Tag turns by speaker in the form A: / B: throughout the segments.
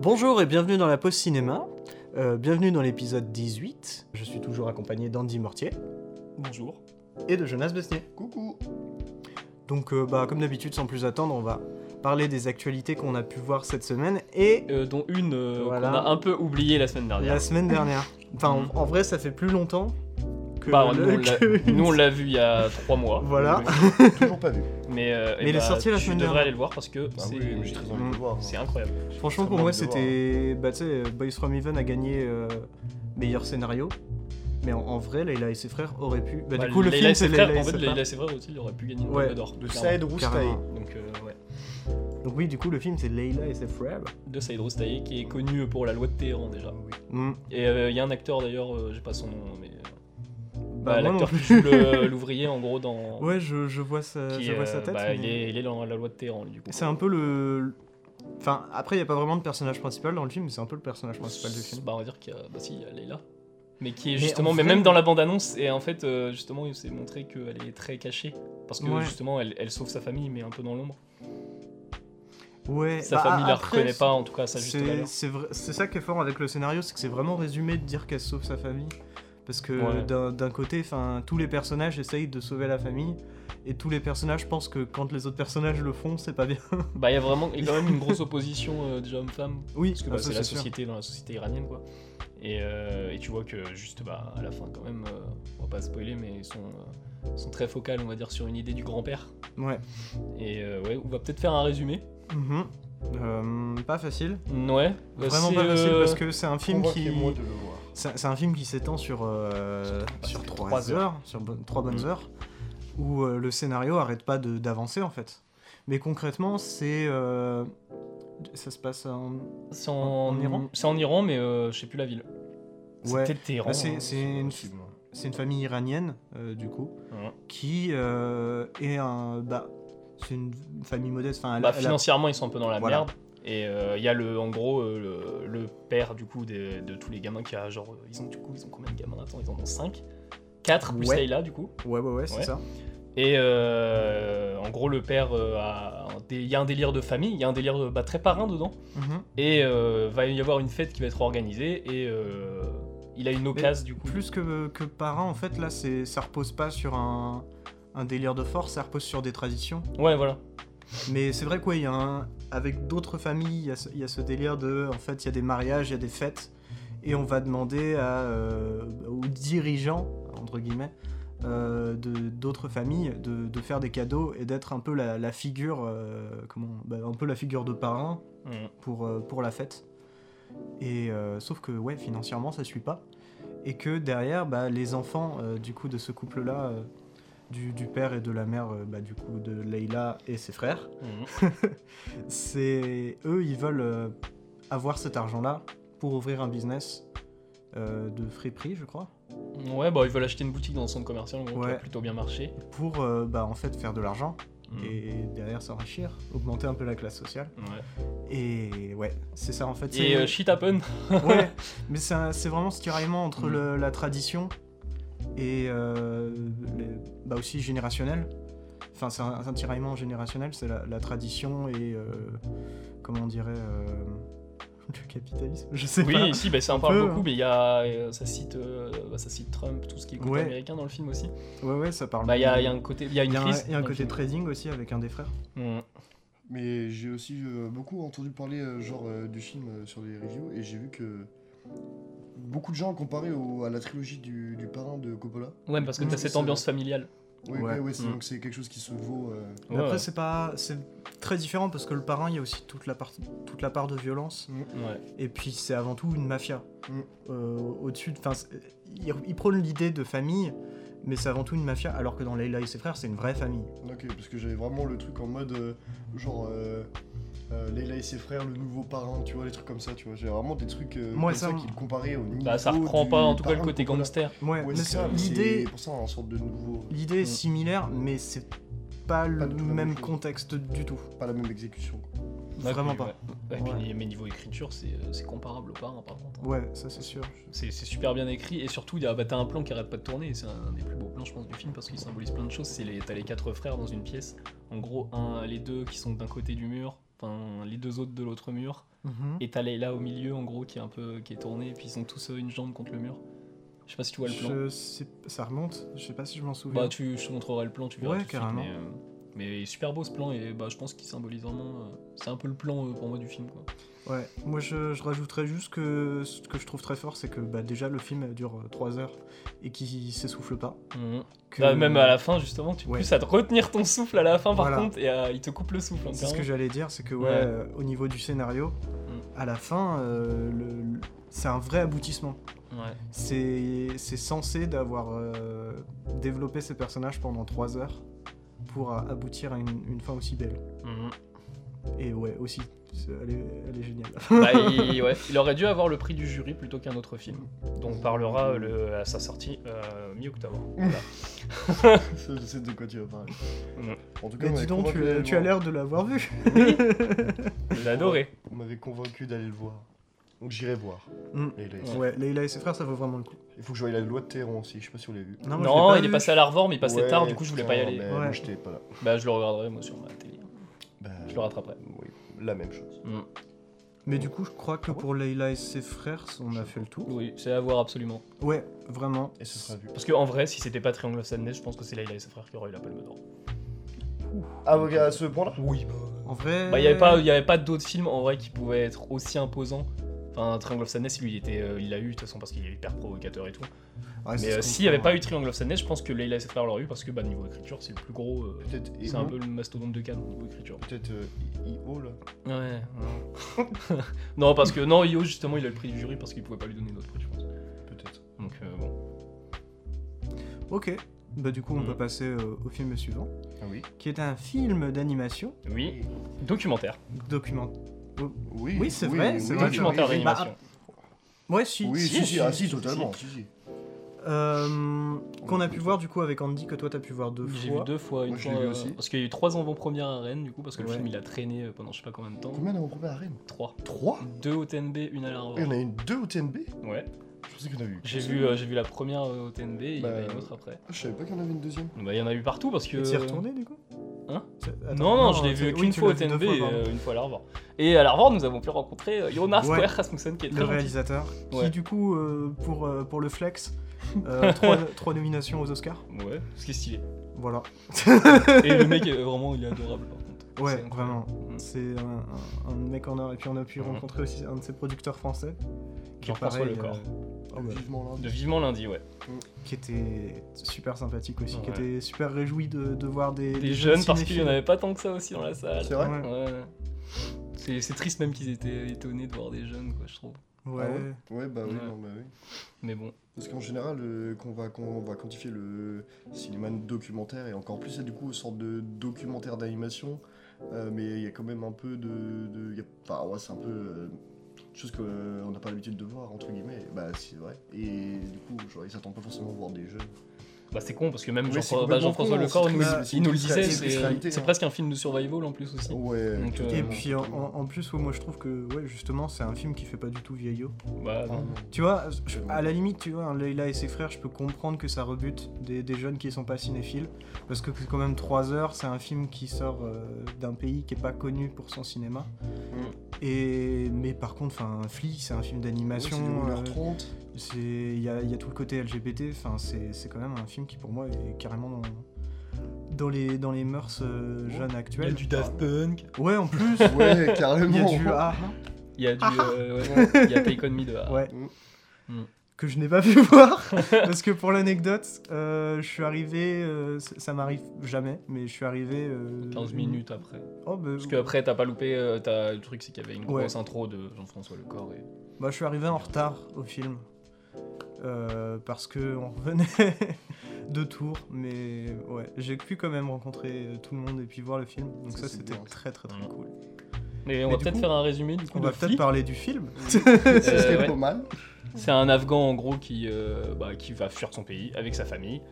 A: Bonjour et bienvenue dans la pause cinéma. Euh, bienvenue dans l'épisode 18. Je suis toujours accompagné d'Andy Mortier
B: Bonjour.
A: et de Jonas Besnier.
B: Coucou.
A: Donc, euh, bah, comme d'habitude, sans plus attendre, on va parler des actualités qu'on a pu voir cette semaine et
B: Euh, dont une euh,
A: Voilà.
B: qu'on a un peu oubliée la semaine dernière.
A: la semaine dernière. Enfin, en- en vrai, ça fait plus longtemps que.
B: Bah,
A: le-
B: nous, on l'a-
A: que-
B: nous, on l'a vu il y a trois mois.
A: Voilà.
C: Toujours pas vu.
B: Mais, euh, eh
A: Mais il est
B: bah,
A: sorti la semaine
B: Tu
A: dernière.
B: devrais aller le voir parce que
C: Ah
B: c'est Mm.
C: oui, mais j'ai très envie de le voir. hein.
B: c'est incroyable.
A: Franchement, pour moi, c'était. Bah, tu sais, Boys from Even a gagné euh, meilleur scénario. Mais en, en vrai, Leila et ses frères auraient pu. Bah, du coup, le film, c'est Leila
B: Frères,
A: et
B: en fait,
A: ses frères.
B: Leila c'est vrai aussi, il aurait pu gagner une
A: Ouais.
B: Palme d'Or.
C: De
B: clairement.
C: Saed Roustaï.
A: Carrément.
B: Donc, euh, ouais.
A: Donc, oui, du coup, le film, c'est Leila et ses frères.
B: De Saïd Roustaï qui est connu pour la loi de Téhéran déjà.
A: Hmm.
B: Et euh, il y a un acteur d'ailleurs, euh, j'ai pas son nom, mais. euh,
A: Bah, moi
B: bah,
A: non
B: l'acteur qui
A: plus.
B: joue le- l'ouvrier en gros dans.
A: Ouais, je, je vois sa,
B: qui,
A: je vois
B: euh,
A: sa tête.
B: bah,
A: mais-
B: il, est, il est dans la loi de Téhéran lui, du coup.
A: C'est un peu le. Enfin, après, il n'y a pas vraiment de personnage principal dans le film, mais c'est un peu le personnage principal du film.
B: Bah, on va dire qu'il y a, bah, si, il y a Leila. Mais qui est
A: Mais
B: justement,
A: en
B: mais
A: vrai-
B: même dans la bande-annonce, et en fait, euh, justement, il s'est montré qu'elle est très cachée. Parce que
A: Ouais.
B: justement, elle, elle sauve sa famille, mais un peu dans l'ombre.
A: Ouais,
B: Sa
A: bah,
B: famille la
A: après,
B: reconnaît pas, en tout cas, à sa juste
A: C'est
B: valeur.
A: c'est vrai- c'est ça qui est fort avec le scénario, c'est que c'est vraiment résumé de dire qu'elle sauve sa famille. Parce que
B: Ouais.
A: d'un- d'un côté, enfin, tous les personnages essayent de sauver la famille, et tous les personnages pensent que quand les autres personnages le font, c'est pas bien.
B: Bah, il y a vraiment il y a quand même une grosse opposition euh, déjà homme-femme.
A: Oui,
B: Parce que
A: ah,
B: bah,
A: ça,
B: c'est la
A: sûr.
B: société, dans la société iranienne, quoi. Et, euh, et tu vois que juste bah, à la fin, quand même, euh, on va pas spoiler, mais ils sont, euh, sont très focales, on va dire, sur une idée du grand-père.
A: Ouais.
B: Et euh, ouais, on va peut-être faire un résumé.
A: Mhm. Euh, pas facile.
B: Ouais. Bah,
A: Vraiment
B: c'est,
A: pas facile
B: euh,
A: parce que c'est un film qui.
C: moi de le voir.
A: C'est c'est un film qui s'étend sur, euh, sur
B: Sur
A: 3,
B: trois
A: heures, sur 3 bonnes
B: Mm.
A: heures, où euh, le scénario arrête pas de- d'avancer en fait. Mais concrètement, c'est. euh, ça se passe en.
B: C'est en,
A: En- en Iran
B: C'est en Iran, mais euh, je sais plus la ville.
A: Ouais.
B: C'est peut-être Téhéran.
A: Bah, c'est
B: hein.
A: c'est une, c'est une famille iranienne, euh, du coup,
B: Ouais.
A: qui euh, est un. Bah, c'est une famille modeste. Enfin, elle-
B: Bah,
A: elle a-
B: financièrement, ils sont un peu dans la
A: Voilà.
B: merde. Et euh, il y a le, en gros euh, le, le père du coup des- de tous les gamins qui a genre euh, ils ont du coup ils ont combien de gamins attends ils en ont 5 4 plus
A: Ouais.
B: Leïla du coup
A: Ouais, ouais, ouais, c'est
B: Ouais.
A: ça.
B: et euh, en gros le père euh, a un dé- il y a un délire de famille il y a un délire de- bah, très parrain dedans
A: Mhm.
B: et euh, va y avoir une fête qui va être organisée et euh, il a une occasion du coup
A: Plus que, que parent, en fait, là, c'est- ça repose pas sur un, un délire de force, ça repose sur des traditions.
B: ouais voilà
A: Mais c'est vrai quoi, il y a un... avec d'autres familles, il y, a ce- il y a ce délire de, en fait, il y a des mariages, il y a des fêtes, et on va demander à, euh, aux dirigeants, entre guillemets, euh, de- d'autres familles de, de faire des cadeaux et d'être un peu la, la figure, euh, comment, bah, un peu la figure de parrain
B: Mm.
A: pour, euh, pour la fête. Et euh, sauf que ouais, financièrement ça suit pas. Et que derrière, bah, les enfants euh, du coup de ce couple-là, euh, du, du père et de la mère, euh, bah, du coup de Leila et ses frères,
B: Mm.
A: c'est eux, ils veulent euh, avoir cet argent-là pour ouvrir un business euh, de friperie, je crois,
B: Ouais, bah ils veulent acheter une boutique dans le centre commercial, en gros, qui a
A: Ouais.
B: plutôt bien marché.
A: pour euh, bah, en fait faire de l'argent
B: Mm.
A: et derrière s'enrichir, augmenter un peu la classe sociale.
B: Ouais.
A: Et ouais, c'est ça en fait.
B: Et
A: c'est-
B: euh, shit happen.
A: Ouais, mais c'est un- c'est vraiment ce tiraillement entre
B: Mhm.
A: le- la tradition et euh, les- bah aussi générationnel. Enfin, c'est un, c'est un tiraillement générationnel, c'est la, la tradition et euh, comment on dirait euh, le capitalisme. Je sais pas.
B: Oui, si, bah, ça en
A: Un
B: parle
A: peu,
B: beaucoup,
A: hein.
B: mais il y a, euh, ça, cite, euh, bah, ça cite Trump, tout ce qui est côté
A: Ouais.
B: américain dans le film aussi.
A: Ouais, ouais, ça parle.
B: Bah, il y a, il y a un côté, il y a une
A: Il y a un-
B: crise.
A: il y a un
B: dans le
A: côté
B: film.
A: trading aussi avec un des frères.
B: Mm.
C: Mais j'ai aussi euh, beaucoup entendu parler euh, genre euh, du film euh, sur les reviews et j'ai vu que beaucoup de gens ont comparé au- à la trilogie du, du parrain de Coppola.
B: Ouais, parce que
A: Mm,
B: t'as
C: c'est
B: cette
C: ça.
B: ambiance familiale.
C: Ouais,
A: Ouais.
C: ouais, c'est,
B: Mm.
C: donc c'est quelque chose qui se vaut. euh,
A: Mais
B: Ouais,
A: après,
B: ouais.
A: c'est pas, c'est très différent parce que le parrain, il y a aussi toute la partie, toute la part de violence.
B: Ouais.
A: Et puis c'est avant tout une mafia.
C: Mm.
A: Euh, Au-dessus, de- enfin, c'est- ils il prônent l'idée de famille, mais c'est avant tout une mafia. Alors que dans Leila et ses frères, c'est une vraie famille.
C: Ok, parce que j'avais vraiment le truc en mode euh, genre euh, euh, Leila et ses frères, le nouveau parrain, tu vois, les trucs comme ça, tu vois. J'avais vraiment des trucs euh,
A: Moi,
C: comme
A: ça,
C: ça,
A: m-
C: qui le comparaient au niveau.
B: Bah, ça reprend
C: du
B: pas, en tout cas,
C: parrain
B: le
C: de
B: côté
C: Coppola.
B: gangster.
A: Ouais,
C: Ouais,
A: mais
C: c'est
A: c'est-
C: ça, mais c'est
A: l'idée,
C: pour ça, un sorte de nouveau.
A: l'idée est
B: Mm.
A: similaire, mais c'est pas le
C: du tout la
A: même
C: même chose.
A: contexte du tout.
C: Pas la même exécution. quoi.
B: Ouais,
A: Vraiment
B: puis,
A: pas.
B: Ouais. Ouais,
A: Ouais.
B: puis, mais niveau écriture, c'est euh, c'est comparable au parrain, par contre. hein.
A: Ouais, ça c'est sûr.
B: C'est c'est super bien écrit et surtout, il y a- bah, t'as un plan qui arrête pas de tourner. C'est un des plus beaux plans, je pense, du film parce qu'il symbolise plein de choses. C'est les- T'as les quatre frères dans une pièce. En gros, un, les deux qui sont d'un côté du mur, enfin les deux autres de l'autre mur.
A: Mhm.
B: Et t'as Leila au milieu, en gros, qui est un peu qui est tournée, et puis ils sont tous euh, une jambe contre le mur. Je sais pas si tu vois le plan.
A: Je sais- Ça remonte, je sais pas si je m'en souviens.
B: Bah, tu, je te montrerai le plan, tu verras.
A: Ouais,
B: tout de suite,
A: carrément.
B: mais, euh, mais super beau ce plan, et bah, je pense qu'il symbolise vraiment. euh, c'est un peu le plan euh, pour moi du film, quoi.
A: Ouais, moi je, je rajouterais juste que ce que je trouve très fort, c'est que bah, déjà le film dure 3 heures et qu'il s'essouffle pas.
B: Mhm.
A: Que-
B: Bah, même à la fin, justement, tu
A: Ouais.
B: pousses à te retenir ton souffle à la fin, par
A: Voilà.
B: contre, et à- il te coupe le souffle. hein,
A: C'est ce que
B: carrément.
A: j'allais dire, c'est que ouais,
B: Ouais. Mm.
A: euh, au niveau du scénario, à la fin, euh, le- le- c'est un vrai aboutissement.
B: Ouais.
A: C'est c'est censé d'avoir euh, développé ces personnages pendant 3 heures pour a- aboutir à une, une fin aussi belle.
B: Mhm.
A: Et ouais, aussi, c'est- elle est, elle est géniale.
B: Bah, il, ouais, il aurait dû avoir le prix du jury plutôt qu'un autre film, dont on parlera euh, le, à sa sortie euh, mi-octobre. Voilà.
C: Je sais de quoi tu vas parler.
B: Ouais.
C: En tout cas,
A: Mais
C: on
A: dis
C: m'avait
A: donc,
C: convaincu
A: tu,
C: d'aller
A: tu as
C: le voir.
A: l'air de l'avoir vu.
B: J'ai adoré.
C: On m'avait convaincu d'aller le voir. Donc j'irai voir.
A: Mm.
C: Et là,
A: Ouais, Leila et ses frères, ça vaut vraiment le coup.
C: Il faut que je voie la loi de Téhéran aussi, je sais pas si on l'a vu.
A: moi, je l'ai
B: non,
A: pas
B: il est
A: vu.
B: passé à l'Arvor, mais il passait
C: Ouais,
B: tard, du coup je voulais pas y
C: putain,
B: aller.
C: mais
A: Ouais.
C: Moi j'étais pas là.
B: Bah, je le regarderai moi sur ma télé.
C: Bah,
B: Je le rattraperai.
C: oui, la même chose.
B: Mhm.
A: Mais du coup, je crois que
C: Ah ouais
A: pour Leila et ses frères, on a fait le tour.
B: Oui, c'est à voir absolument.
A: Ouais, vraiment.
C: Et ce sera vu.
B: Parce que en vrai, si c'était pas Triangle of Sadness, je pense que c'est Layla et ses frères qui auraient eu la palme d'or.
C: Ah, ok, à ce point-là
B: Oui,
A: En vrai.
B: Bah, il n'y avait pas, y avait pas d'autres films en vrai qui pouvaient être aussi imposants. Enfin, Triangle of Sadness, lui, il, était, euh, il l'a eu de toute façon parce qu'il est hyper provocateur et tout.
A: Ouais, ça
B: Mais
A: se
B: euh, s'il n'y avait
A: comprend,
B: pas eu Triangle of Sadness, je pense que Layla et ses frères l'auraient eu parce que, bah, niveau écriture, c'est le plus gros. euh,
C: Peut-être
B: c'est un
C: Eo.
B: peu le mastodonte de Cannes, niveau écriture.
C: Peut-être euh, Eo là.
B: Ouais, ouais. non, parce que, non, Io, justement, il a le prix du jury parce qu'il pouvait pas lui donner d'autres prix, je pense.
C: Peut-être.
B: Donc, euh, bon.
A: ouais. Ok. Bah, du coup, on
B: Mhm.
A: peut passer euh, au film suivant,
C: Ah oui
A: qui est un film d'animation,
B: Oui, documentaire.
A: document.
C: Oui,
A: Oui, c'est vrai, c'est vrai.
B: documentaire
C: bah,
A: oui, oui.
B: d'animation.
A: Ouais, si.
C: Oui, si, si, ah, si, totalement. Si, si.
A: Euh, Qu'on a pu voir du coup avec Andy, que toi t'as pu voir deux fois.
B: J'ai vu deux fois, une
C: Moi, je
B: fois,
C: l'ai vu
B: euh,
C: aussi.
B: parce qu'il y a eu trois avant-premières à Rennes, du coup, parce que le
A: Ouais.
B: film il a traîné euh, pendant je sais pas combien de temps.
C: Combien d'avons première à Rennes
B: Trois.
C: 3
B: Deux au TNB, une à la
C: Il y en a une deux au TNB
B: Ouais.
C: Je pensais qu'il y en avait eu.
B: J'ai vu, euh, j'ai vu la première euh, au TNB et il y en
C: Bah,
B: a une autre après.
C: Je savais pas qu'il y en avait une deuxième.
B: Bah, il y en a eu partout parce que.
A: Et t'y es retourné du coup
B: Hein
A: C'est- attends,
B: non, non, je l'ai vu
A: c'est-
B: qu'une
A: oui, tu
B: fois au
A: l'as vu deux
B: TNB et
A: fois, pardon.
B: euh, une fois à l'Arvor. Et à l'Arvor, nous avons pu rencontrer euh, Jonas
A: Ouais.
B: Square Rasmussen qui est très
A: Le
B: gentil.
A: réalisateur,
B: Ouais.
A: qui du coup, euh, pour, euh, pour le flex, euh, trois, trois nominations aux Oscars.
B: Ouais, ce qui est stylé.
A: Voilà.
B: Et le mec, est vraiment, il est adorable par contre.
A: Ouais,
B: C'est incroyable.
A: vraiment.
B: Mm.
A: C'est un, un- un mec en or. Et puis on a pu
B: Mhm.
A: rencontrer aussi un de ses producteurs français. Qui est
B: Jean-François
A: pareil,
B: Lecor.
A: euh,
C: Ah
B: Ah
A: oh bah,
C: Vivement
B: De
C: lundi.
B: Vivement Lundi, ouais.
A: qui était super sympathique aussi, qui
B: Ouais.
A: était super réjoui de, de voir des,
B: Des jeunes parce qu'il
A: cinéphiles.
B: y en avait pas tant que ça aussi dans la salle.
C: C'est vrai
A: Ouais.
B: Ouais. C'est c'est triste même qu'ils étaient étonnés de voir des jeunes, quoi, je trouve.
A: Ouais.
C: Ah Ouais, bah oui,
B: Ouais.
C: non, bah oui.
B: Mais bon.
C: Parce qu'en général, euh, qu'on va, qu'on va quantifier le cinéma documentaire et encore plus, c'est du coup une sorte de documentaire d'animation, euh, mais il y a quand même un peu de. de- il y a- Enfin, ouais, c'est un peu. euh, chose qu'on n'a pas l'habitude de voir, entre guillemets. Bah, c'est vrai. Et du coup, genre, ils s'attendent pas forcément à voir des jeunes.
B: Bah c'est con parce que même
C: Ouais, c'est
B: Jean-Fra- bah,
C: complètement
B: Jean-François
C: con,
B: Lecor
C: c'est
B: il nous,
C: triste,
B: il nous le
C: c'est
B: disait,
C: triste, c'est triste
B: c'est
C: réalité,
B: c'est
C: hein. Oh.
B: presque un film de survival en plus aussi.
C: Ouais.
B: Donc,
C: totalement,
A: Et
B: Euh,
A: puis en,
C: totalement.
A: en- en plus, ouais, moi je trouve que ouais, justement, c'est un film qui fait pas du tout vieillot.
B: Bah
C: Ah,
B: non.
C: non.
A: Tu vois, je- à la limite, tu vois, hein, Leila et ses frères, je peux comprendre que ça rebute des, des jeunes qui sont pas cinéphiles. Parce que c'est quand même 3 heures, c'est un film qui sort euh, d'un pays qui est pas connu pour son cinéma.
C: Mm.
A: Et, mais par contre, enfin, Flea, c'est un film
C: Ouais,
A: d'animation. euh,
C: c'est 1h30.
A: C'est- Il y a, il y a tout le côté LGBT, enfin, c'est c'est quand même un film qui pour moi est carrément dans, dans les, dans les mœurs euh,
C: Ouais.
A: jeunes actuelles.
B: Daft Punk,
A: Ouais, en plus,
C: Ouais,
A: il
C: carrément.
A: y a du ah,
B: il y a du euh, ouais, il y a Take On Me de
A: ah,
B: ah.
A: ouais.
B: Mm.
A: que je n'ai pas pu voir. parce que pour l'anecdote, euh, je suis arrivé, euh, c- ça m'arrive jamais, mais je suis arrivé. euh,
B: 15
A: une-
B: minutes après.
A: Oh, bah,
B: Parce que après t'as pas loupé, euh, t'as- le truc c'est qu'il y avait une
A: Ouais.
B: grosse intro de Jean-François Lecor et
A: bah, je suis arrivé en retard au film. euh, parce que on revenait de Tours, mais ouais, j'ai pu quand même rencontrer euh, tout le monde et puis voir le film, donc
C: Ça,
A: ça
C: c'est
A: c'était
C: bien.
A: très très très
B: Mm.
A: cool.
B: Mais on
A: Mais
B: va
A: du
B: peut-être
A: coup,
B: faire un résumé du coup
A: On
B: de
A: va peut-être
B: Flea.
A: parler du film.
C: Ce serait
B: Euh, ouais.
C: pas mal.
B: C'est un Afghan en gros qui, euh, bah, qui va fuir son pays avec sa famille.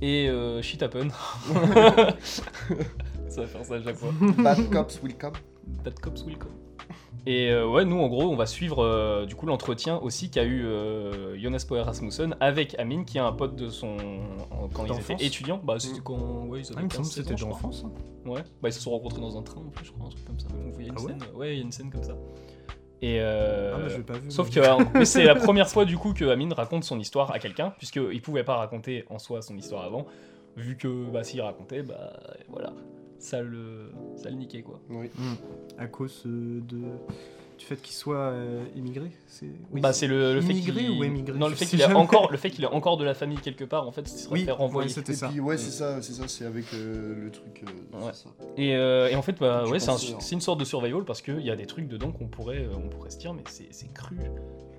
B: Et euh, shit happen. ça va faire ça à chaque fois.
C: Bad cops will come.
B: Bad cops will come. Et euh, ouais, nous en gros, on va suivre euh, du coup l'entretien aussi qu'a eu euh, Jonas Poer Rasmussen avec Amine, qui est un pote de son. en- quand ils
A: D'enfance.
B: étaient étudiants. Bah, c'était
A: Mm.
B: quand. Ouais, ils
A: Ah,
B: avaient
A: il me semble
B: 15,
A: que c'était
B: 16 ans, je
A: déjà en
B: crois.
A: France. hein.
B: Ouais, bah ils se sont rencontrés dans un train en plus, je crois, un truc comme ça. On voyait une
A: Ah ouais
B: scène. Ouais, il y a une scène comme ça. Et euh,
A: Ah, mais je l'ai pas vu.
B: Sauf
A: moi.
B: que en plus, c'est la première fois du coup que Amine raconte son histoire à quelqu'un, puisqu'il pouvait pas raconter en soi son histoire avant, vu que bah, s'il racontait, bah voilà, ça le, ça le niquait quoi.
C: Oui.
A: À cause euh, de... du fait qu'il soit euh, immigré c'est... Oui,
B: bah c'est le, le fait
A: Immigré
B: qu'il-
A: ou émigré,
B: Non,
A: je
B: le fait
A: sais
B: qu'il a
A: jamais.
B: encore, le fait qu'il a encore de la famille quelque part, en fait, il serait
A: Oui,
B: fait renvoyer.
A: ouais, c'était
C: Et
A: ça.
C: puis ouais, c'est ça, c'est ça, c'est avec euh, le truc. euh,
B: Mm. Ouais.
C: c'est ça.
B: Et, euh, et en fait, bah,
C: Je
B: ouais, c'est un-
C: pensais, hein.
B: c'est une sorte de survival parce qu'il y a des trucs dedans qu'on pourrait, euh, on pourrait se dire, mais c'est c'est cru.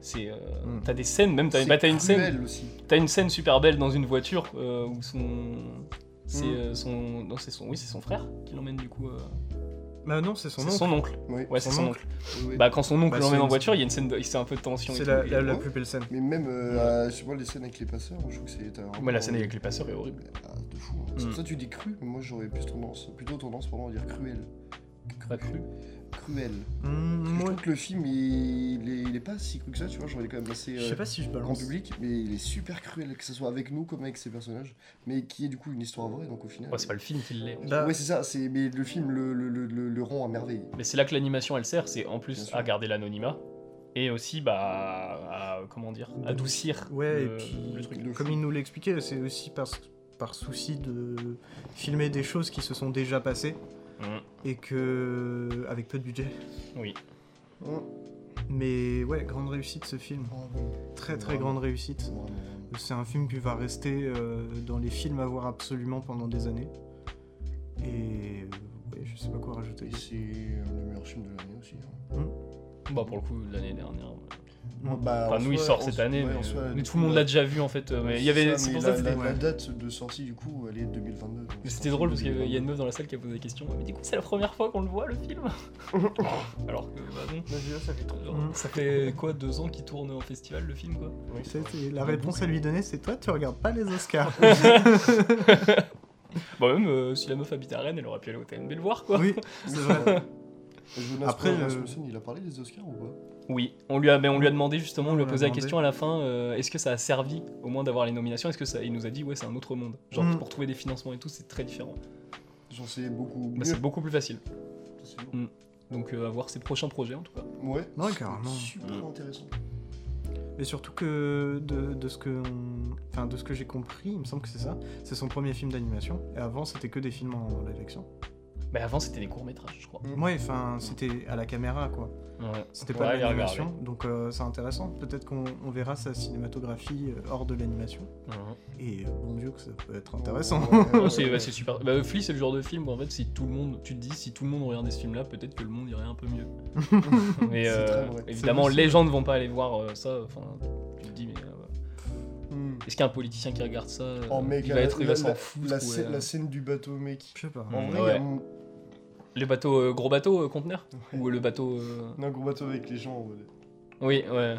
B: C'est, euh,
A: Mm.
B: T'as des scènes, même t'as
C: C'est
B: bah, t'as une scène,
C: cruel aussi.
B: t'as une scène super belle dans une voiture euh, où son, c'est
C: Mm.
A: Hmm.
B: euh, son, non, c'est son, oui, c'est son frère qui l'emmène du coup. euh,
A: Bah non, c'est son
B: c'est
A: nom.
B: son oncle.
C: Oui.
B: Ouais, c'est
A: Son
B: son
A: oncle.
B: oncle.
C: oui.
B: Bah quand son oncle
A: Bah, c'est
B: l'emmène en
A: une-
B: voiture, il y a une scène, de, c'est un peu de tension.
A: C'est
B: et
A: la,
B: tout, et-
A: la, la
C: Ouais.
A: plus belle scène.
C: Mais même, euh, à- je sais pas, les scènes avec les passeurs, je trouve que c'est. t'as
B: Ouais, la
C: vraiment-
B: scène avec les passeurs est horrible.
C: Ah, de fou. hein. C'est
B: Mm.
C: pour ça que tu dis cru, mais moi j'aurais plus tendance, plutôt tendance pardon, à dire cruel. Cru-
B: Pas cru.
C: Cruel.
A: Mm,
C: Je
A: ouais.
C: trouve que le film, il, il est, il est pas si cru que ça, tu vois, j'aurais quand même assez.
A: Je sais pas si je
C: en
A: balance.
C: public, mais il est super cruel, que ce soit avec nous comme avec ses personnages, mais qui est du coup une histoire vraie, donc au final. euh,
B: Ouais, c'est pas le film qui l'est.
A: Bah,
C: Ouais, c'est ça, c'est... mais le film le, le, le, le- le rend à merveille.
B: Mais c'est là que l'animation elle sert, c'est en
C: Bien
B: plus
C: sûr.
B: à garder l'anonymat et aussi bah à comment dire adoucir
A: Ouais,
B: le,
A: et puis,
B: le truc. Mm.
C: de
A: comme
C: fou.
A: il nous l'expliquait, c'est aussi par, par souci de filmer des choses qui se sont déjà passées
B: Mm,
A: et que. avec peu de budget.
B: oui. Mm.
C: Hein
A: Mais ouais, grande réussite ce film.
C: Ah oui.
A: Très très
C: Vraiment.
A: grande réussite.
C: Vraiment.
A: C'est un film qui va rester euh, dans les films à voir absolument pendant des années. Et. euh, ouais, je sais pas quoi rajouter.
C: Et c'est un des meilleurs films de l'année aussi. hein.
B: Bah pour le coup l'année dernière.
A: Mm.
B: ouais.
C: Bah,
B: Enfin
C: en
B: nous il
C: soi-
B: sort
C: en
B: cette
C: soi-
B: année,
C: ouais,
B: mais, euh,
C: en soi,
B: mais
C: du
B: tout
C: coup,
B: le monde
C: la-
B: l'a déjà vu en fait. euh, Mais il y avait c'est pour ça que
C: la,
B: c'était.
C: la- la date de sortie du coup elle est 2022. donc
B: Mais
C: c'est
B: C'était
C: un
B: drôle parce
C: film
B: qu'il y a une
C: 2022.
B: meuf dans la salle qui a posé la question. Mais du coup c'est la première fois qu'on le voit le film. Alors que bah non. Genre,
A: Mm.
B: Ça fait quoi deux ans qu'il tourne en festival le film quoi.
A: C'est- c'est- La réponse à lui donner, c'est toi, tu regardes pas les Oscars.
B: Bah même euh, si la meuf habitait à Rennes elle aurait pu aller au TNB le voir quoi.
A: oui, c'est vrai.
C: Jonas
A: Après,
C: Après,
A: euh,
C: Rasmussen, il a parlé des Oscars ou pas
B: Oui, on lui a, ben, on lui a demandé justement, on lui a
A: On lui a
B: posé la
A: demandé.
B: question à la fin, euh, est-ce que ça a servi au moins d'avoir les nominations Est-ce que ça, il nous a dit ouais c'est un autre monde. Genre
A: Mm.
B: pour trouver des financements et tout c'est très différent.
C: J'en sais beaucoup.
B: Bah,
C: mieux.
B: c'est beaucoup plus facile.
C: C'est bon.
B: Donc euh, à voir ses prochains projets en tout cas.
C: Ouais.
A: Non,
C: c'est
A: carrément.
C: Super
B: Mm.
C: intéressant.
A: Et surtout que de, de ce que, on- enfin de ce que j'ai compris, il me semble que c'est ça. C'est son premier film d'animation. Et avant, c'était que des films en live action.
B: Mais Ben, avant c'était des courts métrages je
C: Mm.
B: crois.
A: Ouais, enfin, c'était à la caméra, quoi.
B: Ouais.
A: C'était
B: On
A: pas de
B: pourra aller regarder.
A: l'animation, donc euh, c'est intéressant. Peut-être qu'on on verra sa cinématographie euh, hors de l'animation.
B: Ouais.
A: Et euh, bon Dieu, que ça peut être intéressant.
C: Ouais, ouais,
B: Non, c'est
C: ouais.
B: ouais, c'est super. Bah, Flea c'est le genre de film où en fait si tout le monde, tu te dis si tout le monde regardait ce film là peut-être que le monde irait un peu mieux. Mais
C: C'est
B: euh,
C: très vrai.
B: évidemment
A: C'est possible.
B: les gens ne vont pas aller voir euh, ça. Enfin tu te dis mais euh,
C: Mm.
B: est-ce qu'un politicien qui regarde ça, euh,
C: Oh mec,
B: il
C: la,
B: va être, il va
C: la-
B: s'en
C: la-
B: foutre,
C: la
B: ouais.
C: scène, la scène du bateau, mec.
A: Je sais pas.
C: En
B: Mm,
C: vrai, il y a
B: ouais.
C: mon-
B: Les bateaux, euh, gros bateaux, euh, conteneurs
C: Ouais.
B: Ou le bateau. euh,
C: un gros bateau avec les gens. en mode-
B: Oui, ouais.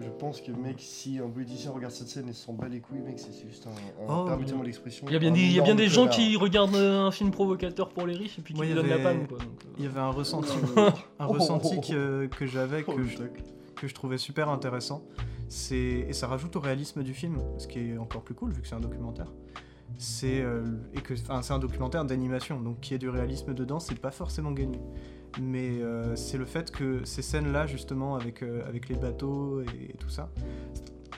C: Je pense que, mec, si un politicien regarde cette scène et s'en bat les couilles, mec, c'est c'est juste un. un-
A: Oh,
C: Permettez-moi l'expression.
B: Il y a bien
C: un
B: des, il y a bien
C: énorme
B: des gens
C: connard.
B: qui regardent euh, un film provocateur pour les riches et puis qui
A: Moi, il
B: lui
A: y
B: donnent la
A: avait-
B: panne, quoi. donc, euh,
A: Il y avait un ressenti, un
C: Oh,
A: ressenti
C: oh, oh.
A: que, que j'avais,
C: Oh,
A: que
C: le
A: je,
C: tacle.
A: que je trouvais super intéressant. C'est et ça rajoute au réalisme du film, ce qui est encore plus cool vu que c'est un documentaire. C'est euh, et que enfin, c'est un documentaire d'animation, donc qu'il y ait du réalisme dedans, c'est pas forcément gagné. Mais euh, c'est le fait que ces scènes-là, justement, avec, euh, avec les bateaux et, et tout ça,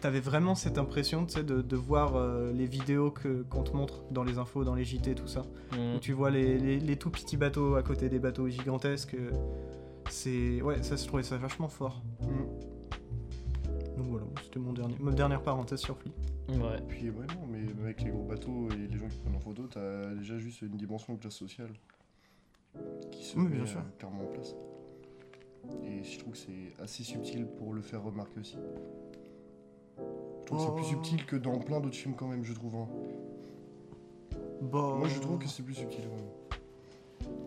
A: t'avais vraiment cette impression, tu sais, de, de voir euh, les vidéos que qu'on te montre dans les infos, dans les JT, tout ça
B: mm.
A: où tu vois les, les- les tout petits bateaux à côté des bateaux gigantesques. euh, C'est. Ouais, ça, je trouvais ça vachement fort. Mm. Donc voilà, c'était mon dernier, ma dernière parenthèse sur Flea.
B: Mmh, Ouais.
C: Puis ouais, non, mais avec les gros bateaux et les gens qui prennent en photo, t'as déjà juste une dimension de classe sociale qui se
A: Oui,
C: met
A: bien
C: euh,
A: sûr.
C: clairement en place. Et je trouve que c'est assez subtil pour le faire remarquer aussi. Je trouve que c'est plus
A: Oh.
C: subtil que dans plein d'autres films quand même, je trouve. hein.
A: Bon.
C: Moi, je trouve que c'est plus subtil. ouais.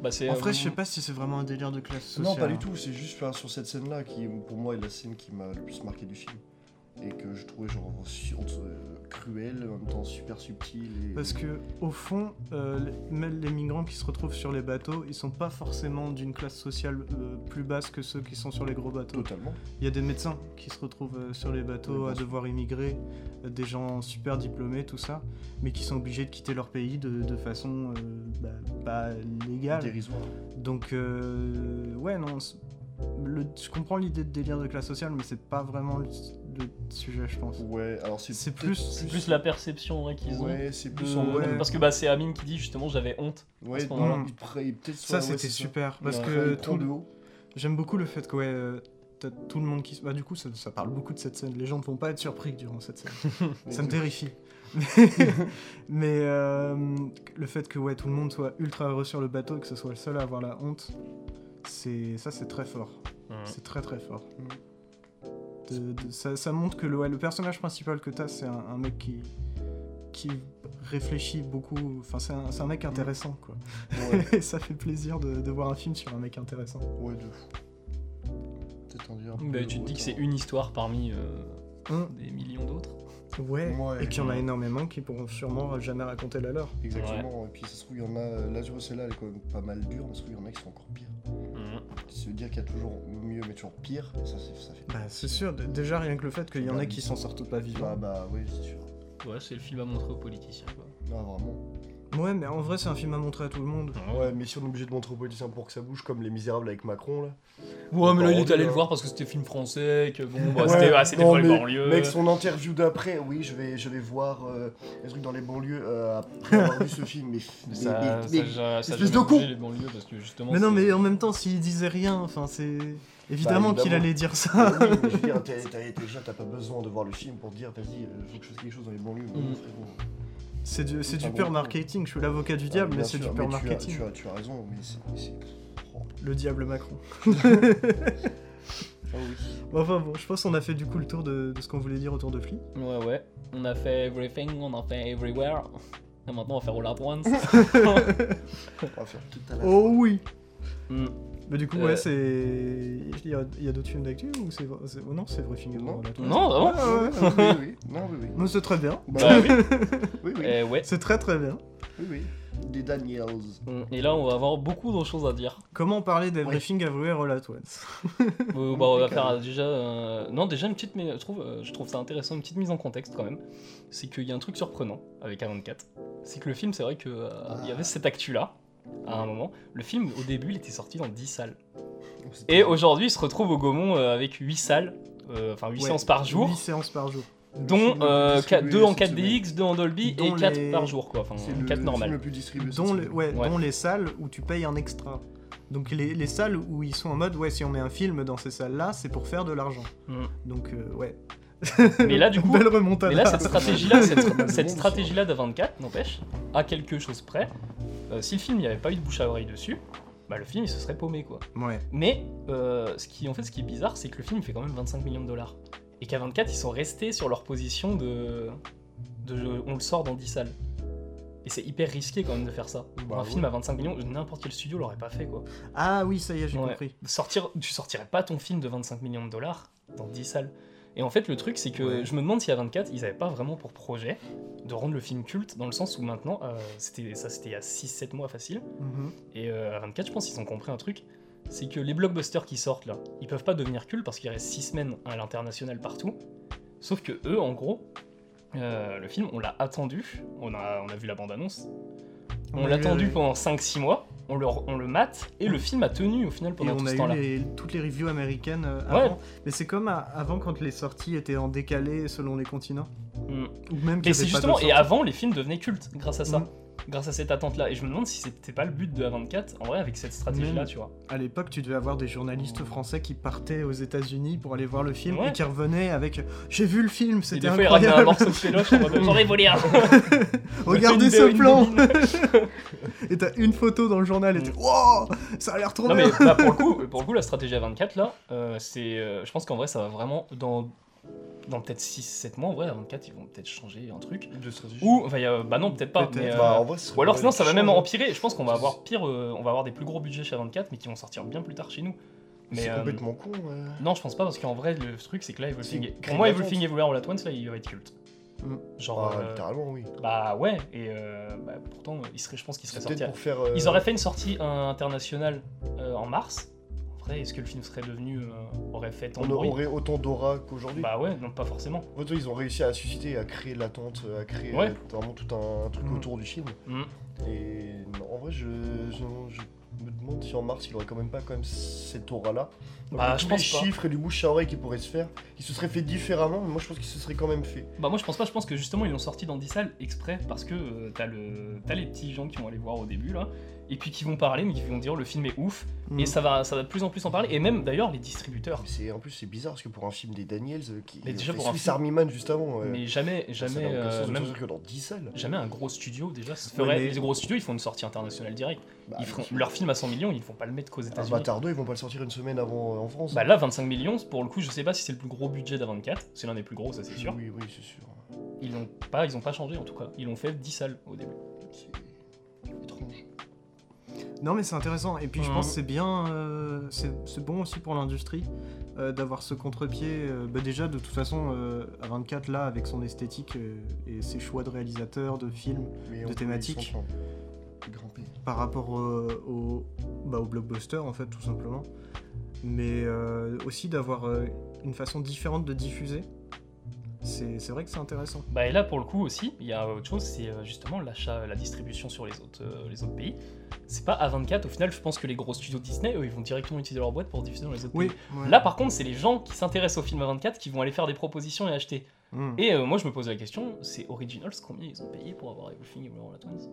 B: Bah, c'est,
A: Bah, En
B: euh,
A: vrai, je sais pas si c'est vraiment un délire de classe sociale.
C: Non, pas du tout, c'est juste enfin, sur cette scène-là qui, pour moi, est la scène qui m'a le plus marqué du film. et que je trouvais genre su- euh, cruel, en même temps super subtil. Et...
A: hein, Parce que, au fond, euh, les- même les migrants qui se retrouvent sur les bateaux, ils sont pas forcément d'une classe sociale euh, plus basse que ceux qui sont sur les gros bateaux.
C: Totalement.
A: Il y a des médecins qui se retrouvent euh, sur les
C: Oui,
A: bateaux
C: bien
A: à
C: sûr.
A: devoir immigrer, euh, des gens super diplômés, tout ça, mais qui sont obligés de quitter leur pays de, de façon euh, bah, pas légale.
C: Dérisoire.
A: Donc, euh, ouais, non, c'est- le- je comprends l'idée de délire de classe sociale, mais c'est pas vraiment le, le sujet, je pense.
C: Ouais, alors c'est.
A: C'est
C: peut-être
A: plus-
B: C'est plus la perception ouais, qu'ils ont.
C: Ouais, c'est plus
B: de-
C: en
A: ouais.
B: Parce que bah, c'est Amine qui dit justement j'avais honte.
C: Ouais,
B: ce
C: dans-
A: moment-là.
C: il pre- il peut-être
A: Mm. Ça,
C: soit-
A: c'était
C: ouais, c'est
A: super, parce
B: Ouais.
A: que
C: Il prend
A: tout,
C: de haut.
A: J'aime beaucoup le fait que ouais, euh, t'as tout le monde qui se. Bah, du coup, ça, ça parle beaucoup de cette scène. Les gens ne vont pas être surpris durant cette scène. ça me terrifie. Mais, mais, euh, le fait que ouais, tout le monde soit ultra heureux sur le bateau et que ce soit le seul à avoir la honte, c'est ça, c'est très fort.
B: Mmh.
A: C'est très très fort. Mm. De- de- ça, ça montre que le, ouais, le personnage principal que t'as, c'est un, un mec qui qui réfléchit beaucoup. Enfin, c'est un, c'est un mec intéressant, quoi.
C: Ouais,
A: Et ça fait plaisir de, de voir un film sur un mec intéressant.
C: ouais, de fou. Peut-être en
A: Mmh.
C: dire un
B: Bah,
C: peu
B: tu te dis que
C: autant.
B: c'est une histoire parmi euh,
A: Hum,
B: des millions d'autres.
A: Ouais,
C: Ouais.
A: et qu'il y en a énormément qui pourront sûrement jamais raconter la leur.
C: Exactement, et puis ça se trouve, il y en a. Là, tu vois, celle-là, elle est quand même pas mal dure, mais ça se trouve, il y en a qui sont encore pires.
B: Mmh.
C: Se dire qu'il y a toujours mieux, mais toujours pire, ça, c'est- ça fait.
A: Bah, c'est sûr, d- déjà rien que le fait qu'il y en a qui s'en sortent pas
C: Bah, Ah,
A: vivants.
C: bah, oui, c'est sûr.
B: Ouais, c'est le film à montrer aux politiciens.
C: Ah, vraiment.
A: Ouais, mais en vrai, c'est un film à montrer à tout le monde.
C: Ouais, mais si on est obligé de montrer aux politiciens pour que ça bouge, comme Les Misérables avec Macron, là.
B: Ouais, mais
A: Bah,
B: là il est
C: Parodie,
B: allé le
C: hein.
B: voir parce que c'était film français, que bon, bah,
C: Ouais,
B: c'était ah, c'était
C: non,
B: pour les
C: mais-
B: banlieues.
C: Mec, son interview d'après, oui, je vais, je vais voir euh, les trucs dans les banlieues euh, après avoir vu ce film. Mais, mais-
B: Ça,
C: mais-
B: ça,
C: mais-
B: ça, ça a
C: espèce
B: jamais
C: de con.
B: bougé les banlieues parce que justement.
A: Mais non,
B: c'est-
A: mais en même temps, s'il disait rien, enfin, c'est. Évidemment qu'il
C: évidemment.
A: allait dire ça.
C: Bah oui, mais je veux dire, t'as- t'as- déjà, t'as pas besoin de voir le film pour te dire, vas-y, euh, faut que je fasse quelque chose dans les banlieues.
B: Mm.
C: Non, frérot.
A: C'est du, c'est du
C: Ah bon
A: pur marketing, je suis l'avocat du
C: Ah,
A: diable,
C: bien
A: mais c'est
C: sûr,
A: du pur
C: tu as-
A: marketing.
C: Tu as, tu as raison, mais c'est. mais c'est- oh.
A: Le diable Macron.
C: Ah oui.
A: Enfin bon, je pense qu'on a fait du coup le tour de, de ce qu'on voulait dire autour de Flea.
B: Ouais, ouais. On a fait everything, on a fait everywhere. Et maintenant on va faire all at once.
C: On va faire tout à la
A: Oh oui
B: Mm.
A: Mais du coup,
B: Euh.
A: ouais, c'est. Il y a, il y a d'autres films d'actu ou c'est. c'est- oh non, c'est vrai film.
C: Non.
B: Non, vraiment
A: Ah ouais.
C: fin. Ah, oui, oui. Non, oui, oui.
A: Non, c'est très bien.
B: Bah
C: Bah,
B: oui.
C: oui, oui,
B: Eh, ouais.
A: C'est très très bien.
C: oui, oui. Des Daniels.
B: Mm. Et là on va avoir beaucoup de choses à dire.
A: Comment parler d'Everything Everywhere All at Once
B: Euh, bah, on va
C: Impeccable.
B: faire euh, déjà. euh, Non, déjà une petite. mais Je trouve, euh, je trouve ça intéressant, une petite mise en contexte quand même. C'est qu'il y a un truc surprenant avec A24. C'est que le film, c'est vrai qu'il il y
C: Ah.
B: avait cette actu-là, à un moment. Le film, au début, il était sorti dans 10 salles. Et aujourd'hui, il se retrouve au Gaumont euh, avec 8 salles, euh, enfin 8
A: Ouais,
B: séances par jour,
A: 8 séances par jour.
B: dont euh, 2 en
C: DX
B: 4DX, 2 en Dolby
A: Dont
B: et 4
A: les-
B: par jour, quoi. Enfin,
C: C'est le
B: 4
C: film
B: normales.
C: le plus distribué.
A: Dont
C: cette
A: les,
C: semaine.
A: ouais,
B: Ouais.
A: dont les salles où tu payes un extra. Donc les, les salles où ils sont en mode, ouais, si on met un film dans ces salles-là, c'est pour faire de l'argent.
B: Mm.
A: Donc, euh, ouais.
B: Mais là, du coup,
A: Belle remontade.
B: Mais là, cette stratégie-là, cette,
C: Monde,
B: cette
C: ça.
B: stratégie-là d'A24, n'empêche, à quelque chose près, euh, si le film n'y avait pas eu de bouche à oreille dessus, bah le film il se serait paumé quoi.
A: Ouais.
B: Mais euh, ce qui en fait ce qui est bizarre, c'est que le film fait quand même 25 millions de dollars et qu'à 24 ils sont restés sur leur position de, de on le sort dans 10 salles. Et c'est hyper risqué quand même de faire ça.
C: Bah
B: un
C: ouais.
B: film à 25 millions, n'importe quel studio l'aurait pas fait quoi.
A: Ah oui, ça y est, j'ai
B: Ouais.
A: compris.
B: Sortir, tu sortirais pas ton film de 25 millions de dollars dans 10 salles. Et en fait, le truc, c'est que
A: Ouais.
B: je me demande si à 24, ils avaient pas vraiment pour projet de rendre le film culte, dans le sens où maintenant, euh, c'était ça c'était il y a 6-7 mois facile,
A: Mhm.
B: et euh, à 24, je pense qu'ils ont compris un truc, c'est que les blockbusters qui sortent là, ils peuvent pas devenir cultes parce qu'il reste 6 semaines à l'international partout. Sauf que eux, en gros, euh, le film, on l'a attendu, on a, on a vu la bande-annonce, on,
A: a
B: l'a
A: eu-
B: attendu pendant 5-6 mois, on le, re- on le mate, et le film a tenu au final
A: Et
B: pendant
A: on
B: tout ce
A: a
B: temps-là.
A: eu les- toutes les reviews américaines euh,
B: Ouais.
A: avant. Mais c'est comme à- avant quand les sorties étaient en décalé selon les continents.
B: Mm.
A: Ou même qu'il y
B: Et
A: avait pas
B: c'est justement,
A: d'autres
B: et
A: sorties.
B: avant, les films devenaient cultes grâce à ça,
A: Mhm.
B: grâce à cette attente-là. Et je me demande si c'était pas le but de A24, en vrai, avec cette stratégie-là,
A: Même-
B: tu vois.
A: À l'époque, tu devais avoir des journalistes français qui partaient aux États-Unis pour aller voir le film
B: Ouais.
A: et qui revenaient avec J'ai vu le film,
B: Et
A: c'était
B: des fois, ils ramenaient un
A: incroyable.
B: morceau de péloche en mode J'en ai volé un
A: Regardez
B: Une
A: ce
B: bobine,
A: plan
B: une bobine.
A: Et t'as une photo dans le journal et t'es Wow Ça a l'air trop
B: Mm. Non, mais
A: bien
B: bah, pour, le coup, pour le coup, la stratégie A24, là, euh, c'est. euh, je pense qu'en vrai, ça va vraiment dans. Dans peut-être 6-7 mois, en vrai, A24, ils vont peut-être changer un truc.
C: De stratégie.
B: Ou, enfin, il y a- bah non, peut-être pas,
A: Peut-être.
B: mais. euh,
C: Bah, en vrai, ce serait
B: Ou alors
C: pas
B: sinon ça va
C: une
B: même
C: chance, hein.
B: empirer. Je pense qu'on va avoir pire, euh, on va avoir des plus gros budgets chez A24, mais qui vont sortir bien plus tard chez nous.
C: C'est
B: Mais euh,
C: complètement con. ouais.
B: non, je pense pas parce qu'en vrai, le truc c'est que là, Evolving.
C: C'est une
B: est- Pour moi,
C: crème
B: Evolving Everywhere All At Once, là, il va être culte.
A: Mm.
B: Genre,
C: Ah,
B: euh,
C: littéralement, oui.
B: bah ouais, et euh, bah, pourtant, il serait, je pense qu'il serait
C: C'est
B: sorti.
C: peut-être
B: à-
C: pour faire. euh,
B: Ils auraient fait une sortie euh, internationale euh, en mars. En vrai, est-ce que le film serait devenu. euh, aurait fait tant
C: On
B: de bruit
C: aurait autant d'aura qu'aujourd'hui.
B: Bah ouais, non, pas forcément.
C: En fait, ils ont réussi à susciter, à créer de l'attente, à créer
B: Ouais.
C: euh, vraiment tout un truc
A: Mhm.
C: autour du film.
B: Mhm.
C: Et non, en vrai, je, je- je me demande si en mars, il aurait quand même pas quand même cette aura-là. Donc,
B: Bah,
C: avec
B: je
C: tous
B: pense
C: les
B: pas.
C: chiffres et du bouche à oreille qui pourrait se faire, il se serait fait différemment, mais moi, je pense qu'il se serait quand même fait.
B: Bah moi je pense pas, je pense que justement ils l'ont sorti dans 10 salles exprès parce que euh, t'as le t'as les petits gens qui vont aller voir au début là et puis qui vont parler mais qui vont dire le film est ouf
A: Mm.
B: et ça va ça va de plus en plus en parler et même d'ailleurs les distributeurs.
C: Mais c'est en plus, c'est bizarre parce que pour un film des Daniels, euh, qui
B: Mais
C: ils ont
B: déjà
C: fait
B: pour un
C: Swiss
B: film-
C: Army Man juste avant, ouais.
B: Mais jamais
C: Ça n'a
B: jamais
C: aucun
B: euh,
C: sens de
B: même-
C: dire que dans 10 salles.
B: jamais un gros studio déjà se
A: Ouais,
B: ferait
A: mais-
B: les gros studios ils font une sortie internationale directe.
C: Bah, Ah,
B: Ils feront
C: avec-
B: leur film à 100 millions, ils vont pas le mettre qu'aux États-Unis.
C: Avatar 2, ils vont pas le sortir une semaine avant euh, en France.
B: Bah là 25 millions pour le coup, je sais pas si c'est le plus gros budget d'A24, c'est l'un des plus gros ça c'est sûr.
C: Oui, oui, c'est sûr.
B: Ils l'ont pas ils ont pas changé en tout cas, ils l'ont fait 10 salles au début.
C: C'est étrange.
A: Non, mais c'est intéressant. Et puis je
B: Mhm.
A: pense que c'est bien, euh, c'est c'est bon aussi pour l'industrie euh, d'avoir ce contre-pied. euh, bah déjà, de toute façon, euh, à 24 là, avec son esthétique euh, et ses choix de réalisateur, de film,
C: Mais
A: De
C: on peut y
A: thématiques.
C: s'entendre. Grimper.
A: par rapport euh, au, bah, au blockbuster en fait tout simplement mais euh, aussi d'avoir euh, une façon différente de diffuser c'est c'est vrai que c'est intéressant
B: Bah et là pour le coup aussi, il y a autre chose, c'est euh, justement l'achat, la distribution sur les autres, euh, les autres pays. C'est pas A24, au final je pense que les gros studios Disney, eux, ils vont directement utiliser leur boîte pour diffuser dans les autres
A: oui
B: pays. Là par contre c'est les gens qui s'intéressent au film A24 qui vont aller faire des propositions et acheter. Et euh, moi je me pose la question, c'est Originals combien ils ont payé pour avoir Everything Everywhere All At Once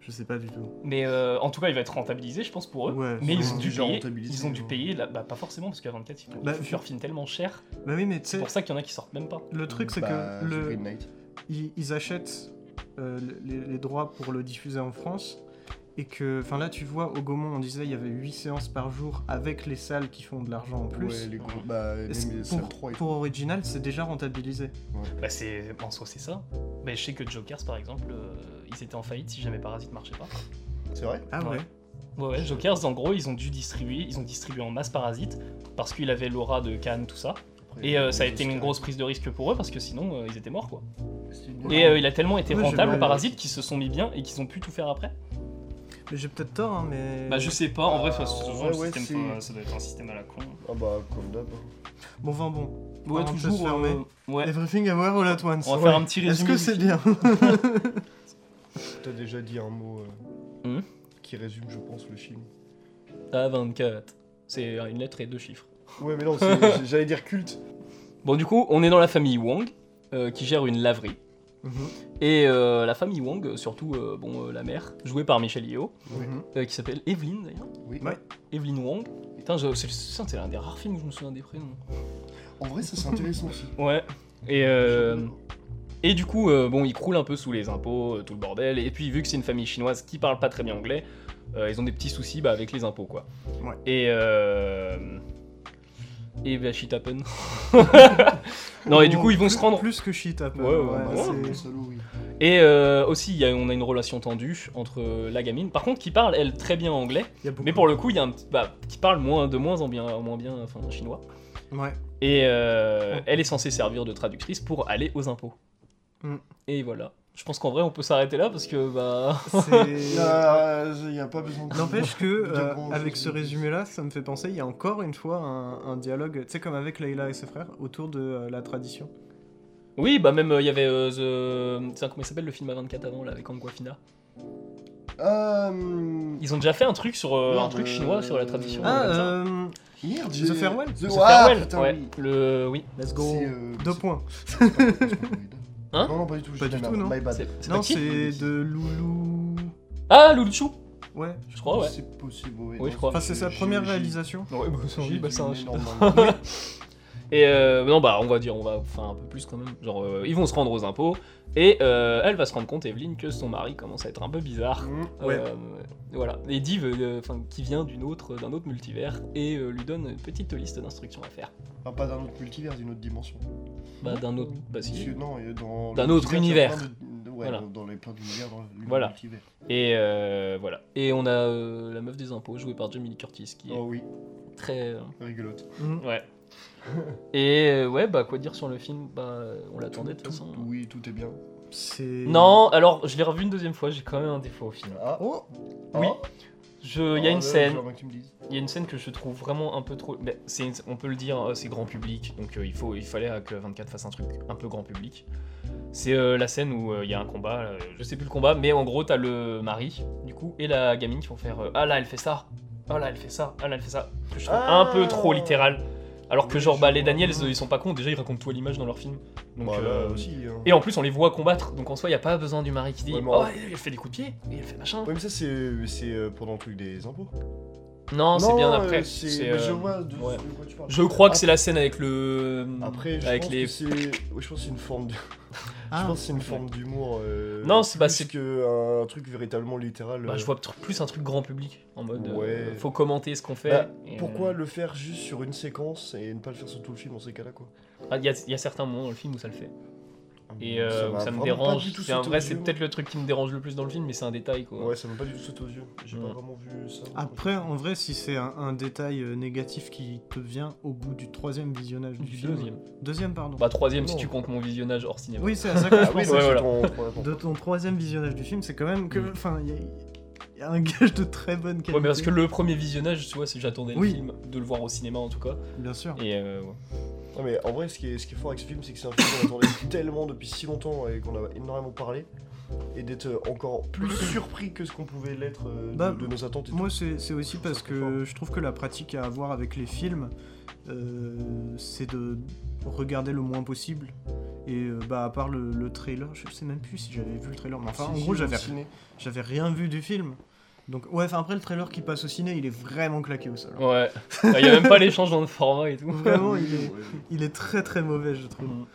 A: je sais pas du tout
B: Mais euh, en tout cas il va être rentabilisé je pense pour eux.
A: Ouais,
B: mais ils
A: sûrement.
B: ont dû
C: Déjà
B: payer,
C: rentabilisé,
B: ils ont dû
C: ouais.
B: payer là, bah, pas forcément parce qu'à 24 ils font
A: Bah,
B: leur film tellement cher.
A: bah oui mais tu
B: C'est
A: sais
B: pour ça qu'il y en a qui sortent même pas.
A: le truc c'est
C: Bah,
A: que
C: The
A: le-
C: Green Knight.
A: ils, ils achètent euh, les, les droits pour le diffuser en France et que enfin là tu vois au Gaumont on disait il y avait 8 séances par jour avec les salles qui font de l'argent en
C: Ouais,
A: plus
C: les gros. Bah, les
A: Est-ce que
C: salles
A: pour,
C: 3 et
A: pour original c'est déjà rentabilisé
B: Bah c'est en soi c'est ça. Bah, je sais que Jokers par exemple, euh, ils étaient en faillite si jamais Parasite marchait pas.
C: C'est vrai
A: ah
B: Ouais.
A: ouais,
B: Ouais, ouais, Jokers en gros ils ont dû distribuer, ils ont distribué en masse Parasite parce qu'il avait l'aura de Cannes tout ça.
C: Après,
B: Et euh, ça a
C: les
B: été une
C: Oscars.
B: grosse prise de risque pour eux parce que sinon euh, ils étaient morts quoi.
C: C'était une-
B: Et euh, il a tellement été
A: Ouais, j'ai
B: rentable
A: mal-
B: Parasite qu'ils se sont mis bien et qu'ils ont pu tout faire après.
A: mais j'ai peut-être tort hein, mais
B: Bah je sais pas, en vrai
C: Ah,
B: ça, ça-
C: ouais,
B: ça- le
C: ouais,
B: système,
C: c'est-
B: ça- ça doit être un système à la con.
C: Ah bah, comme d'hab.
A: bon vent bon
B: Ouais
A: Parenthèse
B: toujours. euh,
A: fermée.
B: ouais.
A: Everything Everywhere All At Once.
B: On va faire un petit
A: Est-ce
B: résumé.
A: que
B: du
A: c'est
B: film.
A: bien
C: T'as déjà dit un mot euh,
B: Hum
C: qui résume, je pense, le film.
B: A24. C'est une lettre et deux chiffres.
C: Ouais, mais non, c'est- j'allais dire culte.
B: Bon du coup on est dans la famille Wong euh, qui gère une laverie. Et euh, la famille Wong, euh, surtout euh, bon, euh, la mère, jouée par Michelle Yeoh,
A: Mhm.
B: euh, qui s'appelle Evelyn d'ailleurs.
C: Oui.
A: Ouais.
B: Evelyn Wong. Putain, je- c'est putain, c'est l'un des rares films où je me souviens des prénoms.
C: En vrai, ça c'est intéressant aussi.
B: Ouais. Et, euh, et du coup, euh, bon, ils croulent un peu sous les impôts, euh, tout le bordel. Et puis, vu que c'est une famille chinoise qui parle pas très bien anglais, euh, ils ont des petits soucis bah, avec les impôts, quoi.
A: Ouais.
B: Et. Euh... Et bah, shit happen. non, et du coup, ils vont se rendre.
A: Plus que shit, un peu.
B: Ouais, ouais,
C: Ah bah,
B: ouais.
C: c'est
A: c'est-
C: un salaud, oui.
B: Et euh, aussi, il y a- on a une relation tendue entre euh, la gamine, par contre, qui parle, elle, très bien anglais.
A: il y a beaucoup.
B: Mais pour le coup, il y a un petit. Bah, qui parle moins, de moins en bien, en moins bien enfin, chinois.
A: Ouais.
B: Et euh,
A: Ouais.
B: elle est censée servir de traductrice pour aller aux impôts.
A: Mm.
B: Et voilà. Je pense qu'en vrai, on peut s'arrêter là parce que, bah.
A: c'est-
C: Il n'y a pas besoin de.
A: N'empêche que,
C: De
A: euh,
C: grands
A: avec
C: choses.
A: ce résumé-là, ça me fait penser, il y a encore une fois un, un dialogue, tu sais, comme avec Leïla et ses frères, autour de euh, la tradition.
B: Oui, bah, même, euh, il y avait. euh, the... Tiens, comment il s'appelle le film à 24 avant, là, avec Anguafina
C: Ah,
B: Ils ont déjà fait un truc sur. euh, un
C: Merde,
B: truc chinois
C: euh,
B: sur la tradition.
A: Mm. Ah,
B: comme ça.
A: euh,
C: merde,
A: The
C: j'ai-
A: Farewell.
C: The
B: The
C: Ah,
B: Farewell,
C: putain,
B: ouais.
C: oui.
B: Le. Oui.
A: let's go.
C: C'est, euh,
A: Deux points.
C: c'est pas- c'est pas Florida.
B: Hein
C: Non, non, pas du tout. j'ai
A: du
C: dit la
A: tout,
C: merde,
A: non.
C: My bad.
B: C'est c'est pas
A: Non,
B: qui
A: c'est de Loulou.
B: Ah, Luluchu
A: Ouais.
B: Je crois, ouais.
C: C'est possible, ouais.
B: Oui,
C: Non,
B: Oh, je crois.
A: Enfin, c'est sa
C: j'ai-
A: première
C: j'ai-
A: réalisation.
B: Ouais, bah,
C: j'ai
B: oui, bah,
C: dit
B: c'est un-
C: énormément.
B: Et euh, non, bah on va dire, on va faire un peu plus quand même. Genre, euh, ils vont se rendre aux impôts et euh, elle va se rendre compte, Evelyne, que son mari commence à être un peu bizarre.
C: Mmh.
A: Ouais.
B: Euh, voilà. Et Div, euh, enfin, qui vient d'une autre, d'un autre multivers, et euh, lui donne une petite liste d'instructions à faire.
C: Enfin, Ah, pas d'un autre multivers, d'une autre dimension.
B: Bah d'un autre, bah, si.
C: Parce que non, euh, dans
B: D'un
C: le
B: autre
C: multivers, il y a
B: univers.
C: plein de- de- ouais,
B: Voilà.
C: dans, dans les plans du l'univers, dans l'univers
B: Voilà.
C: multivers.
B: Et euh, voilà. Et on a euh, la meuf des impôts jouée par Jamie Lee Curtis qui est
C: Oh oui,
B: très. euh,
C: rigolote.
A: Mhm.
B: Ouais. Et euh, ouais, bah quoi dire sur le film Bah euh, on l'attendait de toute
C: Tout-
B: façon.
C: tout- Oui, tout est bien.
A: C'est.
B: Non, alors je l'ai revu une deuxième fois, j'ai quand même un défaut au film.
C: Ah, bah,
A: Oh
B: Oui. Je-
C: Oh,
B: Il y a une scène,
C: J'aimerais que tu me dises.
B: il y a une scène que je trouve vraiment un peu trop. ben, c'est une- on peut le dire, euh, c'est grand public, donc euh, il faut, il fallait euh, que 24 fasse un truc un peu grand public. C'est euh, la scène où euh, il y a un combat, euh, je sais plus le combat, mais en gros t'as le mari du coup et la gamine qui vont faire euh, ah là elle fait ça, ah là elle fait ça, ah là elle fait ça, que je trouve un peu trop littéral. Alors que
C: Ah Oui,
B: genre
C: je
B: bah les
C: vois.
B: Daniels euh, ils sont pas cons, déjà ils racontent toi l'image dans leur film. Donc,
C: Bah, là
B: euh,
C: aussi. hein.
B: Et en plus on les voit combattre, donc en soi il y a pas besoin du mari qui dit
C: Ouais, mais
B: oh
C: en-
B: elle fait des coups de pied, et elle fait machin.
C: Ouais, mais ça, c'est c'est, euh, pendant le truc des impôts.
B: Non, c'est bien
C: euh,
B: après.
C: c'est-
B: C'est,
C: mais Je
B: euh,
C: vois de
B: ouais.
C: de quoi tu parles.
B: Je crois que c'est la scène avec le.
C: Après, je
B: avec
C: pense
B: les.
C: que c'est. ouais, je pense que c'est une forme de-
A: Ah.
C: Je pense que c'est une forme d'humour. euh,
B: Non, c'est- bah,
C: plus
B: c'est-
C: que un truc véritablement littéral.
B: Bah,
C: euh.
B: je vois tr- plus un truc grand public en mode. euh,
C: Ouais.
B: faut commenter ce qu'on fait.
C: Bah,
B: et,
C: Pourquoi
B: euh,
C: le faire juste sur une séquence et ne pas le faire sur tout le film dans ces cas-là quoi
B: ah, Il y, a- il y a certains moments dans le film où ça le fait. Et
C: Ça
B: euh, où
C: m'a
B: ça, me
C: vraiment pas
B: dérange.
C: du tout
B: C'est un
C: sauté
B: vrai,
C: aux
B: c'est
C: yeux.
B: peut-être le truc qui me dérange le plus dans le Hmm. film, mais c'est un détail quoi.
C: Ouais, ça m'a pas du tout sauté aux yeux. J'ai
B: Ouais.
C: pas vraiment vu ça.
A: Après, en vrai, si c'est un, un détail euh, négatif qui te vient au bout du troisième visionnage du,
B: Du
A: film.
B: deuxième.
A: Deuxième, pardon.
B: Bah, troisième si
C: Non.
B: tu comptes mon visionnage hors cinéma.
A: oui, c'est à ça que je
C: Ah oui,
A: pensais.
C: non,
B: Ouais,
C: c'est
B: voilà.
C: ton- ton- ton-
A: De ton troisième visionnage du film, c'est quand même que.
B: Mm.
A: Enfin, il y, a- il y a un gage de très bonne qualité.
B: Ouais, mais parce que le premier visionnage, tu vois, c'est j'attendais le
A: Oui.
B: film, de le voir au cinéma en tout cas.
A: Bien sûr.
C: Ah.
B: Et euh, ouais.
C: Non, mais en vrai, ce qui est, ce qui est fort avec ce film, c'est que c'est un film qu'on attendait tellement depuis si longtemps et qu'on a énormément parlé. Et d'être encore plus surpris que ce qu'on pouvait l'être euh, de,
A: Bah,
C: de nos attentes. et
A: Moi, c'est c'est aussi
C: Je trouve
A: parce
C: ça très fort.
A: que je trouve que la pratique à avoir avec les films, euh, c'est de regarder le moins possible. Et euh, bah, à part le, le trailer, je sais même plus si j'avais vu le trailer, mais
C: tout.
A: enfin,
C: Si,
A: en
C: si,
A: gros,
C: au
A: j'avais
C: ciné.
A: j'avais rien vu du film. Donc, ouais, enfin, après, le trailer qui passe au ciné, il est vraiment claqué au sol.
B: Ouais. Bah, Il y a même pas l'échange dans le format et tout.
A: Vraiment,
C: Oui,
A: il est,
C: ouais.
A: il est très très mauvais, je trouve.
B: Mm.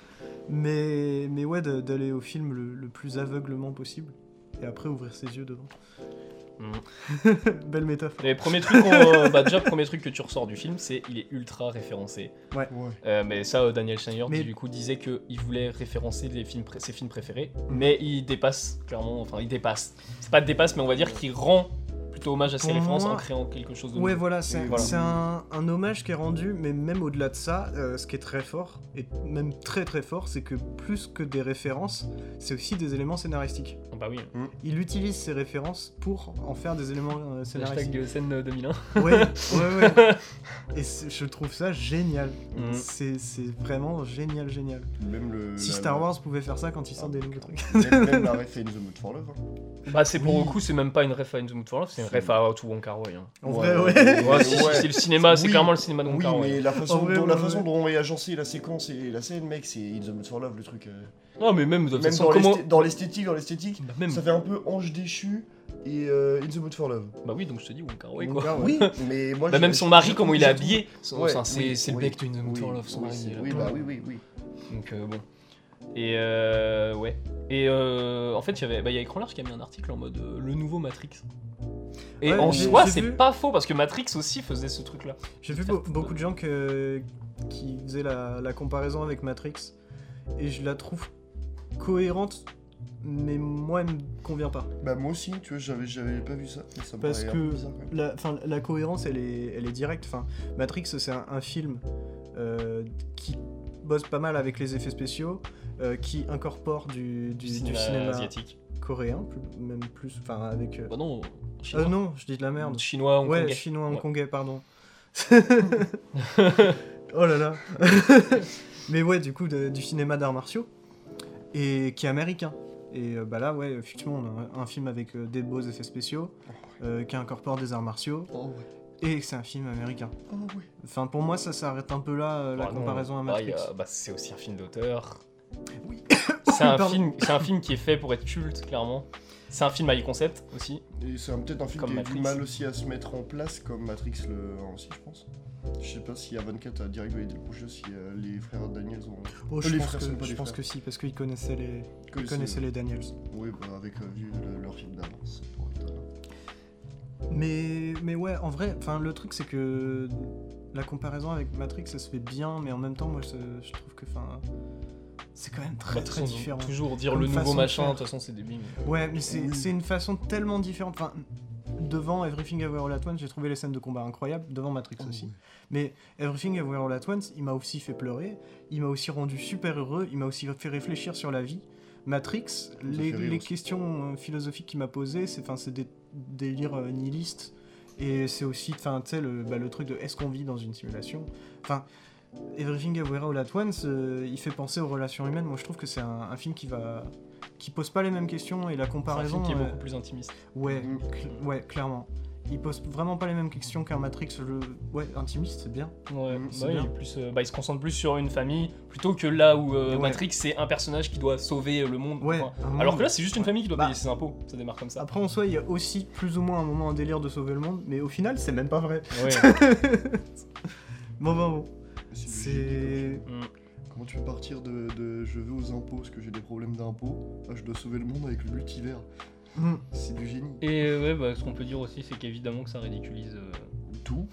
A: Mais, mais ouais, de- d'aller au film le, le plus aveuglement possible. Et après ouvrir ses yeux devant. Belle métaphore.
B: Les premiers trucs, qu'on- bah, déjà, le premier truc que tu ressors du film, c'est il est ultra référencé.
C: Ouais.
B: Euh, mais ça, euh, Daniel Schneider
A: Mais-
B: du coup disait que il voulait référencer les films pré- ses films préférés,
C: Mm.
B: mais il dépasse clairement, enfin il dépasse. C'est pas dépasse, mais on va dire qu'il rend plutôt hommage à ses
A: Pour
B: références
A: moi-
B: en créant quelque chose de
A: Ouais,
B: nouveau.
A: voilà, c'est
C: Voilà.
A: c'est un, un hommage qui est rendu, mais même au-delà de ça, euh, ce qui est très fort, et même très très fort, c'est que plus que des références, c'est aussi des éléments scénaristiques.
B: Ah bah oui.
A: Il utilise ces références pour en faire des éléments euh,
B: Hashtag
A: scénaristiques.
B: euh, scène euh, 2001.
A: Ouais, ouais, ouais. Et c'est- je trouve ça génial.
B: Mm.
A: C'est c'est vraiment génial, génial.
C: Même le.
A: Si
C: Euh, la-
A: Star Wars pouvait faire ça quand il sort
C: Ah,
A: des nouveaux trucs.
C: Même, même la ref in the mood for love. hein.
B: Bah c'est pour
A: Oui.
B: le coup, c'est même pas une ref à In the Mood for Love, c'est une
C: C'est-
B: ref à Out Wong Kar Wai. hein.
A: En vrai,
C: Ouais.
A: ouais.
B: Ouais, si, si,
C: Ouais.
B: c'est le cinéma, c'est
C: Oui.
B: clairement le cinéma de hein. Wong
C: Oui,
B: Kar Wai.
C: mais la façon,
A: En vrai,
C: dont, la
A: ouais,
C: façon
A: ouais.
C: dont est agencée la séquence et la scène, mec, c'est in the mood for love le truc. euh.
B: Non mais même de toute
C: Même
B: façon,
C: dans
B: comment-
C: l'esthé- dans l'esthétique, dans l'esthétique,
B: Bah, même-
C: ça fait un peu ange déchu et euh, in the mood for love.
B: bah oui, donc je te dis Wong Kar Wai
C: Mon
B: quoi.
C: gars, ouais. mais moi
B: Bah,
C: je-
B: même son mari,
C: je-
B: comment il est
C: je-
B: habillé, son-
C: Ouais,
B: enfin, c'est
C: oui,
B: c'est le
C: oui,
B: bec de In the Mood
C: oui,
B: for Love, son
C: oui,
B: mari.
C: c'est-
B: il a-
C: Oui, bah oui, oui, oui.
B: Donc euh, bon. Et euh, ouais. Et euh, en fait, il y avait, bah, il y a Écran Large qui a mis un article en mode euh, le nouveau Matrix. Et
A: Ouais,
B: en
A: j'ai-
B: soi,
A: j'ai
B: c'est
A: vu.
B: pas faux parce que Matrix aussi faisait ce truc-là.
A: J'ai vu be- beaucoup de gens que- qui faisaient la, la comparaison avec Matrix et je la trouve cohérente, mais moi elle me convient pas.
C: Bah moi aussi, tu vois, j'avais, j'avais pas vu ça. mais ça me
A: Parce
C: paraît un
A: que-
C: peu bizarre, quand même.
A: La, enfin, la cohérence elle est, elle est directe. Enfin, Matrix c'est un, un film euh, qui bosse pas mal avec les effets spéciaux, euh, qui incorpore du, du- du cinéma,
B: Euh, asiatique.
A: coréen, plus- même plus, enfin avec. euh,
B: Bah non,
A: euh,
B: chinois.
A: non, je dis de la merde.
B: Chinois, hongkongais.
A: Ouais, chinois
B: Ouais.
A: hongkongais, pardon. oh là là. Mais ouais, du coup, de- du cinéma d'arts martiaux, et qui est américain. Et euh, bah là, ouais, effectivement, on a un, un film avec euh, des beaux effets spéciaux,
B: Oh,
A: euh, qui incorpore des arts martiaux,
C: Oh ouais.
A: et c'est un film américain.
C: Oh ouais.
A: Enfin, pour moi, ça s'arrête un peu là, euh, la
B: Bah non,
A: comparaison à
B: bah, il y
A: Matrix.
B: a- bah, c'est aussi un film d'auteur.
A: Oui.
B: C'est un,
A: Pardon.
B: film- c'est un film qui est fait pour être culte, clairement. C'est un film à concept aussi.
C: Et c'est un- peut-être un film
B: Comme
C: qui a
B: Matrix.
C: du mal aussi à se mettre en place, comme Matrix le 1 aussi, je pense. Je sais pas si A24 a direct validé le projet, si euh, les frères Daniels ont.
A: Oh, je
C: Les
A: pense,
C: frères,
A: que,
C: c'est pas
A: je
C: les
A: pense
C: frères.
A: que si, parce qu'ils connaissaient les, ils
C: que
A: connaissaient
C: c'est-
A: les Daniels.
C: Oui, bah, avec euh, vu le- leur film d'avance. ça pourrait être, euh,
A: Mais, mais ouais, en vrai, enfin le truc c'est que la comparaison avec Matrix, ça se fait bien, mais en même temps, moi, ça- je trouve que, enfin, c'est quand même
B: Bah,
A: très
B: de toute
A: très
B: façon,
A: différent.
B: Toujours dire
A: Comme
B: le nouveau
A: façon de
B: machin, de
A: faire.
B: toute façon, c'est débile. mais-
A: Ouais, mais c'est
C: Oui.
A: c'est une façon tellement différente. Enfin, devant Everything Everywhere All At Once, j'ai trouvé les scènes de combat incroyables, devant Matrix
C: Oh,
A: aussi. Mais Everything Everywhere All At Once, il m'a aussi fait pleurer, il m'a aussi rendu super heureux, il m'a aussi fait réfléchir sur la vie. Matrix,
C: nous a
A: les,
C: fait rire
A: les
C: aussi.
A: questions euh, philosophiques qu'il m'a posées, c'est 'fin, c'est des délires euh, nihilistes. Et c'est aussi 'fin, tu sais, le, bah, le truc de est-ce qu'on vit dans une simulation Enfin, Everything Everywhere All At Once, euh, il fait penser aux relations humaines. Moi, je trouve que c'est un, un film qui va qui pose pas les mêmes questions et la
B: C'est un
A: comparaison
B: film qui est
A: euh,
B: beaucoup plus intimiste.
A: Ouais,
C: Mm.
A: cl- ouais, clairement. Il pose vraiment pas les mêmes questions qu'un Matrix. Je... Ouais, intimiste, c'est bien.
B: Ouais,
C: Mm,
B: bah
A: c'est
B: oui,
A: bien.
B: il est plus, euh, bah, il se concentre plus sur une famille plutôt que là où euh,
A: Ouais.
B: Matrix c'est un personnage qui doit sauver euh, le monde.
A: Ouais.
B: enfin,
A: un
B: alors
A: monde.
B: que là c'est juste une famille qui doit
A: Bah.
B: payer ses impôts, ça démarre comme ça.
A: Après, en soi, il y a aussi plus ou moins un moment un délire de sauver le monde, mais au final, c'est même pas vrai.
B: Ouais.
A: Bon, bon, bon.
C: C'est.
A: C'est.
B: Mm.
C: Comment tu veux partir de, de je vais aux impôts parce que j'ai des problèmes d'impôts Ah, Je dois sauver le monde avec le multivers.
A: Mm.
C: C'est du génie.
B: Et euh, ouais, bah, ce qu'on peut dire aussi, c'est qu'évidemment que ça ridiculise. euh,
C: Tout.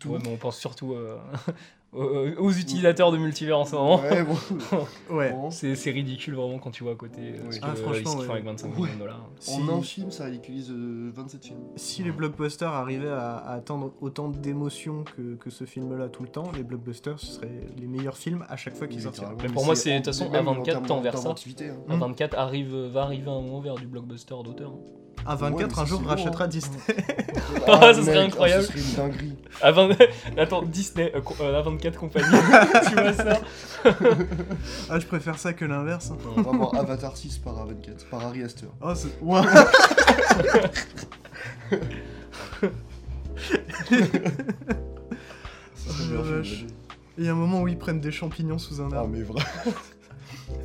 C: Tout.
B: Ouais, mais on pense surtout euh, aux aux utilisateurs de multivers en ce moment.
C: Ouais, bon.
A: Ouais.
C: Bon.
B: C'est c'est ridicule vraiment quand tu vois à côté euh,
C: Oui.
B: ce que
A: Ah,
B: euh,
A: franchement,
B: ils
A: ouais.
B: font avec 25
C: Ouais.
B: millions de dollars.
A: Si,
C: En un film, ça ridiculise euh, 27 films.
A: si les blockbusters arrivaient à, à atteindre autant d'émotions que, que ce film-là tout le temps, les blockbusters ce seraient les meilleurs films à chaque fois qu'ils sortiraient.
C: Littéralement.
B: Mais pour moi, c'est- de toute
C: en-
B: façon,
C: même en
B: A24
C: termes
B: tend vers ça.
C: d'inventivité, hein.
B: À
A: Mm.
B: 24 arrive, euh, va arriver un moment vers du blockbuster d'auteur. hein.
A: euh, À 24,
C: mais
A: un
C: c'est
A: jour,
C: bon,
A: rachètera
C: hein.
A: Disney.
B: Ah, ça
C: mec,
B: serait
C: ah,
B: incroyable.
C: Ce serait une dinguerie.
B: À 20... Attends, Disney, euh, co- euh, A24 compagnie, tu vois ça
A: ah, je préfère ça que l'inverse. hein.
C: On va voir Avatar 6 par A24, par Ari Aster.
A: Oh, c'est-
C: Ça serait
A: Oh,
C: le meilleur
A: la
C: film de
A: vache.
C: l'année.
A: Il y a un moment où ils prennent des champignons sous un
C: Ah,
A: arbre.
C: mais vraiment.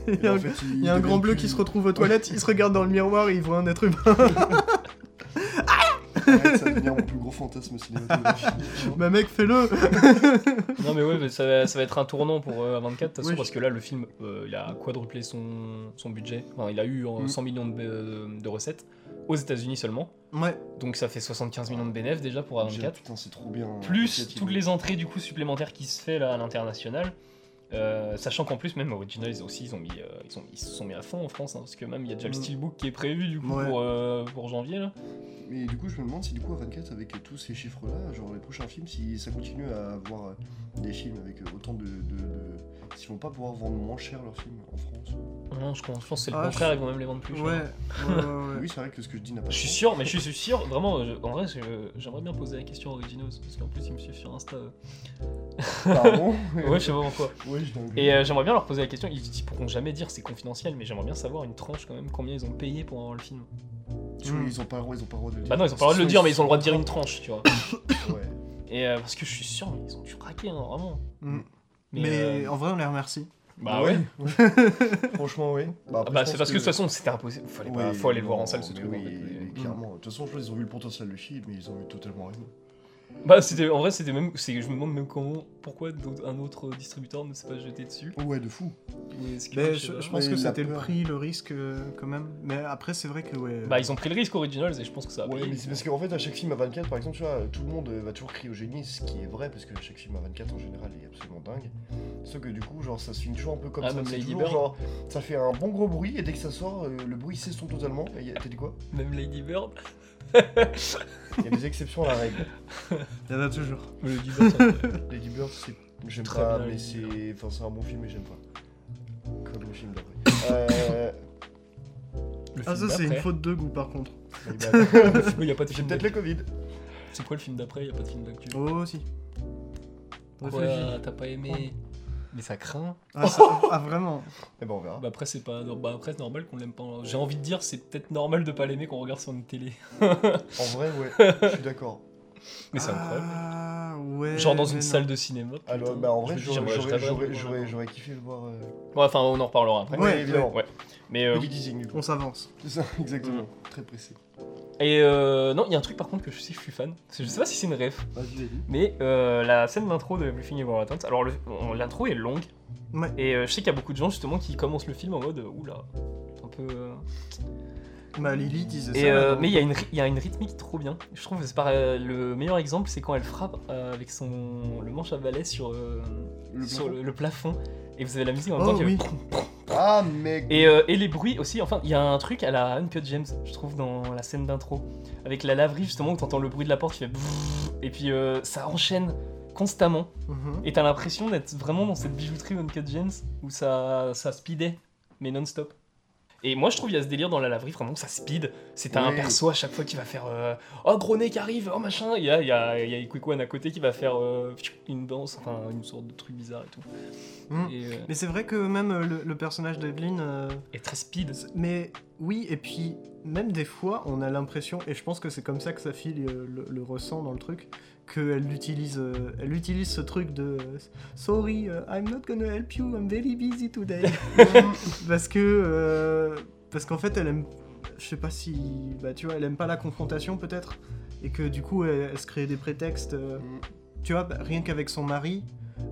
A: Il y a un- Il y a un grand bleu qui se retrouve aux toilettes, il se regarde dans le miroir et il voit un être humain.
C: Arrête, ça devient mon plus gros fantasme cinématographique.
A: Bah mec, fais-le
B: Non mais ouais, mais ça, va- ça va être un tournant pour euh, A24 de toute façon,
A: Oui.
B: parce que là, le film, euh, il a quadruplé son, son budget. Enfin, il a eu euh,
C: Mm.
B: 100 millions de, euh, de recettes aux états unis seulement.
A: Ouais,
B: Donc ça fait 75 millions de bénéfices déjà pour
C: Déjà,
B: A24.
C: Putain, c'est trop bien.
B: plus
C: Initiative.
B: toutes les entrées du coup supplémentaires qui se fait là à l'international. Euh, sachant qu'en plus même Original ils aussi ils ont mis euh, ils, ont- ils se sont mis à fond en France hein, parce que même il y a déjà le
A: Mm.
B: steelbook qui est prévu du coup
A: Ouais.
B: pour, euh, pour janvier là.
C: Mais du coup, je me demande si du coup, à 24, avec tous ces chiffres-là, genre les prochains films, si ça continue à avoir euh, des films avec euh, autant de. de, de- S'ils vont pas pouvoir vendre moins cher leurs films en France.
B: Non je pense, je pense que c'est le
A: Ah,
B: contraire
A: je-
B: ils vont même les vendre plus.
A: ouais,
B: cher.
A: ouais, ouais, ouais.
C: Oui, c'est vrai que ce que je dis n'a pas de
B: Je suis
C: sens.
B: sûr mais je suis sûr vraiment euh, je- en vrai je- j'aimerais bien poser la question à Originals parce qu'en plus ils me suivent sur Insta. euh.
C: Pardon
B: Ouais je sais pas pourquoi.
C: Ouais, je dingue.
B: Et euh, j'aimerais bien leur poser la question ils, ils pourront jamais dire c'est confidentiel mais j'aimerais bien savoir une tranche quand même combien ils ont payé pour avoir le film.
C: Tu vois, Ils ont pas le droit, ils ont pas le droit de le dire.
B: Bah non ils ont pas le droit de le dire mais ils ont le droit de dire une tranche tu vois.
C: Ouais.
B: Et euh, parce que je suis sûr, mais ils ont dû craquer, hein, vraiment.
A: Mm.
B: Mais,
A: Mais,
B: euh,
A: en vrai, on les remercie.
B: bah ouais.
C: Franchement, oui.
B: Ah
C: Bah, après,
B: bah, c'est
C: je
B: parce
C: pense
B: que,
C: que
B: de toute façon, c'était impossible. Fallait, pas-
C: Oui,
B: faut aller le voir en
C: non,
B: salle, ce
C: mais
B: truc.
C: Oui,
B: en fait.
C: mais
B: Mm.
C: clairement. De toute façon, je pense qu'ils ont vu le potentiel du film, mais ils ont eu totalement raison.
B: Bah, c'était, en vrai, c'était même. c'est- je me demande même comment, pourquoi d'autres- un autre distributeur ne s'est pas jeté dessus.
C: Ouais, de fou.
B: Est-ce que-
C: Bah,
A: Mais
B: je sais
A: je, je
B: pas.
A: pense
C: Mais
A: que
C: la
A: c'était le
C: peur.
A: prix, le risque, euh, quand même. Mais après, c'est vrai que, ouais...
B: Bah, ils ont pris le risque originals et je pense que ça a
C: Euh, Ouais,
B: payé.
C: Ah, mais c'est parce qu'en fait, à chaque film à 24, par exemple, tu vois, tout le monde euh, va toujours crier au génie, ce qui est vrai, parce que chaque film à 24 en général il est absolument dingue. Sauf que du coup, genre, ça se finit toujours un peu comme
B: Ah,
C: ça.
B: même
C: c'est
B: Lady
C: toujours,
B: Bird.
C: genre, ça fait un bon gros bruit, et dès que ça sort, euh, le bruit s'estompe totalement. Et y a- T'as dit quoi
B: Même Lady Bird.
C: Il y a des exceptions à la règle.
A: Il y en a toujours.
B: Lady Bird, ça-
C: Lady Bird, c'est. J'aime
B: Très
C: pas,
B: bien,
C: mais
B: Lady
C: c'est. Enfin, c'est un bon film, mais j'aime pas. Comme le film d'après. euh.
B: le
A: Ah, ça,
B: film
A: c'est une
B: d'après.
A: faute de goût, par contre.
C: my bad.
B: Oui, y a pas de
C: J'ai
B: film
C: peut-être
B: d'actu.
C: le Covid.
B: C'est quoi le film d'après Y a pas de film d'actu.
A: Oh, si.
B: Quoi,
A: Réfléchis.
B: t'as pas aimé Mais ça craint.
A: Ah, ça- ah, vraiment
C: Et ben, on verra.
B: Bah après c'est pas bah après c'est normal qu'on l'aime pas. J'ai envie de dire c'est peut-être normal de pas l'aimer qu'on regarde sur une télé.
C: En vrai, ouais, je suis d'accord.
B: Mais c'est incroyable.
A: Ah, ouais...
B: Genre dans une
A: mais non.
B: salle de cinéma. putain.
C: Alors, bah, en vrai,
B: Je me dis, j'aimerais-
C: j'aurais- j'aurais-
B: j'aimerais
C: j'aurais
B: vraiment
C: j'aurais-
B: l'avoir.
C: j'aurais kiffé le voir. euh,
B: Ouais, enfin on en reparlera après.
A: Ouais,
C: Ouais, évidemment.
B: ouais. Mais euh,
C: Le teasing, du coup. Mm.
A: On s'avance.
C: C'est ça, exactement. Très précis.
B: et euh, non, il y a un truc par contre que je sais que je suis fan. C'est- Je sais pas si c'est une ref,
C: Vas-y, vas-y.
B: mais euh, la scène d'intro de Everything Everywhere At Once. Alors le- on- l'intro est longue
A: Ouais.
B: et euh, je sais qu'il y a beaucoup de gens justement qui commencent le film en mode euh, oula un peu. euh,
A: Bah, Lily disait ça.
B: Et euh,
A: là, dans-
B: mais il y, a une ry- il y a une rythmique trop bien. Je trouve que c'est par- euh, le meilleur exemple, c'est quand elle frappe euh, avec son le manche à balai sur, euh,
C: Le
B: sur
C: plafond.
B: le, le plafond. Et vous avez la musique en même
A: Oh,
B: temps qui
A: oui.
B: fait prum, prum, prum.
C: Ah, mec.
B: Et, euh, et les bruits aussi, enfin, il y a un truc à la Uncut James, je trouve, dans la scène d'intro. Avec la laverie, justement, où t'entends le bruit de la porte qui fait brrr, Et puis euh, ça enchaîne constamment.
A: Mhm.
B: Et t'as l'impression d'être vraiment dans cette bijouterie Uncut James où ça, ça speedait, mais non-stop. Et moi, je trouve il y a ce délire dans la laverie, vraiment, que ça speed. C'est t'as un
C: Oui.
B: perso à chaque fois qui va faire euh, Oh, gros nez qui arrive, oh machin. Il y a, il y, a, il y a Quick One à côté qui va faire euh, une danse, enfin, une sorte de truc bizarre et tout.
C: Mm.
A: Mhm.
B: Et, euh,
A: Mais c'est vrai que même euh, le, le personnage d'Evelyn. euh,
B: et très speed.
A: c'est- mais oui, et puis même des fois, on a l'impression, et je pense que c'est comme ça que sa fille euh, le, le ressent dans le truc, qu'elle utilise, euh, elle utilise ce truc de euh, Sorry, euh, I'm not gonna help you, I'm very busy today. parce que. euh, parce qu'en fait, elle aime. Je sais pas si. Bah, tu vois, elle aime pas la confrontation peut-être, et que du coup, elle, elle se crée des prétextes. euh,
C: Mm.
A: tu vois, bah, rien qu'avec son mari.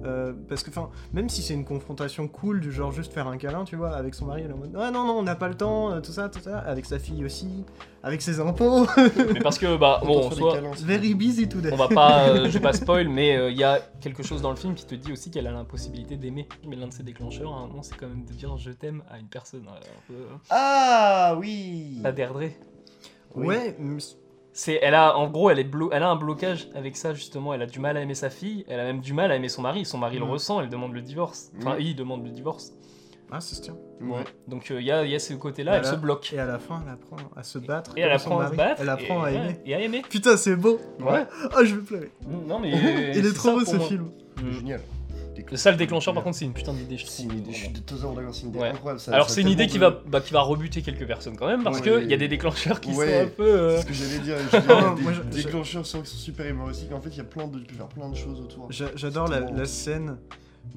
A: euh, parce que, enfin, même si c'est une confrontation cool, du genre juste faire un câlin, tu vois, avec son mari, elle est en mode Ah non, non, on n'a pas le temps, euh, tout ça, tout ça, avec sa fille aussi, avec ses impôts,
B: Mais parce que, bah,
C: Quand on
B: bon,
C: se
B: en
C: fait des
B: soi,
C: câlins, c'est-
A: very busy today.
B: on va pas, euh, je vais pas spoil, mais euh, il y a quelque chose dans le film qui te dit aussi qu'elle a l'impossibilité d'aimer. Mais l'un de ses déclencheurs, à un moment, c'est quand même de dire je t'aime à une personne. euh, un peu, euh,
C: Ah, oui.
B: pas d'erdré.
C: Oui.
A: Ouais, mais c'est-
B: C'est, elle a, en gros, elle, est blo- elle a un blocage avec ça justement. Elle a du mal à aimer sa fille. Elle a même du mal à aimer son mari. Son mari le
A: Mm.
B: ressent. Elle demande le divorce. Enfin,
C: Mm.
B: il demande le divorce.
A: ah, ça se tient.
C: Ouais.
B: Donc euh, il y, a, il y a ce côté-là. Elle
A: Voilà.
B: se bloque.
A: Et à la fin, elle apprend à se battre.
B: Et elle
A: comme son
B: apprend à se
A: mari.
B: battre.
A: Elle apprend
B: et-
A: à
B: ouais,
A: aimer.
B: Et à aimer.
A: Putain, c'est beau.
B: Ouais.
A: Oh, je vais pleurer.
B: Non mais.
A: Il est,
B: c'est
A: trop
B: ça
A: beau
B: pour
A: ce
B: moi.
A: film.
B: Mm.
C: Génial.
B: Le sale déclencheur, par contre, c'est une putain d'idée, je
C: C'est
B: trouve.
C: une idée, je suis totalement d'accord, c'est une idée
B: Mm. Ouais.
C: incroyable. ça-
B: Alors
C: ça a
B: c'est une idée qui
C: tellement
B: va, bah, qui va rebuter quelques personnes quand même parce
C: Ouais.
B: que qu'il y a des déclencheurs qui
C: Ouais.
B: sont un peu...
C: de-
B: euh,
C: C'est ce que j'allais dire, je dirais, il y a
A: Non, moi, je-
C: des
A: je-
C: déclencheurs sont, sont super humoristiques, en fait il y a plein de, tu peux faire plein de choses autour.
A: J'a- J'adore la,
C: C'était bon.
A: la scène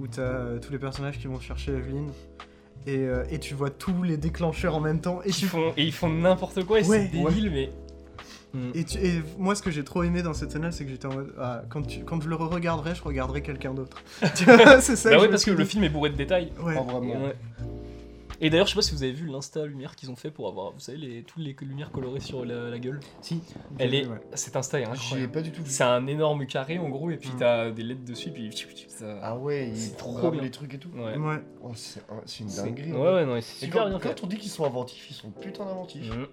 A: où t'as euh, tous les personnages qui vont chercher Evelyn et, euh, et tu vois tous les déclencheurs en même temps et
B: qui
A: tu
B: font, et ils font n'importe quoi et
A: Ouais.
B: c'est débile mais... Mm.
A: et, tu- et moi ce que j'ai trop aimé dans cette scène là c'est que j'étais en mode ah, quand, tu- quand je le regarderai je regarderai quelqu'un d'autre tu vois c'est ça
B: Bah
A: que
B: ouais
A: je
B: parce que
A: me
B: le
A: suis
B: film est bourré de détails.
A: dit. ouais.
C: Ah, vraiment.
B: Ouais. Et d'ailleurs je sais pas si vous avez vu l'insta lumière qu'ils ont fait pour avoir, vous savez, les, toutes les lumières colorées sur la, la gueule.
A: si
B: Elle est...
A: Ouais.
B: Cet insta est
C: J'ai
B: incroyable.
C: pas du tout vu.
B: C'est un énorme carré en gros et puis
A: Mm.
B: t'as des lettres dessus puis... ça-
C: Ah ouais,
B: C'est
C: il
B: trop
C: programme
B: bien.
C: les trucs et tout.
B: Ouais.
A: Ouais.
C: Oh, c'est un- c'est une
B: C'est-
C: dinguerie.
B: Ouais
C: en fait.
B: ouais non mais c'est
C: Et
B: hein. super
C: quand,
B: bien fait.
C: quand on dit qu'ils sont inventifs, ils sont putain d'inventifs.
B: Mhm.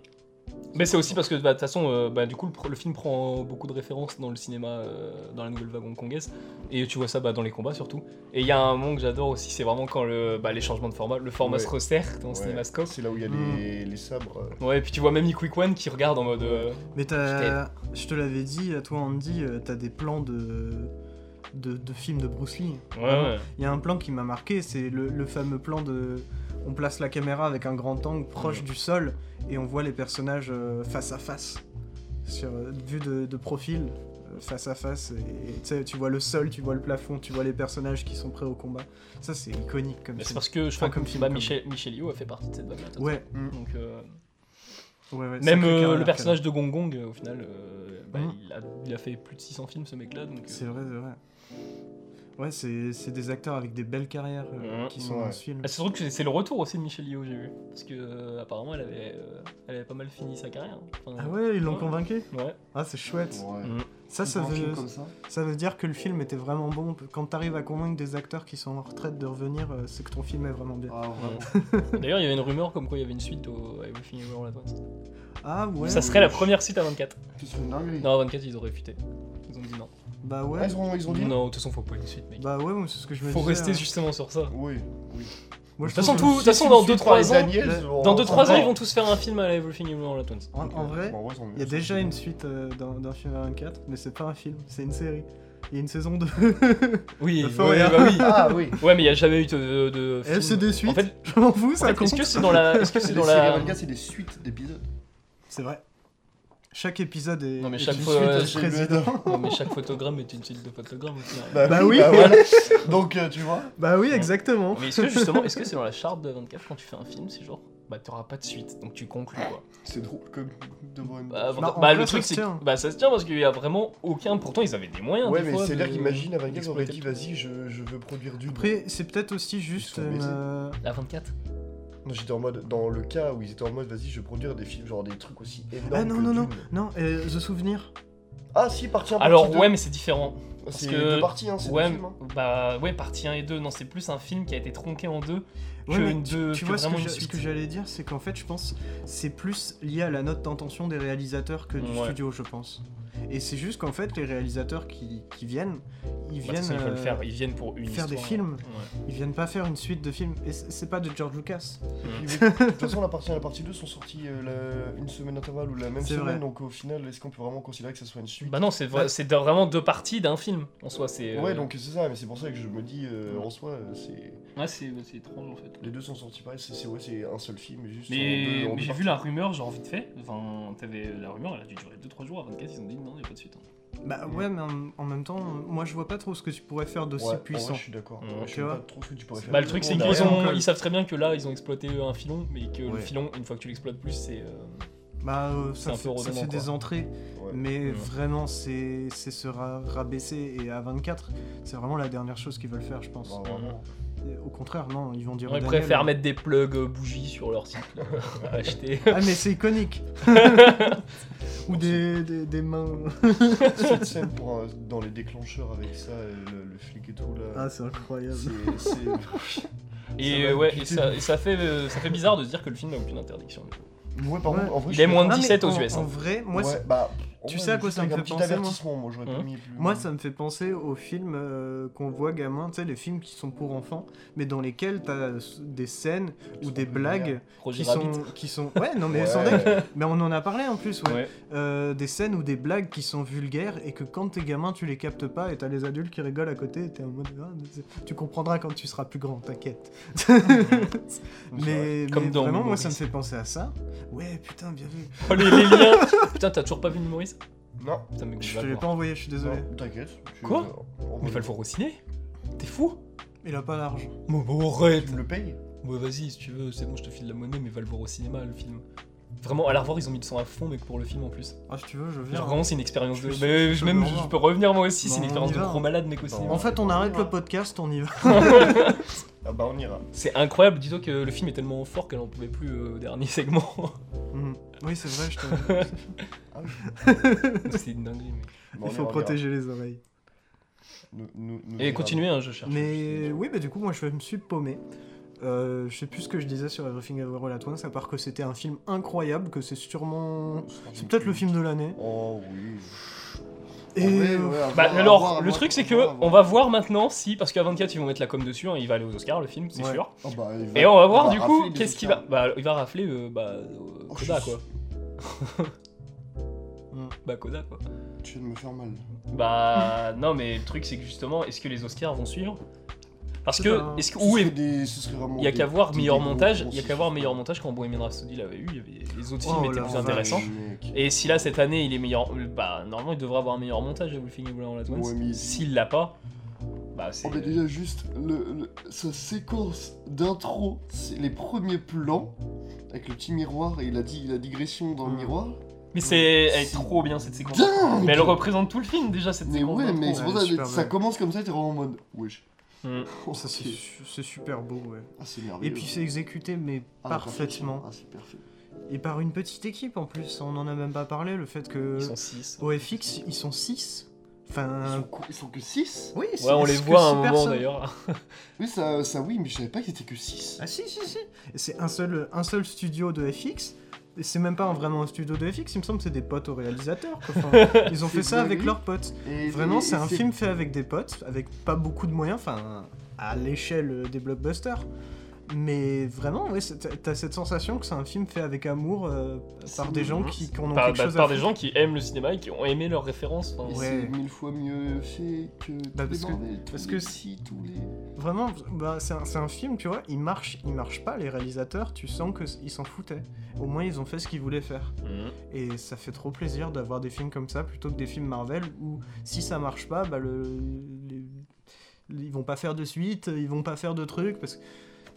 B: Mais c'est aussi parce que bah, de toute façon, euh, bah, du coup, le, pr- le film prend beaucoup de références dans le cinéma, euh, dans la nouvelle vague hongkongaise, et tu vois ça bah, dans les combats surtout. Et il y a un moment que j'adore aussi, c'est vraiment quand le, bah, les changements de format, le format
C: Ouais.
B: se resserre dans Mm. le
C: Ouais.
B: CinemaScope.
C: C'est là où il y a
A: Mhm.
C: les, les sabres. euh,
B: Ouais, et puis tu vois même Quick One qui regarde en mode. euh,
A: mais t'as je te l'avais dit à toi Andy euh, t'as des plans de de, de films de Bruce Lee
B: ouais, ouais.
A: Il y a un plan qui m'a marqué, c'est le, le fameux plan de. On place la caméra avec un grand angle proche
B: Ouais.
A: du sol et on voit les personnages euh, face à face, sur, euh, vue de, de profil, euh, face à face. Et, et tu sais, tu vois le sol, tu vois le plafond, tu vois les personnages qui sont prêts au combat. Ça, c'est iconique comme
B: Mais c'est
A: film.
B: parce que je crois
A: Enfin,
B: que
A: comme film,
B: bah,
A: comme-
B: Michel, Michel Yeoh a fait partie de cette vague-là. de toute
A: Ouais,
B: façon. Donc, euh,
A: ouais, ouais.
B: même
A: sacré
B: euh,
A: carrière,
B: le personnage de Gong Gong, euh, au final, euh, bah,
A: Mhm.
B: il, a, il a fait plus de 600 films ce mec-là. Donc, euh,
A: carrément. C'est vrai, c'est vrai. Ouais, c'est c'est des acteurs avec des belles carrières euh,
B: Ouais.
A: qui sont dans
C: Ouais.
A: ce film.
B: Ah, c'est surtout que c'est- c'est le retour aussi de Michel Yeoh, j'ai vu. Parce que euh, apparemment, elle avait, euh, elle avait pas mal fini sa carrière. hein. Enfin,
A: Ah ouais, ils l'ont
B: Ouais.
A: convaincu
B: Ouais.
A: Ah, c'est chouette.
C: ouais.
B: Mm.
A: Ça, ça
C: Un film
A: veut.
C: comme ça.
A: Ça veut dire que le film était vraiment bon. Quand t'arrives à convaincre des acteurs qui sont en retraite de revenir, euh, c'est que ton film est vraiment bien.
B: Mm.
C: Ah, vraiment.
B: D'ailleurs, il y avait une rumeur comme quoi il y avait une suite au à Everything Everywhere All At Once.
A: Ah ouais
B: Ça serait la première suite à 24.
C: Ce serait une dinguerie.
B: Non, à 24, ils auraient futé. Ils ont dit non.
A: Bah
C: Ah,
A: ouais.
C: ils, ont, ils ont dit
B: Non, de toute façon, faut pas une suite, mec.
A: Bah ouais, moi, c'est ce que je me
B: faut
A: disais.
B: rester
A: hein.
B: justement sur ça.
C: Oui.
A: Moi,
B: De
A: je
B: toute
A: trouve
B: façon,
A: que-
B: tout- de toute façon, dans
C: Si tu
B: 2-3
C: fais
B: ans, euh,
C: par les Daniels,
A: Oh,
C: on-
B: Dans 2-3 ans,
C: on-
B: ils vont tous faire un film à la Everything Everywhere All At Once.
A: En, en vrai,
C: Bon, ouais, tant mieux.
A: il y a déjà une suite euh, d'un d'un film à 24, mais c'est pas un film, c'est une série. Il y a une saison 2.
B: Oui,
A: La
B: ouais,
A: forêt, hein.
B: bah oui.
C: Ah oui.
B: Ouais, mais il y a jamais eu de. de
A: Et
B: film.
A: c'est des suites.
B: En fait,
A: je m'en fous,
B: en
A: ça
B: fait, est-ce
A: compte.
B: que c'est dans la. Est-ce que c'est
C: Les
B: dans
C: séries
B: la.
C: manga, c'est des suites d'épisodes.
A: C'est vrai. Chaque épisode est,
B: Non, mais
A: est
B: chaque
A: une
B: fois, euh,
A: suite
B: ouais,
A: au
C: c'est
A: président.
B: Non, mais chaque photogramme est une suite de photogramme au final.
A: Bah oui.
C: voilà. Donc euh, tu vois.
A: Bah oui, exactement.
B: Mais est-ce que justement, est-ce que c'est dans la charte de 24 quand tu fais un film, c'est genre bah t'auras pas de suite, donc tu conclus quoi.
C: C'est drôle comme devant une.
B: Bah,
A: Bah, en
B: bah,
A: vrai,
B: le
A: ça
B: truc
A: se
B: c'est
A: tient.
B: que- bah ça se tient parce qu'il y a vraiment aucun. Pourtant ils avaient des moyens.
C: ouais,
B: des
C: mais
B: fois,
C: c'est
B: de-
C: là qu'imagine à 24 aurait dit
B: d'exploiter le truc.
C: vas-y, je, je veux produire du.
A: Après, c'est peut-être aussi juste
C: sont
A: une,
C: baisés.
A: euh,
B: La 24.
C: Non, J'étais en mode dans le cas où ils étaient en mode vas-y, je veux produire des films genre des trucs aussi énormes.
A: Ah non,
C: que
A: non, non,
C: Dune.
A: non, euh, The Souvenir.
C: Ah si, parti un.
A: Ah,
B: Alors ouais, mais c'est différent. Parce
C: C'est
B: que-
C: deux parties, hein, c'est
B: ouais,
C: deux films. hein.
B: bah ouais, partie 1 et 2, non, c'est plus un film qui a été tronqué en deux
A: Ouais,
B: que
A: mais
B: une
A: tu,
B: deux,
A: tu
B: Euh, que
A: vois ce que,
B: vraiment une
A: j'a- ce
B: suite.
A: que j'allais dire, c'est qu'en fait, je pense, c'est plus lié à la note d'intention des réalisateurs que du
B: Ouais.
A: studio, je pense. Et c'est juste qu'en fait, les réalisateurs qui, qui viennent, ils
B: Bah, de toute
A: viennent,
B: façon, ils veulent
A: euh,
B: faire, ils viennent pour une
A: faire des
B: histoire.
A: films.
B: Ouais.
A: ils viennent pas faire une suite de films. Et c'est c'est pas de George Lucas.
C: Puis, oui, de toute façon, la partie 1 et la partie 2 sont sorties euh, la- une semaine d'intervalle ou la même
A: C'est
C: semaine,
A: vrai.
C: donc au final, est-ce qu'on peut vraiment considérer que ça soit une suite
B: Bah non, c'est vrai-
A: Bah-
B: c'est de- vraiment deux parties d'un film en soi. C'est euh,
C: Ouais, donc c'est ça, mais c'est pour ça que je me dis, euh, en soi, euh, c'est...
B: ouais, c'est c'est étrange en fait.
C: les deux sont sortis pareil, c'est c'est- ouais, c'est un seul film, mais juste. en deux-
B: Mais,
C: en
B: mais j'ai
C: deux
B: vu
C: parties.
B: la rumeur, genre vite fait. Enfin, t'avais la rumeur, elle a dû durer 2-3 jours à 24. Ils ont dit non, y a pas de suite. hein.
A: Bah
C: Mm.
A: ouais, mais en, en même temps, moi je vois pas trop ce que tu pourrais faire d'aussi
C: Ouais, en vrai,
A: puissant.
C: je suis d'accord.
B: Mmh.
C: je
A: Tu
C: sais
A: vois
C: pas trop ce que tu pourrais faire.
B: Bah, le truc, c'est qu'ils
A: derrière,
B: ont-
A: encore.
B: ils savent très bien que là, ils ont exploité euh, un filon, mais que le
A: Ouais.
B: filon, une fois que tu l'exploites plus, c'est. euh,
A: Bah euh, ça,
B: C'est un peu
A: fait, ça
B: redondant,
A: fait
B: quoi.
A: des entrées,
C: Ouais.
A: mais
B: Ouais.
A: vraiment c'est c'est se ra- rabaisser et à 24, c'est vraiment la dernière chose qu'ils veulent faire, je pense.
C: Bah, vraiment.
A: Et Au contraire, non, ils vont dire.
B: Ils
A: Daniel,
B: préfèrent mettre des plugs euh, bougies sur leur site là, à acheter.
A: Ah mais c'est iconique. Ou des, des, des mains.
C: Cette scène pour, euh, dans les déclencheurs avec ça, euh, le, le flic et tout là.
A: Ah c'est incroyable.
C: c'est- c'est- Ça
B: Et
C: va
B: euh, ouais,
C: être
B: et
C: compliqué.
B: ça, et ça fait, euh, ça fait bizarre de se dire que le film n'a aucune interdiction.
C: Ouais, par
A: Ouais.
C: contre, en vrai,
B: Il
C: je
B: est
C: suis-
B: moins de
A: Non, mais
B: 17 aux
A: en-
B: US.
A: En
B: hein.
A: vrai, moi,
C: Ouais,
A: c'est-
C: bah, en
A: tu
C: vrai,
A: sais à quoi
C: juste
A: ça me
C: avec
A: fait
C: un petit
A: penser, moi
C: avertissement, moi, j'aurais pas
B: Hein
C: mis plus.
A: Moi, ça me fait penser aux films euh, qu'on voit gamin, tu sais, les films qui sont pour enfants, mais dans lesquels t'as euh, des scènes
C: Qui
A: ou
C: sont
A: des
C: un peu
A: blagues
C: vénères.
B: Roger
A: qui
B: Rabbit.
A: sont, qui sont. Ouais, non, mais
C: Ouais.
A: sans deck. Mais on en a parlé en plus, ouais.
B: Ouais.
A: Euh, des scènes ou des blagues qui sont vulgaires et que quand t'es gamin, tu les captes pas et t'as les adultes qui rigolent à côté et t'es en mode. Ah, mais c'est- tu comprendras quand tu seras plus grand, t'inquiète. mais
B: Comme
A: mais
B: dans
A: vraiment, moi, ça me
B: Maurice.
A: fait penser à ça. Ouais, putain, bien vu.
B: Oh, les, les liens Putain, t'as toujours pas vu le Maurice
C: Non,
B: Putain, mais
A: Je
B: va
A: te l'ai
B: voir.
A: pas envoyé, je suis désolé.
C: non, t'inquiète. tu-
B: Quoi
C: euh, on
B: Mais
C: va
B: va le voir au ciné T'es fou
A: Il a pas d'argent.
B: Bon, bon,
C: Tu
B: arrête
C: me le payes
B: Ouais, vas-y, si tu veux, c'est bon, je te file la monnaie, mais va le voir au cinéma, le film. Vraiment, à la revoir, ils ont mis le son à fond, mais que pour le film en plus.
A: Ah, si tu veux, je viens.
B: Genre, vraiment, c'est une expérience
A: Je
B: de.
A: peux-
B: Mais
A: je peux
B: même,
A: le
B: je
A: revoir.
B: peux revenir moi aussi, c'est une
A: Bah, on
B: expérience
A: y
B: de
A: va,
B: gros
A: hein.
B: malade, mec, au
C: Bah,
B: cinéma.
A: En fait, on arrête le podcast, on y va.
C: Ah bah, on ira.
B: C'est incroyable, dis-toi que le film est tellement fort qu'elle en pouvait plus euh, au dernier segment.
A: Mm. Oui, c'est vrai, je te...
B: c'est une dinguerie, mec.
C: Bah, Ah on
A: il faut
C: ira, on
A: protéger les oreilles.
C: ira. Nous- nous- nous
B: Et
C: ira.
B: continuez, hein, je cherche.
A: Mais oui, bah du coup, moi, je me suis paumé. Euh, je sais plus ce que je disais sur Everything Everywhere All At Once, à part que c'était un film incroyable, que c'est sûrement... C'est peut-être le film de l'année.
C: Oh oui.
A: Et...
C: En vrai,
A: euh,
C: ouais, à
B: Bah
C: voir, à
B: alors,
C: voir, à
B: le
C: voir,
B: truc c'est
C: à
B: que
C: voir, à voir.
B: on va voir maintenant si parce qu'à 24 ils vont mettre la com dessus, hein, il va aller aux Oscars le film, c'est
A: Ouais.
B: sûr.
C: Ah bah, il va-
B: Et on va
C: il
B: voir du coup
C: rafler des
B: qu'est-ce qu'il va
C: Oscars.
B: bah il va rafler euh, bah euh,
C: Oh,
B: Coda
C: je
B: quoi.
C: suis-
A: mm.
B: Bah Coda quoi.
C: Tu viens de me faire mal.
B: Bah non mais le truc c'est que justement est-ce que les Oscars vont suivre Parce
A: C'est
B: que
A: pas-
B: est-ce que
C: Ce
B: où
C: serait
B: est
C: des- ce serait vraiment
B: il y a
C: des-
B: qu'à voir
C: des-
B: meilleur
C: des gros
B: montage,
C: gros
B: il y a qu'à
C: chiffres.
B: voir meilleur montage quand Bohemian Rhapsody l'avait eu, il y avait- les autres films
A: Oh
B: étaient
A: là
B: plus
A: là.
B: intéressants.
C: Mec.
B: Et si là cette année il est meilleur, bah normalement il devrait avoir un meilleur montage à Everything Everywhere All At Once.
C: Ouais, mais-
B: S'il l'a pas, bah c'est
C: Oh, mais déjà juste le, le- sa séquence d'intro, c'est les premiers plans avec le petit miroir et il a dit la digression dans le
A: Mm.
C: miroir.
B: Mais c'est elle est trop bien cette séquence.
C: Dingue
B: Mais elle représente tout le film déjà cette
C: Mais
B: séquence.
C: ouais,
B: d'intro.
C: mais c'est pour
A: elle est
C: ça
A: super
C: que ça
A: belle.
C: commence comme ça, t'es vraiment en mode wesh.
B: Mm.
C: Oh,
A: Ça, c'est
C: ok.
A: su- c'est super beau, ouais.
C: Ah, c'est merveilleux.
A: Et puis, c'est exécuté, mais
C: Ah, la perfection.
A: parfaitement.
C: Ah, c'est parfait.
A: Et par une petite équipe, en plus. On en a même pas parlé, le fait que...
B: Ils sont 6.
A: OFX, ils sont 6.
C: Ils
A: Enfin...
C: sont, co- ils sont que 6
A: Oui, c'est-
B: Ouais, on
A: c'est
B: les
A: que
B: voit à un
A: six
B: moment
A: personnes.
B: d'ailleurs.
C: Oui, ça, ça oui, mais je savais pas qu'ils étaient que 6.
A: Ah si, si, si. C'est un seul, un seul studio de FX. Et c'est même pas un- vraiment un studio de FX, il me semble que c'est des potes aux réalisateurs. quoi. Enfin, ils ont
C: C'est
A: fait ça
C: dingue.
A: avec leurs potes. Vraiment, c'est un film fait avec des potes, avec pas beaucoup de moyens, enfin, à l'échelle des blockbusters. Mais vraiment, ouais, c'est- t'as- t'as cette sensation que c'est un film fait avec amour euh, par
B: C'est-
A: des gens qui, qui en ont
B: Par,
A: quelque
B: bah,
A: chose à
B: par des
A: foutre.
B: gens qui aiment le cinéma et qui ont aimé leurs références. enfin,
A: Ouais.
C: C'est mille fois mieux fait que
A: Bah,
C: tous les
A: parce que-
C: Marvel, tous
A: parce
C: les
A: que-
C: si, tous les...
A: Vraiment, bah, c'est un, c'est un film, tu vois, il marche, il marche pas, les réalisateurs, tu sens qu'ils s'en foutaient. Au moins, ils ont fait ce qu'ils voulaient faire.
B: Mm.
A: Et ça fait trop plaisir d'avoir des films comme ça plutôt que des films Marvel où si ça marche pas, bah le, les- ils vont pas faire de suite, ils vont pas faire de trucs parce que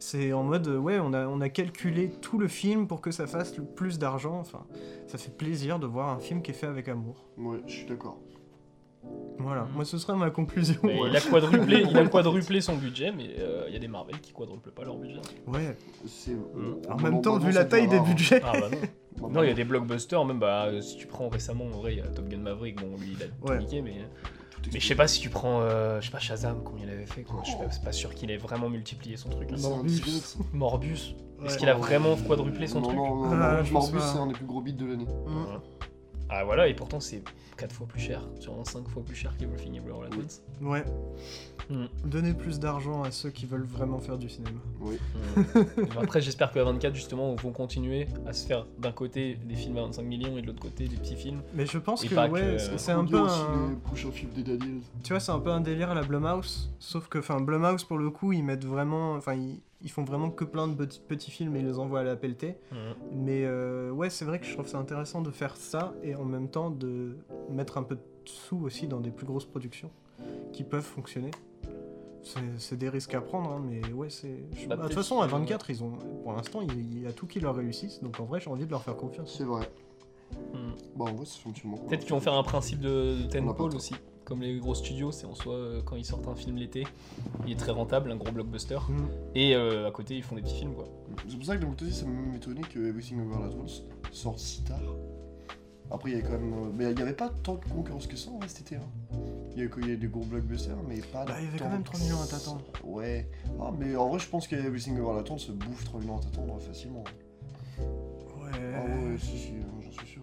A: c'est en mode euh, ouais on a, on a calculé tout le film pour que ça fasse le plus d'argent. Enfin, ça fait plaisir de voir un film qui est fait avec amour.
C: Ouais, je suis d'accord.
A: Voilà,
B: Mhm.
A: moi ce sera ma conclusion.
B: Mais
A: Ouais,
B: Il a quadruplé, il a quadruplé son budget, mais euh, il y a des Marvel qui quadruplent pas leur budget.
C: C'est... euh,
A: En même temps, vu la taille des budgets.
B: Ah bah non. Non, euh, il y a des blockbusters, même bah, si tu prends récemment, en vrai, il y a Top Gun Maverick, bon, lui, il a tout
A: Ouais.
B: niqué, mais
C: tout
B: Mais je sais pas si tu prends, euh, je sais pas, Shazam, combien il avait fait, quoi. Je suis pas, c'est pas sûr qu'il ait vraiment multiplié son truc. hein.
A: Non.
B: Morbus, est-ce qu'il a vraiment quadruplé son
C: non,
B: truc
C: Non, non,
A: Ah,
C: non,
A: je pense
C: Morbus,
A: pas.
C: c'est un des plus gros beats de l'année.
A: Mm.
B: Voilà. Ah voilà, et pourtant c'est 4 fois plus cher, sûrement 5 fois plus cher qu'Everything Everywhere All At
C: Oui.
B: Once.
A: Ouais.
B: Mm.
A: Donner plus d'argent à ceux qui veulent vraiment faire du cinéma.
C: Oui.
B: Euh, Après, j'espère que A24 justement vont continuer à se faire d'un côté des films à 25 millions et de l'autre côté des petits films.
A: Mais je pense
B: Et
A: que,
B: pas
A: ouais,
B: que- euh,
A: c'est- c'est un peu
C: aussi
A: un...
C: les prochains films des Daniels.
A: Tu vois, c'est un peu un délire à la Blumhouse, sauf que, enfin, Blumhouse, pour le coup, ils mettent vraiment... Enfin, ils, ils font vraiment que plein de petits, petits films et ils les envoient à la pelletée. Mais euh, ouais, c'est vrai que je trouve ça intéressant de faire ça et en même temps de mettre un peu de sous aussi dans des plus grosses productions qui peuvent fonctionner. C'est- C'est des risques à prendre, hein, mais ouais, c'est. je-
B: Bah,
A: bah, De
B: peut-être
A: toute façon, à
B: que-
A: 24, ils ont, pour l'instant, il il y a tout qui leur réussissent, donc en vrai, j'ai envie de leur faire confiance.
C: C'est vrai.
B: Hmm.
C: Bah, en vrai, c'est fonctionnement. quoi.
B: Peut-être qu'ils vont faire un principe de, de
C: On a pas
B: Tenpole
C: tort.
B: aussi. Comme les gros studios, c'est en soi euh, quand ils sortent un film l'été, il est très rentable, un gros blockbuster.
A: Mm.
B: Et euh, à côté, ils font des petits films quoi.
C: C'est pour ça que d'un côté, ça m'a même étonné que Everything Over at Once sorte si tard. Après, il y a quand même. euh, Mais il n'y avait pas tant de concurrence que ça en vrai cet été. hein. Il y a, il y a des gros blockbusters, mais pas.
A: Bah, il y avait
C: tant
A: quand même
C: que
A: 3 millions à
C: ça.
A: t'attendre.
C: Ouais. Ah, mais en vrai, je pense que Everything Over at Once bouffe 3 millions à t'attendre facilement. Ah
A: Ouais.
C: ouais, si, si, euh, j'en suis sûr.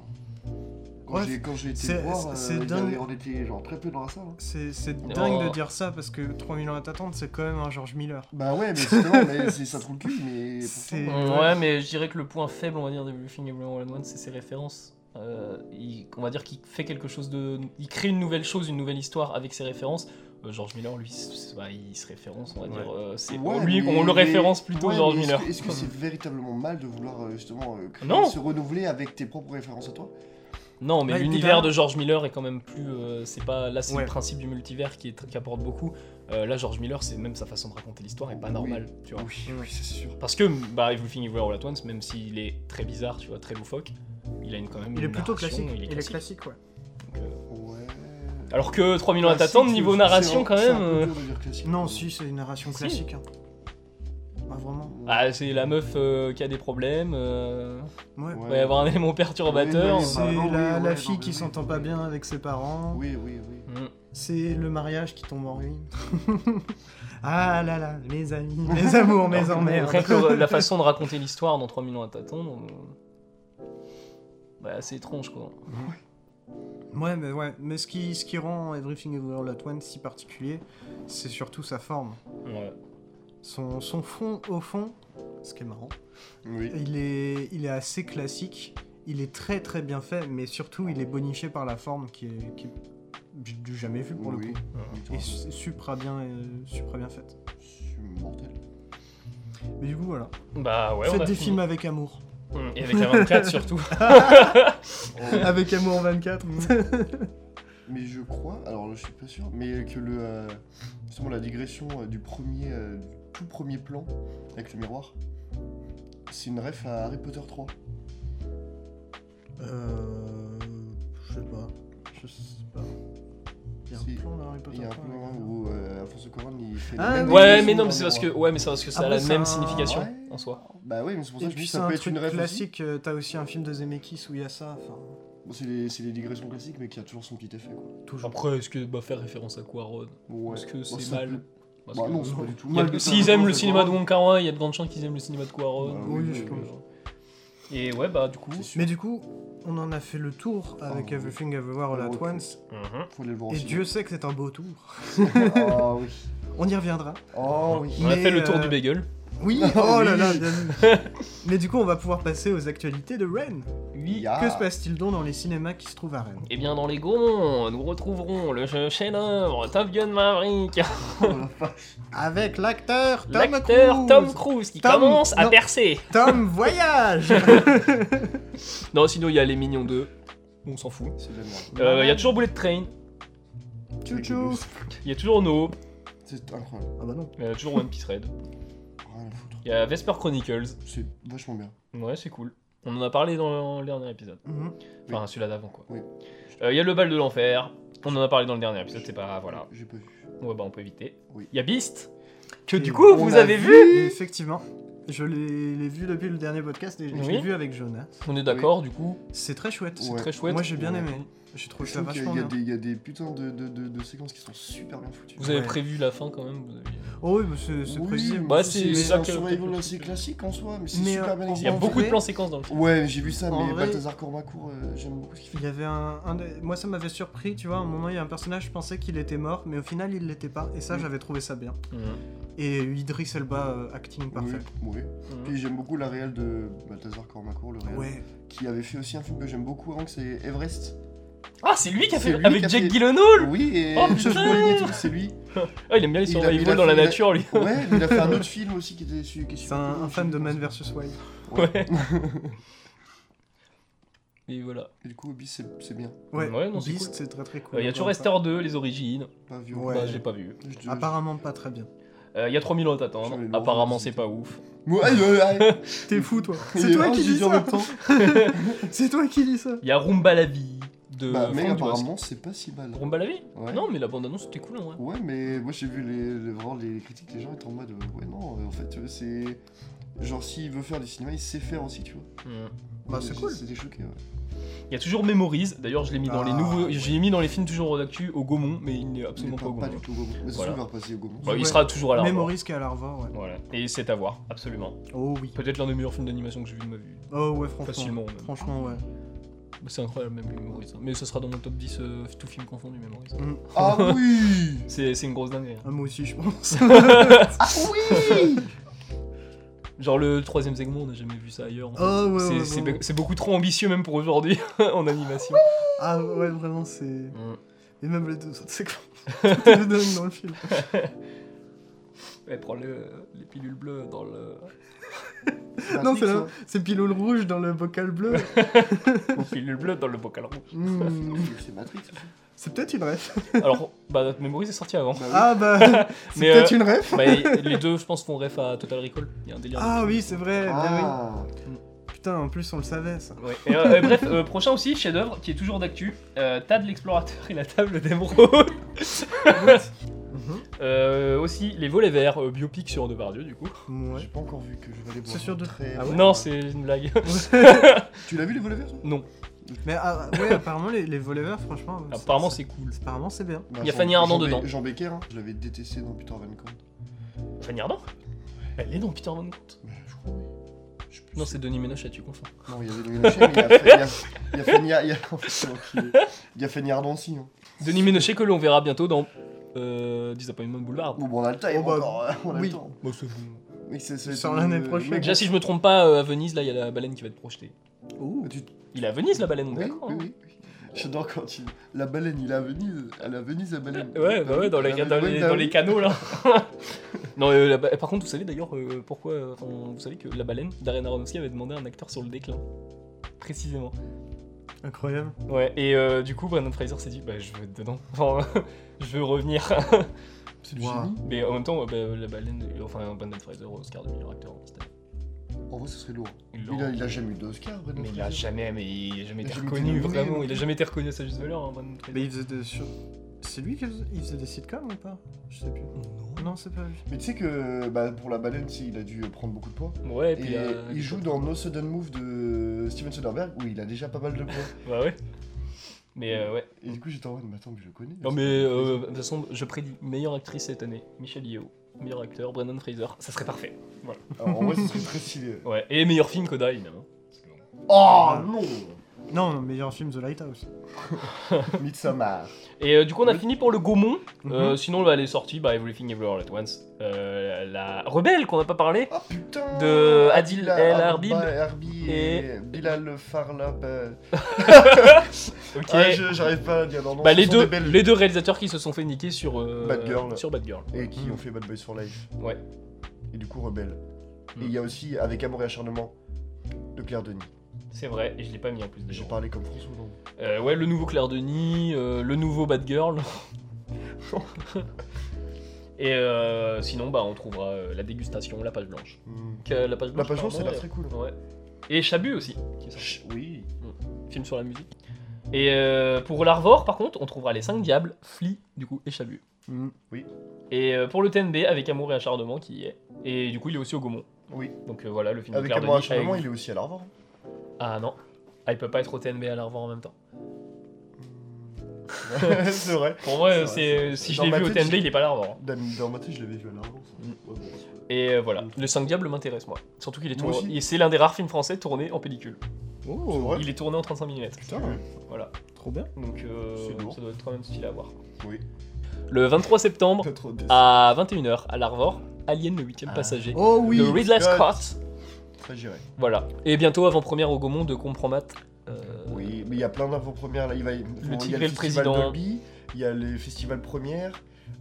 C: Quand
A: Ouais,
C: j'ai- quand j'ai été
A: c'est-
C: le voir,
A: c'est-
C: euh,
A: c'est
C: il y avait-
A: dingue.
C: on était genre très peu dans la salle. hein.
A: C'est c'est
B: Oh.
A: dingue de dire ça parce que 3000 ans à t'attendre, c'est quand même un George Miller.
C: Bah ouais, mais justement, mais c'est- ça trouve le cul, mais pourtant.
A: C'est- Et
B: Ouais,
A: ouais.
B: mais je dirais que le point faible, on va dire, d'Everything Everywhere All At Once, c'est ses références. Euh, il- on va dire qu'il fait quelque chose de. Il crée une nouvelle chose, une nouvelle histoire avec ses références. Euh, George Miller, lui, c'est- bah, il se référence, on va dire. euh, c'est-
C: Ouais,
B: lui,
C: mais-
B: on le référence
C: mais-
B: plutôt
C: ouais,
B: George
C: mais est-ce
B: Miller.
C: que- Est-ce que c'est véritablement mal de vouloir euh, justement euh, créer-
B: Non.
C: se renouveler avec tes propres références à toi
B: Non, mais
A: Ouais,
B: l'univers
A: putain.
B: de George Miller est quand même plus. euh, c'est pas là, c'est
A: Ouais.
B: le principe du multivers qui, est- qui apporte beaucoup. Euh, là, George Miller, c'est même sa façon de raconter l'histoire est pas
C: Oui.
B: normale, tu vois.
C: oui, c'est sûr.
B: Parce que bah, Everything Everywhere All At Once, même s'il est très bizarre, tu vois, très loufoque, il a une, quand même.
A: Il
B: une
A: est plutôt
B: narration,
A: classique.
B: Il est classique.
A: ouais.
B: donc, euh,
C: Ouais.
B: Alors que 3 millions à
C: Classique,
B: t'attendre,
C: c'est-
B: niveau
C: Ah, c'est-
B: narration
C: c'est-
B: quand
C: c'est un
B: même.
C: peu
B: euh,
C: dur de dire classique.
A: Non, si, c'est une narration
B: Si.
A: classique. hein. Ah, vraiment
B: Ah, c'est la meuf euh, qui a des problèmes. euh,
A: Ouais.
B: Il va y avoir un élément perturbateur. Mm.
C: Oui, oui,
A: C'est
C: bah, non,
A: la,
C: oui,
A: la
C: ouais,
A: fille
C: non,
A: qui
C: mais oui,
A: s'entend
C: oui,
A: pas
C: oui.
A: bien avec ses parents.
C: Oui, oui, oui.
B: Mm.
A: C'est le mariage qui tombe en ruine. ah là là, mes amis, mes amours, mes
B: Alors,
A: emmerdes.
B: rien que le- la façon de raconter l'histoire dans 3 millions à t'attendre. euh, Bah, c'est étrange quoi.
A: Ouais, mais ouais, mais ce qui, ce qui rend Everything Everywhere All At Once si particulier, c'est surtout sa forme.
B: Ouais.
A: Son, son fond, au fond, ce qui est marrant,
C: Oui.
A: il est, il est assez classique, il est très très bien fait, mais surtout il est bonifié par la forme qui est, qui est du- du jamais vu pour
C: Oui,
A: le coup.
C: oui,
A: Et
C: oui.
A: su- supra bien, euh, supra bien faite.
C: Je suis mortel.
A: Mais du coup, voilà.
B: Bah ouais, on
A: Faites
B: a
A: des
B: fini.
A: films avec amour.
B: Mm. Et avec la 24 surtout.
A: avec amour 24.
C: Euh, Mais je crois, alors là, je suis pas sûr, mais que le euh, justement la digression euh, du premier euh, du tout premier plan avec le miroir, c'est une ref à Harry Potter 3.
A: euh. Je sais pas. Je sais pas. Il y a
C: Si.
A: un plan dans Harry Potter.
C: Il y a un
A: trois,
C: plan
A: avec un-
C: où euh, Alfonso Cuarón il fait
A: Ah
C: la même
A: oui.
B: ouais,
C: digression
B: mais non,
C: dans
B: mais
C: le
B: c'est parce que,
C: miroir.
B: ouais, mais c'est parce que ça a
A: Après,
B: la
A: c'est
B: même
A: un-
B: signification
C: Ouais.
B: en soi.
C: Bah oui, mais c'est pour ça
A: Et
C: que je dis
A: puis
C: que
A: c'est
C: ça
A: un
C: peut être
A: truc
C: une ref. aussi.
A: classique, euh, t'as aussi un film de Zemeckis où il y a ça, enfin,
C: Bon, c'est les, c'est les digressions classiques, mais qui a toujours son petit effet quoi.
A: toujours.
B: Après, est-ce que bah, faire référence à quoi, Rod
C: Ouais.
B: Parce que
C: Bon,
B: c'est
C: ça
B: mal.
C: peut-
B: Parce
C: Bah
B: que-
C: non, c'est pas du tout
B: Il y a-
C: mal. de faire
B: S'ils aiment le
C: référence à
B: cinéma de
C: Cuarón.
B: Wong Kar-wai, il y a de grandes chances qu'ils aiment le cinéma de Cuarón.
C: Bah
A: oui,
B: donc,
A: je
B: euh,
A: pense.
B: Et ouais, bah du coup.
C: C'est sûr.
A: Mais du coup, on en a fait le tour avec
C: Ah, oui.
A: Everything Everywhere All At
C: Ouais,
A: Once,
B: mhm.
C: Faut aller le voir au
A: et
C: cinéma.
A: Dieu sait que c'est un beau tour.
C: Ah oui.
A: On y reviendra.
C: Oh oui.
B: On a
A: Mais,
B: fait le tour
A: euh,
B: du bagel.
A: Oui, oh là là, bien vu. Mais du coup, on va pouvoir passer aux actualités de Rennes.
B: Oui.
C: Ya.
A: Que se passe-t-il donc dans les cinémas qui se trouvent à Rennes
B: Et Eh bien dans les gourmands, nous retrouverons le jeu chef-d'œuvre Top Gun Maverick,
C: Oh
A: Avec l'acteur Tom
B: l'acteur
A: Cruise.
B: Tom Cruise qui
A: Tom-
B: commence à
A: non.
B: percer.
A: Tom Voyage
B: Non, sinon il y a les Mignons 2, on s'en fout.
C: C'est de la merde.
B: Euh, Il y a toujours Bullet Train,
A: Chouchou
B: il y a toujours No,
C: C'est incroyable.
A: Ah bah non.
B: il y a toujours One Piece Red,
C: Rien à foutre.
B: il y a Vesper Chronicles.
C: C'est vachement bien.
B: Ouais, c'est cool. On en a parlé dans le dernier épisode.
A: Mhm.
B: Enfin, celui-là d'avant quoi.
C: Oui.
B: Euh, Il y a le bal de l'enfer, on en a parlé dans le dernier épisode, c'est pas. Voilà.
C: J'ai pas vu.
B: Ouais, bah on peut éviter. Il
C: Oui.
B: y a Beast, que du
A: Et
B: coup
A: Mhm. on
B: vous
A: a
B: avez vu
A: Effectivement. Je l'ai l'ai vu depuis le dernier podcast et je
B: Oui.
A: l'ai vu avec Jonas.
B: On est d'accord, du coup,
A: C'est très chouette.
C: Ouais.
B: très chouette.
A: Moi j'ai bien
C: Ouais.
A: aimé. J'ai trouvé
C: Je
A: ça
C: trouve qu'il y a-
A: vachement
C: il y, a
A: bien.
C: des- il y a des putains de, de- de- de séquences qui sont super bien foutues.
B: Vous avez
A: Ouais.
B: prévu la fin quand même vous aviez-
A: Oh oui, mais c'est c'est
C: Oui,
A: prévisible.
B: Bah,
C: mais
B: c'est-
C: c'est
A: c'est
C: c'est
B: ça
C: un
B: que-
C: survival assez classique en soi, mais c'est
A: Mais,
C: super
A: euh,
C: bien
A: en-
B: Il y a
A: En
C: exécuté.
B: beaucoup
A: vrai-
B: de plans séquences dans le film.
C: Ouais, j'ai vu ça,
A: En
C: mais
A: vrai-
C: Balthazar Corbacourt, euh, j'aime beaucoup ce qu'il fait.
A: Il y avait un, un des- Moi, ça m'avait surpris, tu vois. À un moment, il y a un personnage, je pensais qu'il était mort, mais au final, il l'était pas. Et ça,
C: Oui.
A: j'avais trouvé ça bien.
C: Mmh.
A: Et Idris Elba, euh, acting parfait.
C: Oui, oui.
B: Mmh.
C: Puis j'aime beaucoup la réelle de Balthazar Cormacour, le réel,
A: Ouais.
C: qui avait fait aussi un film que j'aime beaucoup avant, que c'est Everest.
B: Ah, c'est lui qui a
C: C'est
B: fait
C: lui qui
B: avec
C: a
B: Jack
C: fait-
B: Gyllenhaal.
C: Oui, et
B: Oh,
C: Josh
B: putain
C: Brolin et tout, c'est lui.
B: Ah, il aime bien les
C: Il a- il
B: survival
C: a
B: dans la
C: fait- il a-
B: nature lui.
C: Ouais, mais il a fait un autre film aussi qui était su- qui est
A: C'est
C: super
A: un,
C: cool,
A: un fan de
C: je
A: Man
C: pense.
A: vs Wild.
B: Ouais. Et voilà.
C: Et du coup, Abyss, c'est- c'est bien.
A: Ouais,
B: Ouais, non, c'est
A: Beast,
B: cool.
A: c'est très très
B: Euh, Il
A: cool.
B: y a toujours Rester 2, les origines.
C: Pas vu.
A: Ouais.
B: Bah, je l'ai pas vu.
C: Je- je-
A: Apparemment pas très bien.
B: Euh, Il y a 3000 ans à t'attendre.
C: Sur les lois,
B: Apparemment,
C: c'est-
B: c'est pas ouf.
C: Ouais, ouais, ouais.
A: T'es fou toi.
C: Il
A: C'est
C: est
A: toi
C: marrant,
A: qui
C: j'ai
A: dis
C: en
A: ça.
C: même temps.
A: C'est toi qui dis ça.
B: Il y a Rumba la vie de
C: Bah, mais
B: Franck Dubosc.
C: apparemment, c'est pas si mal.
B: Rumba la vie
C: Ouais.
B: Non, mais la bande-annonce c'était cool, ouais.
C: Ouais, mais moi j'ai vu les, les- vraiment les critiques, les gens étaient en mode euh, ouais, non, euh, en fait, euh, c'est. Genre, s'il veut faire du cinéma, il sait faire aussi, tu vois. Euh,
A: Bah, c'est
C: J'ai-
A: cool.
C: C'était choqué, ouais.
B: Hmm. Il y a toujours Memories. D'ailleurs, je l'ai mis dans les
A: Ah,
B: nouveaux.
A: ouais.
B: Je l'ai mis dans les films toujours d'actu au Gaumont, mais il n'est
C: Il est
B: absolument pas,
C: pas,
B: au
C: pas
B: Gaumont.
C: du tout au Gaumont. Mais
B: Voilà.
C: ça, va repasser au Gaumont.
B: Bah, il
A: Ouais.
B: sera toujours à la revoir.
A: Memories qui est à la revoir, ouais.
B: Voilà. Et c'est à voir, absolument.
A: Oh oui.
B: Peut-être l'un des meilleurs films d'animation que j'ai vu de ma vie.
A: Oh ouais, franchement.
B: Facilement, même.
A: Franchement, ouais.
B: C'est incroyable, même les Memories. hein. Mais ça sera dans mon top 10 euh, tout film confondu, Memories.
A: Mm.
C: Ah oui
B: C'est c'est une grosse dinguerie. hein.
A: Ah, moi aussi, je pense.
C: Ah oui
B: Genre le troisième segment, on n'a jamais vu ça ailleurs. en fait.
A: oh ouais,
B: C'est-
A: ouais.
B: c'est
A: vraiment.
B: be- c'est beaucoup trop ambitieux même pour aujourd'hui en animation.
A: Ah ouais, vraiment, c'est.
B: Mm.
A: Et même les deux autres séquences. Tout est dingue dans le film.
B: Elle prend le- les pilules bleues dans le
A: Non,
C: Matrix,
A: c'est
C: hein.
A: la- c'est Pilule Rouge dans le bocal bleu.
B: aux pilules bleues dans le bocal rouge.
A: Hmm.
C: C'est Matrix aussi.
A: C'est peut-être une ref.
B: Alors, bah, Memories est sorti avant.
C: Bah,
A: Ah bah, c'est
B: Mais,
A: peut-être
B: euh,
A: une ref.
B: Bah, et- et les deux, je pense, font ref à Total Recall. Il y a un délire.
A: Ah oui, c'est vrai.
C: oui.
A: bah
C: Ah.
A: oui. Putain, en plus, on le savait ça.
B: Ouais. Et, euh, euh, bref, euh, prochain aussi, chef-d'œuvre qui est toujours d'actu euh, Tad l'explorateur et la table d'émeraude. Euh, aussi, Les volets verts, euh, biopic sur Depardieu, du coup.
C: J'ai
A: Ouais.
C: pas encore vu que je vais aller voir.
A: C'est sûr de-
C: très.
A: Ah ouais
B: non, c'est une blague.
C: Tu l'as vu les volets verts toi
B: non,
A: Mais ah, ouais, apparemment, les, les volets verts, franchement. ouais,
B: apparemment, c'est cool.
A: Apparemment, c'est bien.
C: Bah,
B: Il y a
C: Jean-
B: Fanny Ardant
C: Jean Bé-
B: dedans.
C: Jean Becker, hein. je l'avais détesté dans Peter Van Camp.
B: Fanny Ardant Elle est dans Peter Van Gogh.
C: Bah, je crois, oui. Je sais plus
B: Non, c'est Denis Ménochet, tu confonds.
C: Non, il y avait Louis Lachet, mais il y a Fa- il y a- il y a Fanny il y a- oh, putain, enculé. Il y a Fanny Ardant aussi. Hein.
B: Denis Ménochet que l'on verra bientôt dans euh, Disappointment Boulevard.
C: Bon, bon, on a le temps,
A: Oh, bah,
C: encore, euh, on a
A: oui.
C: le temps.
B: Bah, c'est bon.
C: Mais c'est- c'est-
A: Sur
C: c'est-
A: l'année
C: euh,
A: prochaine.
B: Déjà, si je me trompe pas, euh, à Venise, là, il y a la baleine qui va être projetée.
C: Oh, tu-
B: Il est à Venise, la baleine, on est
C: Oui,
B: d'accord,
C: oui,
B: hein
C: oui. J'adore quand il... la baleine, il est à Venise, à la Venise, la baleine.
B: Ouais, bah ouais, dans les,
C: Ah, mais
B: dans
C: ouais,
B: les,
C: bah
B: dans
C: oui.
B: les canaux là. non, euh, la ba- par contre, vous savez d'ailleurs euh, pourquoi. euh, enfin, vous savez que la baleine, Darren Aronofsky avait demandé un acteur sur le déclin. Précisément.
A: Incroyable.
B: Ouais, et euh, du coup, Brandon Fraser s'est dit, bah je veux être dedans. Enfin, je veux revenir.
C: C'est du
A: Wow.
C: génie.
B: Mais en même temps, euh, bah, la baleine. Enfin, Brandon Fraser, Oscar de meilleur acteur. c'était-
C: En vrai, ce serait lourd.
B: Il
C: Il a,
B: l'a-
C: il a jamais eu d'Oscar, Brendan
B: Mais il a
C: Fraser.
B: jamais, mais il a jamais
C: Il a
B: été
C: jamais été
B: reconnu,
C: nominé,
B: vraiment.
C: non
B: Il a jamais été reconnu à sa juste valeur, hein, Brandon Fraser.
A: Mais il faisait des. sur- C'est lui qui faisait... Il faisait des sitcoms ou pas Je sais plus. Non, c'est pas lui.
C: Mais tu sais que bah, pour la baleine, si, il a dû prendre beaucoup de poids.
B: Ouais, et
C: Et
B: puis euh, il, a-
C: il joue dans No Sudden Move de Steven Soderbergh où il a déjà pas mal de poids.
B: Bah ouais. Mais euh, ouais.
C: Et du coup, j'étais en mode, mais attends, mais je le connais.
B: Non
C: c'est
B: mais
C: Brendan Fraser.
B: euh, de toute façon, je prédis meilleure actrice cette année, Michelle Yeoh. Meilleur acteur, Brendan Fraser. Ça serait parfait.
C: Alors, en vrai, ce serait très stylé.
B: Ouais. Et meilleur film Coda, évidemment.
C: Oh non
A: Non, non, meilleur film The Lighthouse.
C: Midsommar.
B: Et euh, du coup, on a
C: Oui.
B: fini pour le Gaumont.
A: Mhm.
B: Euh, sinon, bah, elle est sortie, bah, Everything Everywhere at Once. Euh, la Rebelle qu'on n'a pas parlé.
C: Ah putain
B: De Adil
C: Adila
B: El Arbib
C: Arba- Arbi et,
B: et-
C: Bilal Farlab. euh,
B: Ok.
C: Ah, je- j'arrive pas à le dire non, non,
B: Bah,
C: Ah, ce
B: les
C: sont
B: deux,
C: des belles-
B: les deux réalisateurs qui se sont fait niquer sur euh,
C: Bad Girl.
B: Sur Bad Girl.
C: Et qui
A: Mm.
C: ont fait Bad Boys for Life.
B: Hmm. Ouais.
C: Et du coup, Rebelle.
B: Mm.
C: Et il y a aussi, avec Amour et Acharnement, de Claire Denis.
B: C'est vrai, et je l'ai pas mis en plus.
C: J'ai
B: d'ailleurs.
C: parlé comme François, non
B: Euh, ouais, le nouveau Claire Denis, euh, le nouveau Bad Girl. Et euh, sinon, bah, on trouvera euh, la dégustation, la page blanche.
C: Mm.
B: Que- La page blanche,
C: La page blanche, c'est
B: pardon,
C: la très cool.
B: euh, Hmm. ouais. Et Chabu aussi, qui est sorti,
C: Chut, Oui.
B: film sur la musique. Et euh, pour l'Arvor, par contre, on trouvera les 5 diables, Flea, du coup, et Chabu.
A: Mm.
B: Et euh, pour le TNB, avec Amour et Acharnement, qui y est. Et du coup, il est aussi au Gaumont.
C: Oui.
B: Donc euh, voilà, le film
C: Avec
B: de Claire
C: Amour et
B: Denis. avec-
C: Acharnement, il est aussi à l'Arvor.
B: Ah non, ah, il peut pas être au TNB et à l'Arvor en même temps.
C: Hmm. c'est vrai.
B: Pour moi,
C: C'est vrai,
B: c'est, si je
C: Dans
B: l'ai
C: ma
B: vu au
C: tête,
B: TMD,
C: j'ai-
B: il est pas hein. là avant.
C: Dans, dans ma tête, je l'avais vu à l'avance.
B: Mm.
C: Ouais, bon, c'est-
B: Et euh, voilà, Le 5 Diables m'intéresse, moi. Surtout qu'il est
C: Moi
B: tourné.
C: aussi.
B: Et c'est l'un des rares films français tourné en pellicule. Oh.
C: c'est vrai
B: Il est tourné en 35 mm.
C: Putain,
B: Voilà.
A: Trop bien.
B: Donc euh,
C: C'est lourd.
B: ça doit être quand même stylé à voir.
C: oui.
B: Le 23 septembre
C: Pas trop déçu.
B: à 21h à l'Arvor, Alien le 8ème
A: Ah.
B: passager.
A: Oh oui
B: de Ridley
C: Scott.
B: Scott.
C: Très géré.
B: Voilà. Et bientôt avant-première au Gaumont de Compromat. Euh,
C: Oui, mais il y a plein d'infos-premières là. Il va y- bon, il y a
B: Tigre et le
C: festival
B: Président.
C: Dolby, il y a les festivals premières.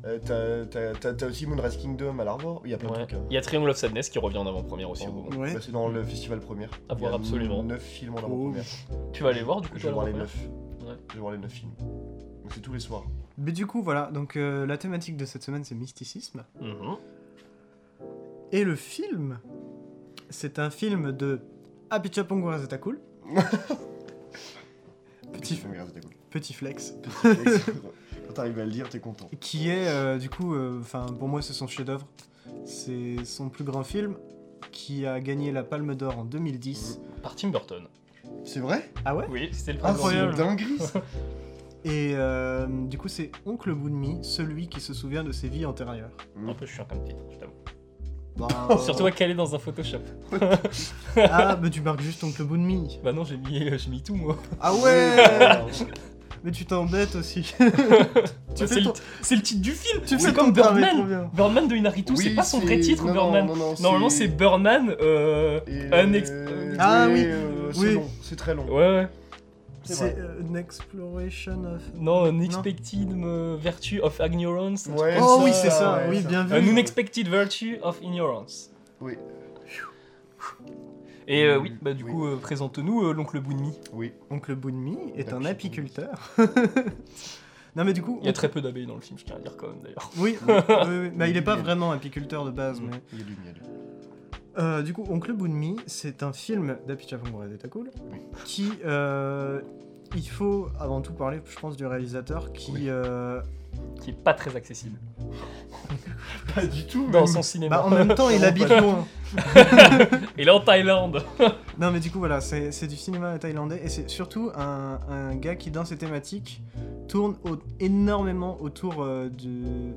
C: euh, t'as- t'as- t'as t'as aussi Moonrise Kingdom à l'Arvor. Il y a plein
B: ouais.
C: de trucs. hein.
B: Il y a Triangle of Sadness qui revient en avant-première aussi au Gaumont.
A: Ouais.
C: Bah, c'est dans le festival première.
B: À voir absolument.
C: 9 films en avant-première.
B: Tu vas aller voir du coup
C: Mm. Je
B: toi,
C: vais voir les
B: l'avant-première
C: 9.
B: Ouais.
C: Je vais voir les 9 films. Donc c'est tous les soirs.
A: Mais du coup, voilà, donc euh, la thématique de cette semaine, c'est mysticisme.
B: Mhm.
A: Et le film, c'est un film de Apichapongura Zetakul, Petit-
C: film, regarde, c'était cool.
A: petit flex,
C: Quand t'arrives à le dire, t'es content.
A: qui est, euh, du coup, enfin, pour moi, c'est son chef-d'œuvre. C'est son plus grand film qui a gagné la Palme d'Or en 2010.
B: Par Tim Burton.
C: C'est vrai
A: Ah ouais
B: Oui, c'était le
C: Ah, c'est
A: Incroyable.
C: une dinguerie ça.
A: Et euh, du coup, c'est Oncle Bunmi, celui qui se souvient de ses vies antérieures.
B: Un peu chiant comme titre, je t'avoue.
A: Bah,
C: euh,
B: Surtout à caler dans un Photoshop.
A: Ah, mais tu marques juste Oncle Bunmi.
B: Bah non, j'ai mis, euh, j'ai mis tout moi.
A: Ah ouais Mais tu t'embêtes aussi.
B: Bah,
A: fais
B: c'est,
A: ton-
B: le, c'est le titre du film.
A: tu
B: c'est
A: fais
B: comme
A: ton permis, trop
B: Birdman.
A: bien.
B: Birdman de Inaritu,
C: Oui,
B: c'est pas son vrai titre,
C: non, non,
B: Birdman.
C: non, non,
B: Normalement, c'est Birdman. Euh...
C: Et-
B: un ex-
C: euh,
A: Ah
C: oui,
A: oui.
C: euh, c'est
A: Oui.
C: long, c'est très long.
B: Ouais, ouais.
C: C'est
A: C'est euh, An Exploration of.
B: Non, An Expected euh, Virtue of Ignorance. un truc
C: Ouais,
B: comme
A: Oh
B: ça.
A: oui, c'est ça,
C: ouais,
A: oui,
C: ça.
A: bien vu.
B: An Unexpected Virtue of Ignorance.
C: Oui.
B: Et euh, oui, bah du
C: Oui.
B: coup, euh, présente-nous euh, l'oncle Bunmi.
C: Oui.
A: Oncle Bunmi est un
C: D'apiculteur.
A: apiculteur. non, mais du coup.
B: Il y a très peu d'abeilles dans le film, je tiens à dire quand même d'ailleurs.
A: Oui, oui, oui, oui. Bah, il est pas vraiment apiculteur de base,
B: Mm.
A: mais.
C: Il y a du miel.
A: Euh, du coup, Oncle Bunmi, c'est un film d'Apichapongura Cool
C: Oui.
A: qui. euh, il faut avant tout parler, je pense, du réalisateur qui.
C: Oui.
A: euh,
B: Qui est pas très accessible
C: Pas du tout.
B: dans
C: même.
B: son cinéma.
A: bah, en même temps, il
C: Vraiment
A: habite
C: pas.
A: loin.
B: Il est en Thaïlande.
A: Non, mais du coup, voilà, c'est c'est du cinéma thaïlandais et c'est surtout un, un gars qui, dans ses thématiques, tourne au- énormément autour euh, de,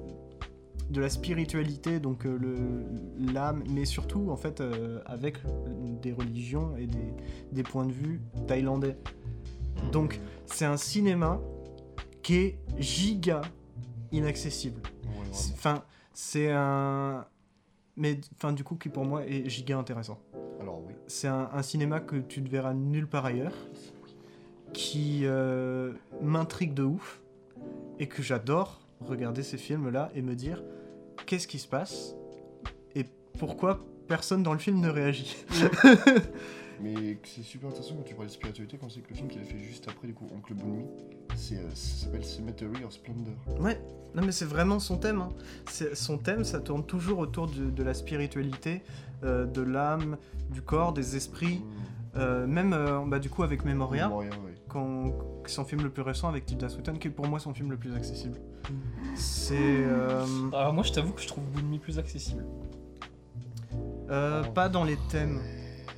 A: de la spiritualité, donc euh, le- l'âme, mais surtout, en fait, euh, avec des religions et des, des points de vue thaïlandais. Donc, c'est un cinéma qui est giga inaccessible.
C: Ouais, vraiment.
A: C'est- Enfin, c'est un. Mais, enfin, du coup, qui pour moi est giga intéressant.
C: Alors oui.
A: C'est un, un cinéma que tu ne verras nulle part ailleurs, qui euh, m'intrigue de ouf, et que j'adore regarder ces films-là et me dire qu'est-ce qui se passe et pourquoi personne dans le film ne réagit.
C: Mais c'est super intéressant quand tu parles de spiritualité, quand c'est que le film qu'il a fait juste après, du coup, Oncle Bunmi, c'est, euh, ça s'appelle Cemetery of Splendor.
A: Ouais, non mais c'est vraiment son thème. hein. C'est- Son thème, ça tourne toujours autour du- de la spiritualité, euh, de l'âme, du corps, des esprits, euh, même euh, bah, du coup avec Memoria.
C: Moria, ouais.
A: quand, son film le plus récent avec Tilda Swinton, qui est pour moi son film le plus accessible. C'est. euh,
B: Alors moi, je t'avoue que je trouve Bunmi plus accessible.
A: euh, pas dans les thèmes.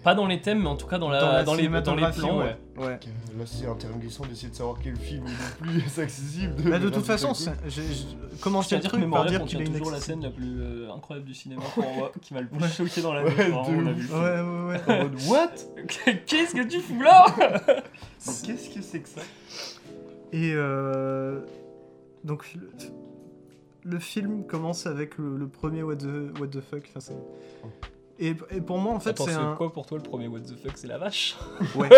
B: Pas dans les thèmes, mais en tout cas dans, la,
A: dans, la
B: dans les, dans les
A: cinématographie,
B: plans. ouais.
A: ouais. Ouais.
C: Euh, Là, c'est un terrain glissant d'essayer de savoir quel film est le plus accessible.
A: Bah, de toute
C: Là, c'est
A: façon,
C: cool.
A: c'est- j'ai- j'ai-
B: Je tiens
A: commencer
B: à
A: le
B: dire que
A: truc par dire
B: Mémorial
A: qu'il
B: contient
A: est
B: toujours la
A: inaccessible.
B: scène la plus euh, incroyable du cinéma pour moi, qui m'a le plus choqué dans la
C: Ouais,
B: vie. Vraiment,
C: de
B: on a
C: ouf.
B: vu le
A: Ouais,
B: film.
A: ouais, ouais.
C: En mode, what
B: Qu'est-ce que tu fous là
C: Mais Qu'est-ce que c'est que ça
A: Et euh, donc le, le film commence avec le, le premier What the, what the fuck. enfin, c'est- et, et pour moi en fait
B: Attends,
A: c'est
B: c'est
A: un.
B: quoi pour toi le premier what the fuck C'est la vache
A: Ouais.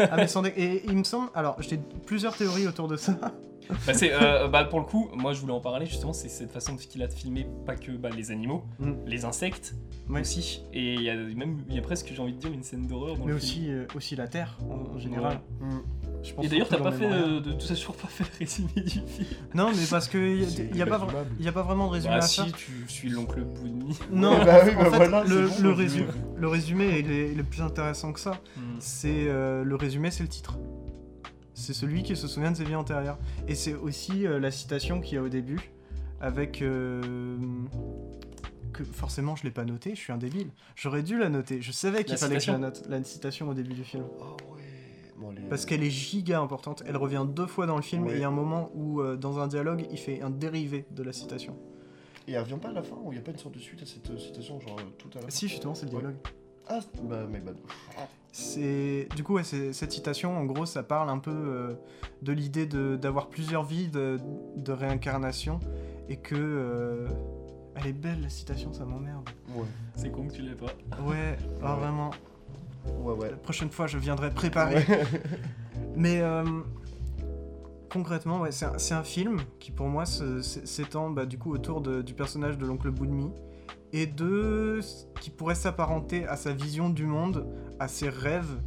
A: Ah, mais sans dé- Et il me semble. Alors j'ai plusieurs théories autour de ça.
B: bah, c'est, euh, bah, pour le coup, moi je voulais en parler justement, c'est cette façon de- qu'il a de filmer pas que bah, les animaux,
A: Mm.
B: les insectes
A: Ouais.
B: aussi. Et il y a même, il y a presque, j'ai envie de dire, une scène d'horreur dans
A: Mais
B: le film. Mm.
A: aussi, euh, aussi la Terre en, en général. Je pense
B: Et d'ailleurs, t'as
A: surtout
B: pas
A: dans
B: fait
A: Memoria.
B: euh, de tout ça, toujours pas fait le résumé du film.
A: Non, mais parce que il
C: C'est
A: n'y a, pas vra-
C: imaginable.
A: y a pas vraiment de résumé
B: Bah,
A: à
B: si,
A: faire.
B: tu suis l'oncle Bouni.
A: Non,
C: Eh bah oui,
A: en
C: bah
A: fait,
C: voilà, c'est
A: le,
C: bon,
A: le
C: bah, je-
A: résumé, le résumé est le, le plus intéressant que ça. C'est euh, le résumé, c'est le titre. C'est celui qui se souvient de ses vies antérieures. Et c'est aussi euh, la citation qu'il y a au début, avec euh, que forcément je l'ai pas noté. Je suis un débile. J'aurais dû la noter. Je savais qu'il
B: La
A: fallait que je la
B: citation.
A: note. La citation au début du film.
C: Ah ouais. Bon, les-
A: parce qu'elle est giga importante. Elle revient deux fois dans le film
C: Ouais.
A: et il y a un moment où, euh, dans un dialogue, il fait un dérivé de la citation.
C: Et elle revient pas à la fin, où il n'y a pas une sorte de suite à cette euh, citation, genre euh, tout à la fin.
A: Si, justement, c'est le
C: Ouais.
A: dialogue.
C: Ah, c'est- bah, my bad.
A: C'est du coup ouais, c'est- cette citation en gros ça parle un peu euh, de l'idée de- d'avoir plusieurs vies de, de réincarnation et que euh, elle est belle la citation ça m'emmerde.
C: Ouais,
B: C'est con que tu l'aies pas.
A: Ouais, ah,
C: Ouais.
A: vraiment.
C: ouais, ouais.
A: La prochaine fois je viendrai préparer. Mais euh, concrètement ouais, c'est un, c'est un film qui pour moi se- s'é- s'étend bah, du coup autour de- du personnage de l'oncle Boudmi et de ce qui pourrait s'apparenter à sa vision du monde, à ses rêves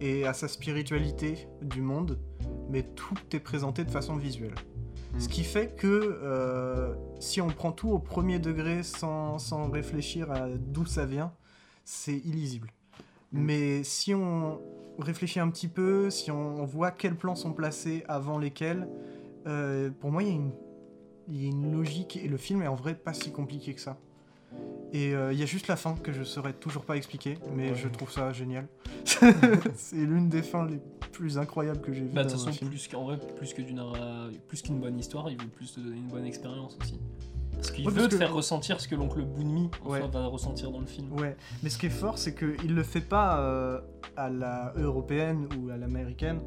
A: et à sa spiritualité du monde, mais tout est présenté de façon visuelle.
C: Mm.
A: Ce qui fait que euh, si on prend tout au premier degré sans, sans réfléchir à d'où ça vient, c'est illisible.
C: Mm.
A: Mais si on réfléchit un petit peu, si on voit quels plans sont placés avant lesquels, euh, pour moi il y a une il y a une logique et le film est en vrai pas si compliqué que ça. Et euh, il y a juste la fin que je saurais toujours pas expliquer, mais
C: Ouais.
A: je trouve ça génial. c'est l'une des fins les plus incroyables que j'ai vues
B: Bah, de
A: dans
B: toute
A: un
B: façon,
A: film.
B: plus qu'en vrai, plus que d'une narra- plus qu'une bonne histoire, il veut plus te donner une bonne expérience aussi. Parce qu'il
A: Ouais,
B: veut
A: parce
B: te
A: que-
B: faire ressentir ce que l'oncle Boonmi en
A: Ouais.
B: soi, va ressentir dans le film.
A: Ouais, mais ce qui est fort, c'est qu'il le fait pas euh, à la européenne ou à l'américaine,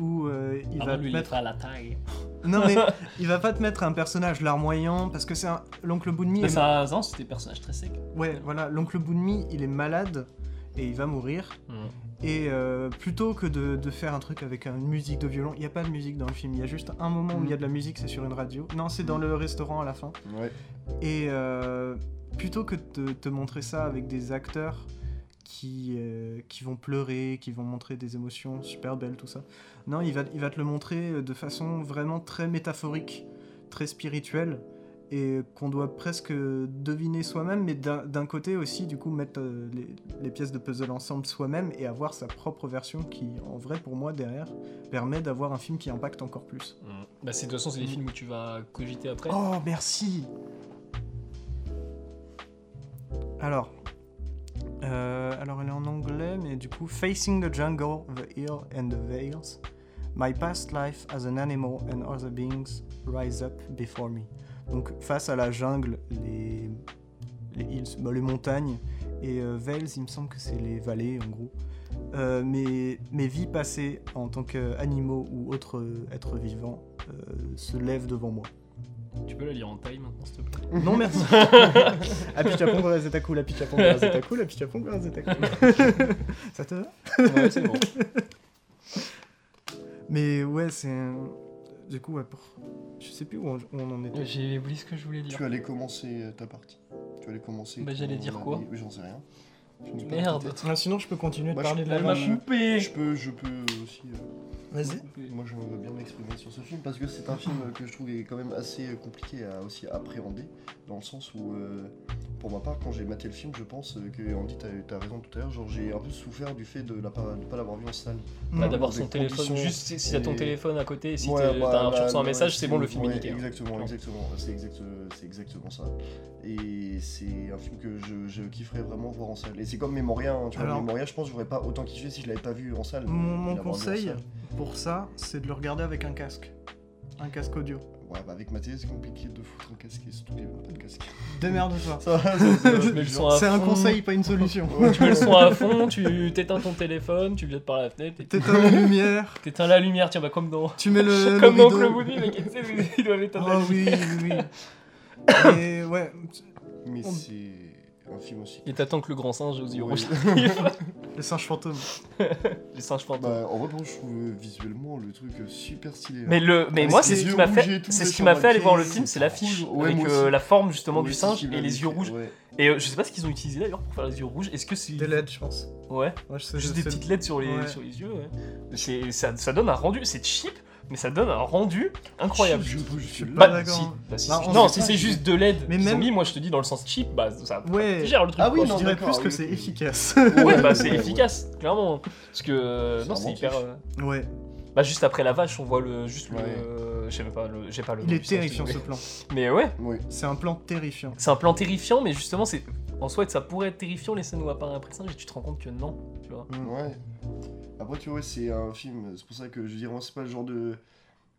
A: où euh, il
B: Il
A: va
B: va
A: te
B: Ah bah, lui
A: mettre.
B: mettre à la taille. Bah,
A: Non mais il va pas te mettre un personnage larmoyant parce que c'est un... l'oncle Boudmi.
B: Mais
A: est-
B: ça, non, c'était personnage très sec.
A: Ouais, voilà, l'oncle Boudmi, il est malade et il va mourir.
B: Mm,
A: Et euh, plutôt que de, de faire un truc avec une musique de violon, il n'y a pas de musique dans le film. Il y a juste un moment où il y a
B: Mm.
A: de la musique, c'est sur une radio. Non, c'est dans le restaurant à la fin.
C: Ouais,
A: Et euh, plutôt que de te montrer ça avec des acteurs qui, euh, qui vont pleurer, qui vont montrer des émotions super belles, tout ça, non, il va, il va te le montrer euh, de façon vraiment très métaphorique, très spirituelle, et qu'on doit presque deviner soi-même, mais d'un d'un côté aussi, du coup, mettre euh, les, les pièces de puzzle ensemble soi-même et avoir sa propre version qui, en vrai, pour moi, derrière, permet d'avoir un film qui impacte encore plus.
B: Bah, c'est- de toute façon, c'est des
A: Mm.
B: films où tu vas cogiter après.
A: Oh, merci Alors, euh, alors elle est en anglais, mais du coup, Facing the Jungle, the Hill and the Veils, My Past Life as an Animal and Other Beings Rise Up Before Me. Donc, face à la jungle, les, les hills, bah, les montagnes, et euh, Veils, il me semble que c'est les vallées, en gros. Euh, mes, mes vies passées en tant qu'animaux ou autres euh, êtres vivants euh, se lèvent devant moi.
B: Tu peux la lire en taille maintenant, s'il te plaît.
A: Non merci. la pichapongora zetaku, la pichapongora zetaku, la pichapongora zetaku. Ça te va
B: ouais, c'est bon.
A: Mais ouais, c'est un- Du coup, ouais, pour... je sais plus où on, où on en était.
B: J'ai oublié ce que je voulais dire.
C: tu allais commencer euh, ta partie. Tu allais commencer.
B: Bah, j'allais
C: ton
B: dire quoi
C: avis. Oui, J'en sais rien. Tu me
B: Merde.
C: parles peut-être.
A: Ah, sinon, je peux continuer de
C: Moi, je
A: parler de la
B: Elle m'a
A: vache.
C: je-
B: coupé
C: Je peux, je peux aussi. euh,
A: Vas-y.
C: Moi, je veux bien m'exprimer sur ce film parce que c'est un film euh, que je trouve est quand même assez euh, compliqué à aussi appréhender, dans le sens où, euh, pour ma part, quand j'ai maté le film, je pense euh, que Andy, t'as t'as raison tout à l'heure, genre j'ai un peu souffert du fait de ne pas l'avoir vu en salle.
B: Bah,
A: Mm.
B: D'avoir son
C: Des
B: téléphone,
C: conditions
B: juste si, si t'as ton
C: et-
B: téléphone à côté et si
C: Ouais,
B: t'es-
C: bah,
B: t'as un- tu
C: bah,
B: reçois un
C: ouais,
B: message, c'est bon, le film est
C: ouais,
B: niqué. hein.
C: Exactement,
B: Clairement.
C: exactement, c'est exact- c'est exactement ça. Et c'est un film que je, je kifferais vraiment voir en salle. Et c'est comme Mémoria, hein, tu vois,
A: Alors-
C: Mémoria, je pense que j'aurais pas autant kiffé si je l'avais pas vu en salle.
A: Mon, mon
C: Je l'avais vu en
A: conseil
C: salle.
A: pour euh, ça, c'est de le regarder avec un casque. Un casque audio.
C: Ouais, bah avec ma télé, c'est compliqué de foutre un casque et surtout qu'il n'y a pas de casque.
A: Démerde-toi.
C: Ça, ça, ça,
B: Je mets le son à
A: C'est un
B: fond.
A: conseil, pas une solution.
C: Ouais.
B: Tu mets le son à fond, tu t'éteins ton téléphone, tu jettes par la fenêtre, et puis
A: T'éteins la lumière,
B: t'éteins la lumière, tiens, bah comme dans.
A: tu mets
C: Euh,
A: le.
B: comme
A: le
B: dans
A: rideau.
B: Club Woody, mais tu sais, ils doivent éteindre la
A: Ah
B: lumière.
A: oui, oui, oui. Et ouais,
C: Mais
A: On-
C: c'est un film aussi.
B: Et t'attends que le grand singe aux yeux
C: Ouais.
B: rouges.
A: le singe fantôme.
B: Les singes fantômes.
C: Bah, en vrai, bon, je trouve euh, visuellement le truc euh, super stylé.
B: Mais, le, mais
C: Ah,
B: moi,
C: les
B: c'est ce
C: yeux
B: qui m'a
C: rouges
B: fait,
C: et tout,
B: c'est
C: le
B: ce qui m'a
C: sang
B: fait aller voir le
C: rouge.
B: film, c'est l'affiche
C: Ouais,
B: avec
C: moi
B: euh,
C: aussi.
B: la forme
C: Ouais,
B: justement du
C: c'est ce
B: singe
C: qui m'a
B: et les
C: fait-
B: yeux rouges.
C: ouais.
B: Et euh, je sais pas ce qu'ils ont utilisé d'ailleurs pour faire les yeux rouges. Est-ce que c'est
A: Des LED, je pense.
B: ouais,
A: Ouais, je sais, je
B: juste des
A: sais.
B: petites LED sur les
A: Ouais.
B: sur les yeux. Ouais. C'est- ça, ça donne un rendu, c'est cheap, mais ça donne un rendu incroyable.
C: Je, je- je suis
A: Bah,
B: Bah,
C: là.
A: d'accord.
B: si, bah, si,
A: Bah,
B: si-
A: on
B: non,
A: sait
B: si
A: pas,
B: c'est
A: je-
B: juste de LED
A: Mais
B: qu'ils ont
A: même-
B: mis, moi je te dis dans le sens cheap, bah ça
A: Ouais.
B: gère le truc.
C: Ah oui,
B: quoi.
A: Oh, Je
C: non,
A: dirais
C: d'accord,
A: plus que
C: oui,
A: c'est
C: oui.
A: efficace.
B: Ouais, bah
C: Ouais,
B: c'est
C: ouais, ouais.
B: efficace, clairement. Parce que euh,
C: C'est
B: non, c'est
C: inventif.
B: hyper. euh,
A: Ouais,
B: Bah juste après la vache, on voit le juste le.
C: Ouais.
B: euh, je sais même pas le. J'ai pas le.
A: il
B: nom
A: est
B: du singe,
A: terrifiant ce
B: désolé.
A: plan.
B: Mais ouais.
C: Ouais.
A: C'est un plan terrifiant.
B: C'est un plan terrifiant, mais justement, c'est en soi, ça pourrait être terrifiant les scènes où apparaît un singe et tu te rends compte que non, tu vois.
C: Ouais. Après, tu vois, c'est un film, c'est pour ça que je dirais, moi, c'est pas le genre de.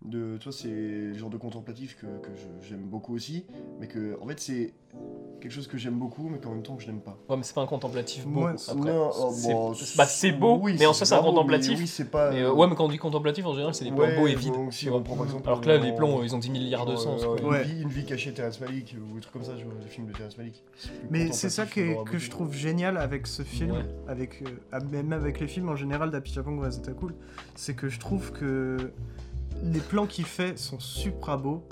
C: de tu vois, c'est le genre de contemplatif que, que je- j'aime beaucoup aussi, mais que, en fait, c'est quelque chose que j'aime beaucoup, mais qu'en même temps que je n'aime pas.
B: Ouais, mais c'est pas un contemplatif beau.
A: Ouais,
B: après.
C: Non, oh,
B: C'est-
C: bon,
B: bah, c'est beau,
C: oui,
B: mais en soi, c'est un
C: beau, mais
B: contemplatif.
C: Oui, c'est pas.
B: Mais, euh, ouais, mais quand on dit contemplatif, en général, c'est des plans
C: ouais,
B: beaux et vides.
C: donc, si
B: tu
C: on
B: vois.
C: prend, par exemple,
B: Alors que là,
C: euh,
B: les plans, euh, ils ont 10 milliards de
C: genre,
B: sens.
C: euh,
B: quoi.
A: Ouais.
C: une, vie, une vie cachée, Terrence Malick, ou des trucs comme ça, tu vois, les films de Terrence Malick. plus
A: Mais c'est ça
C: contemplatif
A: qui est-
C: dans la
A: que je
C: beauté.
A: trouve génial avec ce film,
B: Ouais.
A: avec, euh, ah, même avec les films en général d'Apichatpong ou Azatacool, c'est que je trouve que les plans qu'il fait sont super beaux.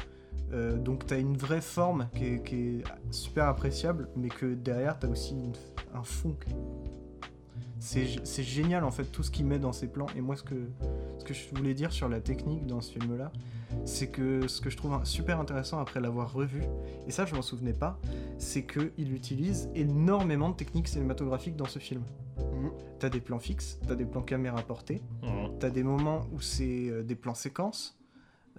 A: euh, donc t'as une vraie forme qui est, qui est super appréciable, mais que derrière t'as aussi une f- un fond. qui- C'est g- c'est génial en fait tout ce qu'il met dans ses plans. Et moi ce que, ce que je voulais dire sur la technique dans ce film-là, c'est que ce que je trouve un- super intéressant après l'avoir revu, et ça je m'en souvenais pas, c'est qu'il utilise énormément de techniques cinématographiques dans ce film.
C: Mhm.
A: T'as des plans fixes, t'as des plans caméra portée,
B: Mhm.
A: t'as des moments où c'est euh, des plans séquences,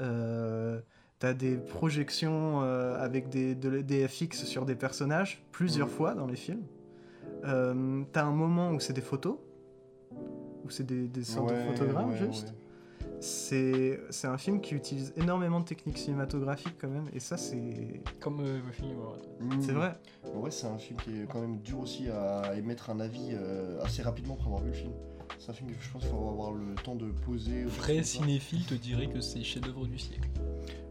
A: euh, t'as des projections euh, avec des, de- des FX sur des personnages plusieurs
C: Mhm.
A: fois dans les films. Euh, t'as un moment où c'est des photos, où c'est des, des sortes
C: Ouais,
A: de photogrammes
C: ouais,
A: juste.
C: ouais.
A: C'est c'est un film qui utilise énormément de techniques cinématographiques quand même, et ça c'est
B: Comme euh, le film. ouais.
A: c'est
C: Mhm.
A: vrai.
C: En vrai, c'est un film qui est quand même dur aussi à émettre un avis euh, assez rapidement après avoir vu le film. C'est un film que je pense qu'il faut avoir le temps de poser.
B: Vrai
C: ou quelque chose comme ça.
B: cinéphile te dirait que c'est chef-d'œuvre du siècle.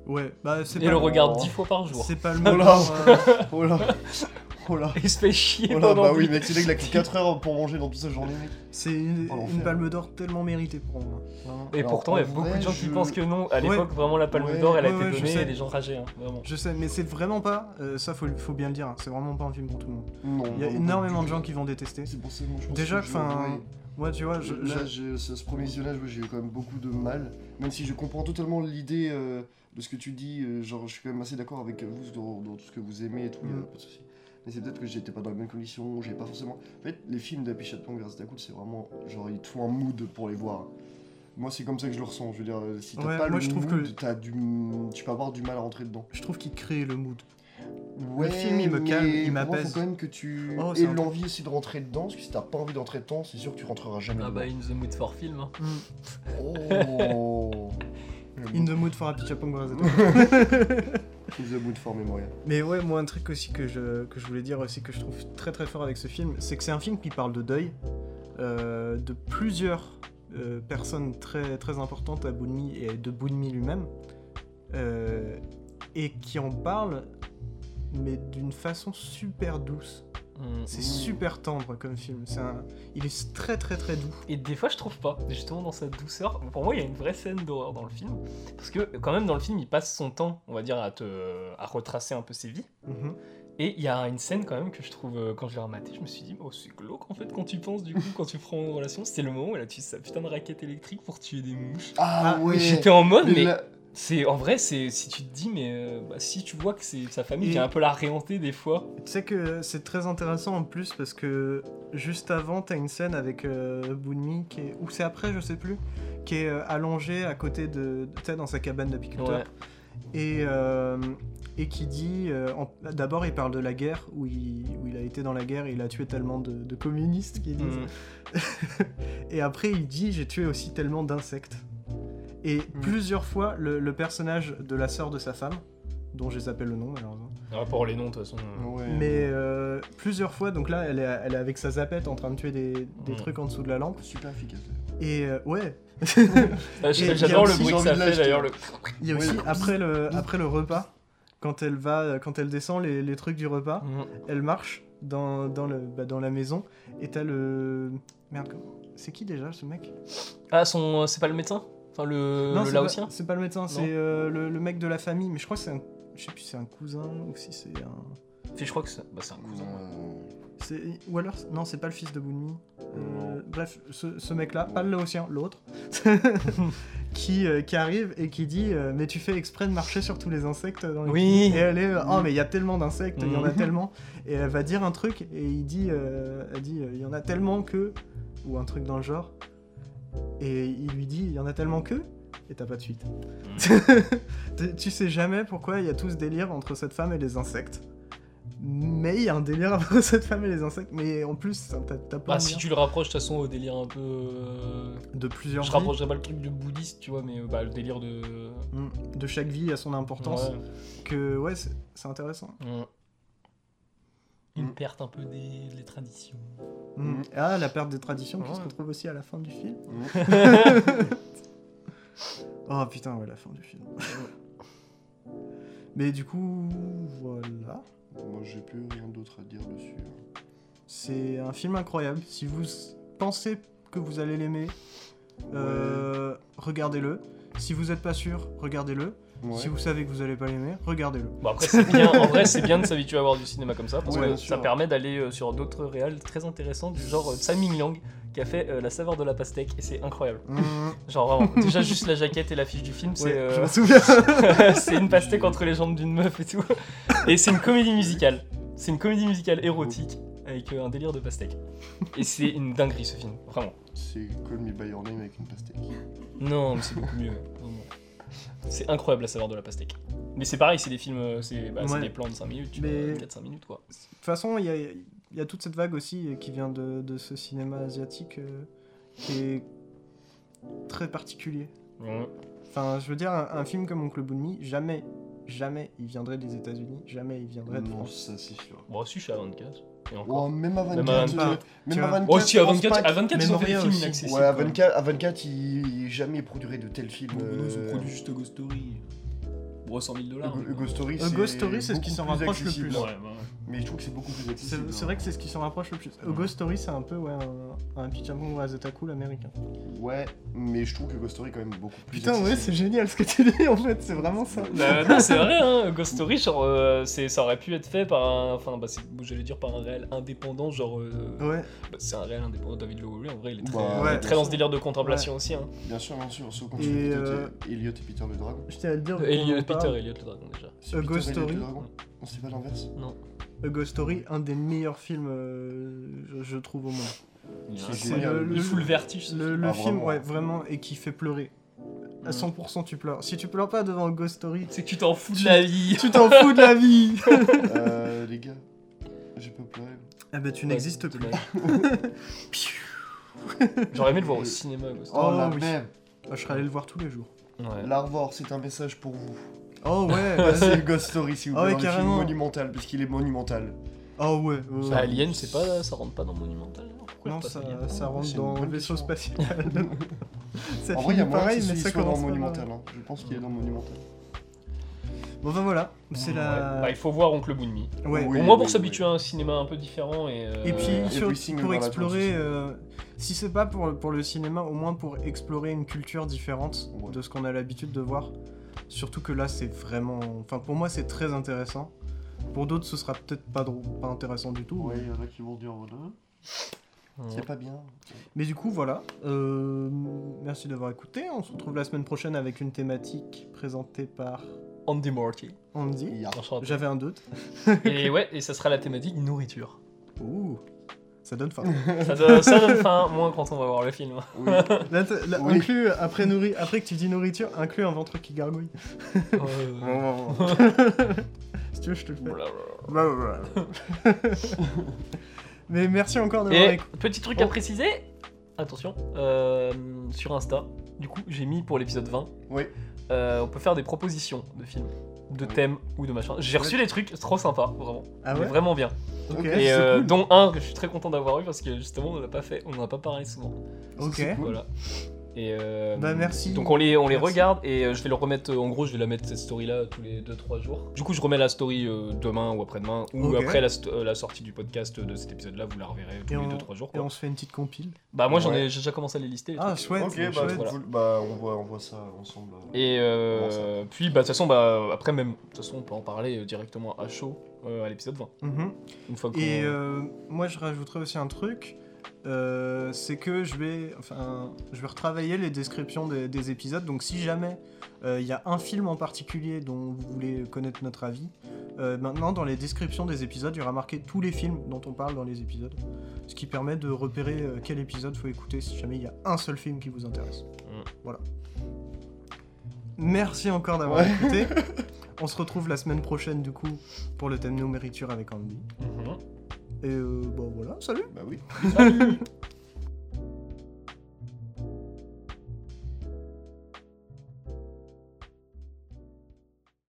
A: Ouais, bah c'est
B: Et
A: pas
B: le
C: bon.
B: regarde 10 fois par jour.
A: C'est pas le
C: Oh
A: moment.
C: là
A: euh,
C: Oh là Oh là
B: Et se fait chier.
C: Oh là,
B: pendant
C: bah oui,
B: dix-
C: mec, c'est vrai qu'il a que 4 heures pour manger dans toute sa journée. mec.
A: C'est une,
C: Oh, l'enfer.
A: une palme d'or tellement méritée pour moi. vraiment.
B: Et
C: Alors,
B: pourtant, il y a
C: en
B: beaucoup
C: vrai,
B: de gens qui
C: je-
B: pensent que non. À
A: Ouais.
B: l'époque, vraiment, la palme
C: Ouais,
B: d'or, elle a
A: ouais,
B: été
A: ouais, je
B: donnée
A: sais.
B: et les gens rageaient. hein, vraiment.
A: Je sais, mais c'est vraiment pas. euh, ça, faut, faut bien le dire. hein, C'est vraiment pas un film pour tout le monde.
C: Non,
A: Il y a
C: vraiment,
A: énormément de
C: du-
A: gens qui vont détester.
C: C'est pour ça que moi je pense
A: Déjà,
C: que je-
A: enfin,
C: ouais.
A: Moi, tu vois, je, je-
C: Ah, Là, j'ai- ce, ce premier visionnage, ouais, j'ai eu quand même beaucoup de mal. Même si je comprends totalement l'idée euh, de ce que tu dis, euh, genre je suis quand même assez d'accord avec vous dans, dans tout ce que vous aimez et tout, y a
A: Mm.
C: pas de souci. Mais c'est peut-être que j'étais pas dans les mêmes conditions, j'avais pas forcément. En fait, les films d'Apichatpong grâce à c'est vraiment genre il te faut un mood pour les voir. Moi, c'est comme ça que je le ressens. Je veux dire, euh, si t'as
A: Ouais,
C: pas
A: moi,
C: le
A: je trouve que-
C: mood, t'as du... tu peux avoir du mal à rentrer dedans.
A: je trouve qu'il crée le mood.
C: Ouais,
A: film, il me calme, il
C: mais pour moi,
A: m'apaise.
C: faut quand même que tu
A: Oh, c'est
C: aies
A: un truc.
C: l'envie aussi de rentrer dedans, parce que si t'as pas envie d'entrer dedans, c'est sûr que tu rentreras jamais
B: Ah
C: dedans.
B: bah, In the Mood for Film. hein.
C: Oh
A: In the mood for Happy Chapong Brothers.
C: the Mood for Memorial.
A: Mais ouais, moi, un truc aussi que je, que je voulais dire aussi que je trouve très très fort avec ce film, c'est que c'est un film qui parle de deuil, euh, de plusieurs euh, personnes très très importantes à Bunmi et de Bunmi lui-même, euh, et qui en parle, mais d'une façon super douce.
B: Mm.
A: C'est
C: Mmh.
A: super tendre comme film. C'est un- Il est très très très doux.
B: Et des fois, je trouve pas. Justement, dans sa douceur, pour moi, il y a une vraie scène d'horreur dans le film. Parce que, quand même, dans le film, il passe son temps, on va dire, à, te... à retracer un peu ses vies.
A: Mhm.
B: Et il y a une scène, quand même, que je trouve, euh, quand je l'ai rematé, je me suis dit, oh, c'est glauque, en fait, quand tu penses, du coup, quand tu prends une relation. C'est le moment où elle utilise sa putain de raquette électrique pour tuer des mouches.
C: Ah,
A: Ah,
C: ouais
B: J'étais en mode, mais
C: Là-
B: c'est en vrai, c'est si tu te dis, mais euh, bah, si tu vois que c'est sa famille
A: Et-
B: qui est un peu la réhantée des fois.
A: Tu sais que c'est très intéressant en plus parce que juste avant, t'as une scène avec euh, Bunmi, qui est... ou c'est après, je sais plus, qui est euh, allongé à côté de. Tu sais, dans sa cabane d'apiculteur. Et, euh, et qui dit. euh, en- D'abord, il parle de la guerre, où il, où il a été dans la guerre et il a tué tellement de, de communistes qui disent.
B: Mm.
A: Et après, il dit J'ai tué aussi tellement d'insectes. Et plusieurs fois, le, le personnage de la sœur de sa femme, dont je les appelle le nom malheureusement.
B: Ah, pour les noms, de toute façon. euh,
C: Ouais.
A: Mais euh, plusieurs fois, donc là, elle est, elle est avec sa zapette en train de tuer des, des
B: Mm.
A: trucs en dessous de la lampe.
C: Super efficace.
A: Et euh, ouais,
B: Ah,
A: Et il y a
B: j'- J'adore le
A: aussi
B: bruit que
C: envie
B: ça
C: de
B: fait
C: l'acheter.
B: d'ailleurs. Le...
A: il y a
C: Ouais,
A: aussi
C: le-
A: après le, après le repas, quand elle va, quand elle descend les, les trucs du repas,
B: Mm.
A: elle marche dans, dans, le, bah, dans la maison et t'as le. Merde, comment- c'est qui déjà ce mec
B: Ah, son, euh, c'est pas le médecin Enfin, le, Euh, le
A: c'est
B: laotien
A: pas, c'est pas le médecin, c'est euh, le, le mec de la famille, mais je crois que c'est un. Je sais plus si c'est un cousin ou si c'est un.
B: Puis je crois que c'est bah, c'est un cousin. ouais.
A: c'est- Ou alors, non, c'est pas le fils de Bunmi. Euh,
C: Non.
A: bref, ce, ce mec-là, pas le Laotien, l'autre, qui, euh, qui arrive et qui dit euh, Mais tu fais exprès de marcher sur tous les insectes dans les
B: Oui Mm.
A: Et elle est euh, Oh, mais il y a tellement d'insectes, il y en a
B: Mhm.
A: tellement. Et elle va dire un truc et il dit euh, Elle dit euh, Il y en a tellement que. Ou un truc dans le genre. Et il lui dit Il y en a tellement que. Et t'as pas de suite.
B: Mm.
A: Tu- tu sais jamais pourquoi il y a tout ce délire entre cette femme et les insectes. Mais il y a un délire entre cette femme et les insectes, mais en plus, t'as t'as plein
B: Bah,
A: de
B: si
A: liens
B: tu le rapproches, de toute façon, au délire un peu. euh,
A: de plusieurs
B: Je
A: vies.
B: rapprocherais pas le truc de bouddhiste, tu vois, mais euh, bah, le délire de.
A: Mm. De chaque vie à son importance.
B: Ouais.
A: Que ouais, c'est c'est intéressant.
B: Mm. Une
C: Mm.
B: perte un peu des, des traditions.
A: Mm. Ah, la perte des traditions qui
B: Ouais.
A: se retrouve aussi à la fin du film.
C: Mm.
A: oh putain, ouais, la fin du film. Mais du coup, voilà.
C: Moi, j'ai plus rien d'autre à dire dessus. hein.
A: C'est un film incroyable. Si vous pensez que vous allez l'aimer, euh, regardez-le. Si vous n'êtes pas sûr, regardez-le.
C: Ouais.
A: Si vous savez que vous allez pas l'aimer, regardez-le.
B: Bon, après, c'est bien. En vrai, c'est bien de s'habituer à voir du cinéma comme ça, parce
C: Ouais,
B: que
C: bien
B: ça
C: sûr.
B: permet d'aller euh, sur d'autres réals très intéressants, du genre euh, Tsai Ming Liang, qui a fait euh, La saveur de la pastèque, et c'est incroyable. Genre, vraiment, déjà, juste la jaquette et l'affiche du film, c'est.
A: Mm. Ouais,
B: euh,
A: Je m'en souviens.
B: c'est une pastèque entre les jambes d'une meuf et tout. Et c'est une comédie musicale. C'est une comédie musicale érotique avec euh, un délire de pastèque. Et c'est une dinguerie ce film, vraiment.
C: C'est Call Me By Your Name avec une pastèque.
B: Non, mais c'est beaucoup mieux. vraiment. C'est incroyable la saveur de la pastèque. Mais c'est pareil, c'est des films, euh, c'est bah, c'est
A: Ouais.
B: des plans de 5 minutes, tu
A: Mais-
B: vois, 4-5 minutes quoi.
A: De toute façon, il y a, il y a toute cette vague aussi euh, qui vient de, de ce cinéma asiatique euh, qui est très particulier.
B: Ouais.
A: Enfin, je veux dire, un, un film comme Oncle Bunny, jamais, jamais il viendrait des États-Unis, jamais il viendrait de
C: non,
A: France.
C: ça c'est sûr.
B: Bon, si, je suis à 24. Et encore.
C: Oh, même à
B: Même
C: 24,
B: à
C: euh,
A: 24,
C: même
A: tu
C: à
A: vois.
C: 24,
B: Oh, si, à
C: pense
B: 24,
C: pas
B: à 24 ils ont fait des
A: Memoria
B: films
A: aussi.
C: que-
B: inaccessibles.
C: Ouais, à
B: quand même.
C: 24, à 24 il, il jamais produirait de tels films.
D: Bon, non, ils ont
C: euh,
D: produit juste Ghost Story.
B: Bon, 100 000 dollars.
C: Hugo, Hugo Story,
A: Hugo Story, c'est ce qui
C: beaucoup
A: s'en
C: plus
A: rapproche le
C: accessible.
A: plus.
D: Ouais, bah,
C: Mais je trouve que c'est beaucoup plus
A: C'est
C: accessible. hein.
A: c'est vrai que c'est ce qui s'en rapproche le plus. A Ghost Story, c'est un peu ouais, un, un Pichamon ou Azataku américain.
C: Ouais, mais je trouve que Hugo Story est quand même beaucoup plus
A: Putain, ouais, c'est
C: accessible.
A: génial ce que tu dis en fait, c'est vraiment ça.
B: Bah, non, c'est vrai, hein. Ghost Story, genre, euh, c'est- ça aurait pu être fait par un. Enfin, bah, c'est- j'allais dire par un réel indépendant, genre. euh,
A: Ouais,
B: bah, c'est un réel indépendant, David Lowery, en vrai, il est très, euh,
C: Bah,
A: ouais,
B: très dans ce délire de contemplation aussi. Hein.
C: Bien sûr, bien sûr. Sauf quand
A: Et,
C: tu fais Elliot,
A: euh,
C: et, Elliot et Peter le Dragon.
A: je tiens à le dire. vu qu'on
B: Elliot,
A: en parle.
B: Peter Elliot le dragon, déjà.
C: C'est
A: Hugo
C: Peter et Elliot
A: euh, Story.
C: le Dragon Non, C'est pas l'inverse
A: A Ghost Story, un des meilleurs films, euh, je, je trouve, au monde.
B: Il,
C: C'est
B: fout-
C: génial.
B: il fout Ah, le vertige, ce
A: Le,
B: film.
A: le
C: Ah,
A: film,
C: vraiment. Mmh.
A: ouais, vraiment, et qui fait pleurer. À
B: Mm.
A: 100%, tu pleures. Si tu pleures pas devant Ghost Story,
B: C'est que tu t'en fous de la vie.
A: tu t'en fous de la vie
C: Euh, les gars, j'ai pas pleuré.
A: Ah bah, tu
B: Ouais,
A: n'existes plus.
B: dommage. J'aurais aimé le voir au cinéma, Ghost Story.
C: Oh, la
A: oui.
C: merde.
A: Ah, je serais allé le voir tous les jours.
B: Ouais.
C: L'Arvor, c'est un message pour vous.
A: Oh ouais
C: bah, C'est Hugo Story, si vous
A: Ah ouais,
C: voulez. voir un film
A: carrément.
C: monumental, parce qu'il est monumental.
A: Oh ouais, ouais, ouais.
B: Ça, Alien, c'est pas, ça rentre pas dans Monumental alors Pourquoi
A: Non,
B: je passe
A: ça,
B: Alien
A: ça rentre
C: C'est une
A: dans
C: bonne
A: vaisseau
C: question.
A: spatial. ça
C: En vrai, il y
A: finit
C: a moyen
A: pareil,
C: que
A: mais
C: celui-ci
A: ça
C: soit dans
A: commence pas
C: monumental. hein. Je pense qu'il est dans monumental.
A: mal. Bon, ben voilà, c'est
B: Ouais.
A: la...
B: Bah, il faut voir Oncle Bunmi.
A: ouais.
C: Oui.
B: Au moins pour
C: oui,
B: s'habituer à un cinéma un peu différent et. euh,
A: Et puis,
C: Et
A: sur-
C: puis, signe
A: pour
C: vers la
A: explorer,
C: planche aussi.
A: euh, si c'est pas pour, pour le cinéma, au moins pour explorer une culture différente
C: Ouais.
A: de ce qu'on a l'habitude de voir. Surtout que là, c'est vraiment. Enfin, pour moi, c'est très intéressant. Pour d'autres, ce sera peut-être pas, drôle- pas intéressant du tout.
C: Ouais, il y en a qui vont dire voilà, c'est pas bien.
A: Mais du coup, voilà. Euh, merci d'avoir écouté. On se retrouve la semaine prochaine avec une thématique présentée par
B: Andy Morty.
A: Andy.
C: Y'a.
A: J'avais un doute.
B: Et ouais, et ça sera la thématique nourriture.
A: Ouh, ça donne faim.
B: Ça donne, ça donne faim, moins quand on va voir le film.
C: Oui.
A: Là, t'as- là,
C: Oui.
A: inclus, après, nourri- après que tu dis nourriture, inclus un ventre qui gargouille.
B: Euh,
A: Ah si tu veux, je te le fais.
B: blablabla.
A: Blablabla. Mais merci encore d'avoir
B: Et
A: écouté.
B: petit truc à préciser, attention, euh, sur Insta, du coup j'ai mis pour l'épisode 20,
C: Oui.
B: euh, on peut faire des propositions de films, de
C: Oui.
B: thèmes ou de machin. J'ai reçu des trucs trop sympas, vraiment.
A: Ah
B: Mais
A: ouais
B: Vraiment bien.
A: Ok.
B: Et
C: Et c'est
B: euh,
C: cool.
B: dont un que je suis très content d'avoir eu parce que justement on n'en a pas fait, on n'en a pas parlé souvent.
A: Ok.
C: c'est cool.
B: Voilà. Et euh,
A: Mmh. Bah, merci.
B: Donc on les, on les
A: Merci.
B: regarde et euh, je vais le remettre, euh, en gros je vais la mettre cette story là tous les 2-3 jours. Du coup je remets la story euh, demain ou après-demain ou
A: Ok.
B: après la, sto- euh, la sortie du podcast de cet épisode là vous la reverrez tous
A: Et
B: les
A: on-
B: 2-3 jours.
A: Et
B: quoi.
A: on se fait une petite compile.
B: Bah moi j'en
C: Ouais.
B: ai j'ai déjà commencé à les lister. les
A: Ah,
B: trucs.
A: chouette.
C: Ok,
A: chouette.
C: bah,
B: Voilà.
C: cool. Bah, on voit, on voit ça ensemble.
B: Et euh,
C: Comment
B: puis bah de toute façon bah après même de toute façon on peut en parler euh, directement à chaud euh, à l'épisode 20
A: Mhm.
B: une fois qu'on
A: Et euh, moi, je rajouterais aussi un truc. euh, c'est que je vais, enfin, je vais retravailler les descriptions des, des épisodes. Donc, si jamais euh, il y a un film en particulier dont vous voulez connaître notre avis, euh, maintenant dans les descriptions des épisodes, il y aura marqué tous les films dont on parle dans les épisodes, ce qui permet de repérer euh, quel épisode faut écouter si jamais il y a un seul film qui vous intéresse.
B: Mm.
A: Voilà. Merci encore d'avoir
C: Ouais.
A: écouté. On se retrouve la semaine prochaine, du coup, pour le thème nourriture avec Andy.
B: Mhm.
A: bah, Et euh, bon, voilà, salut
C: Bah oui.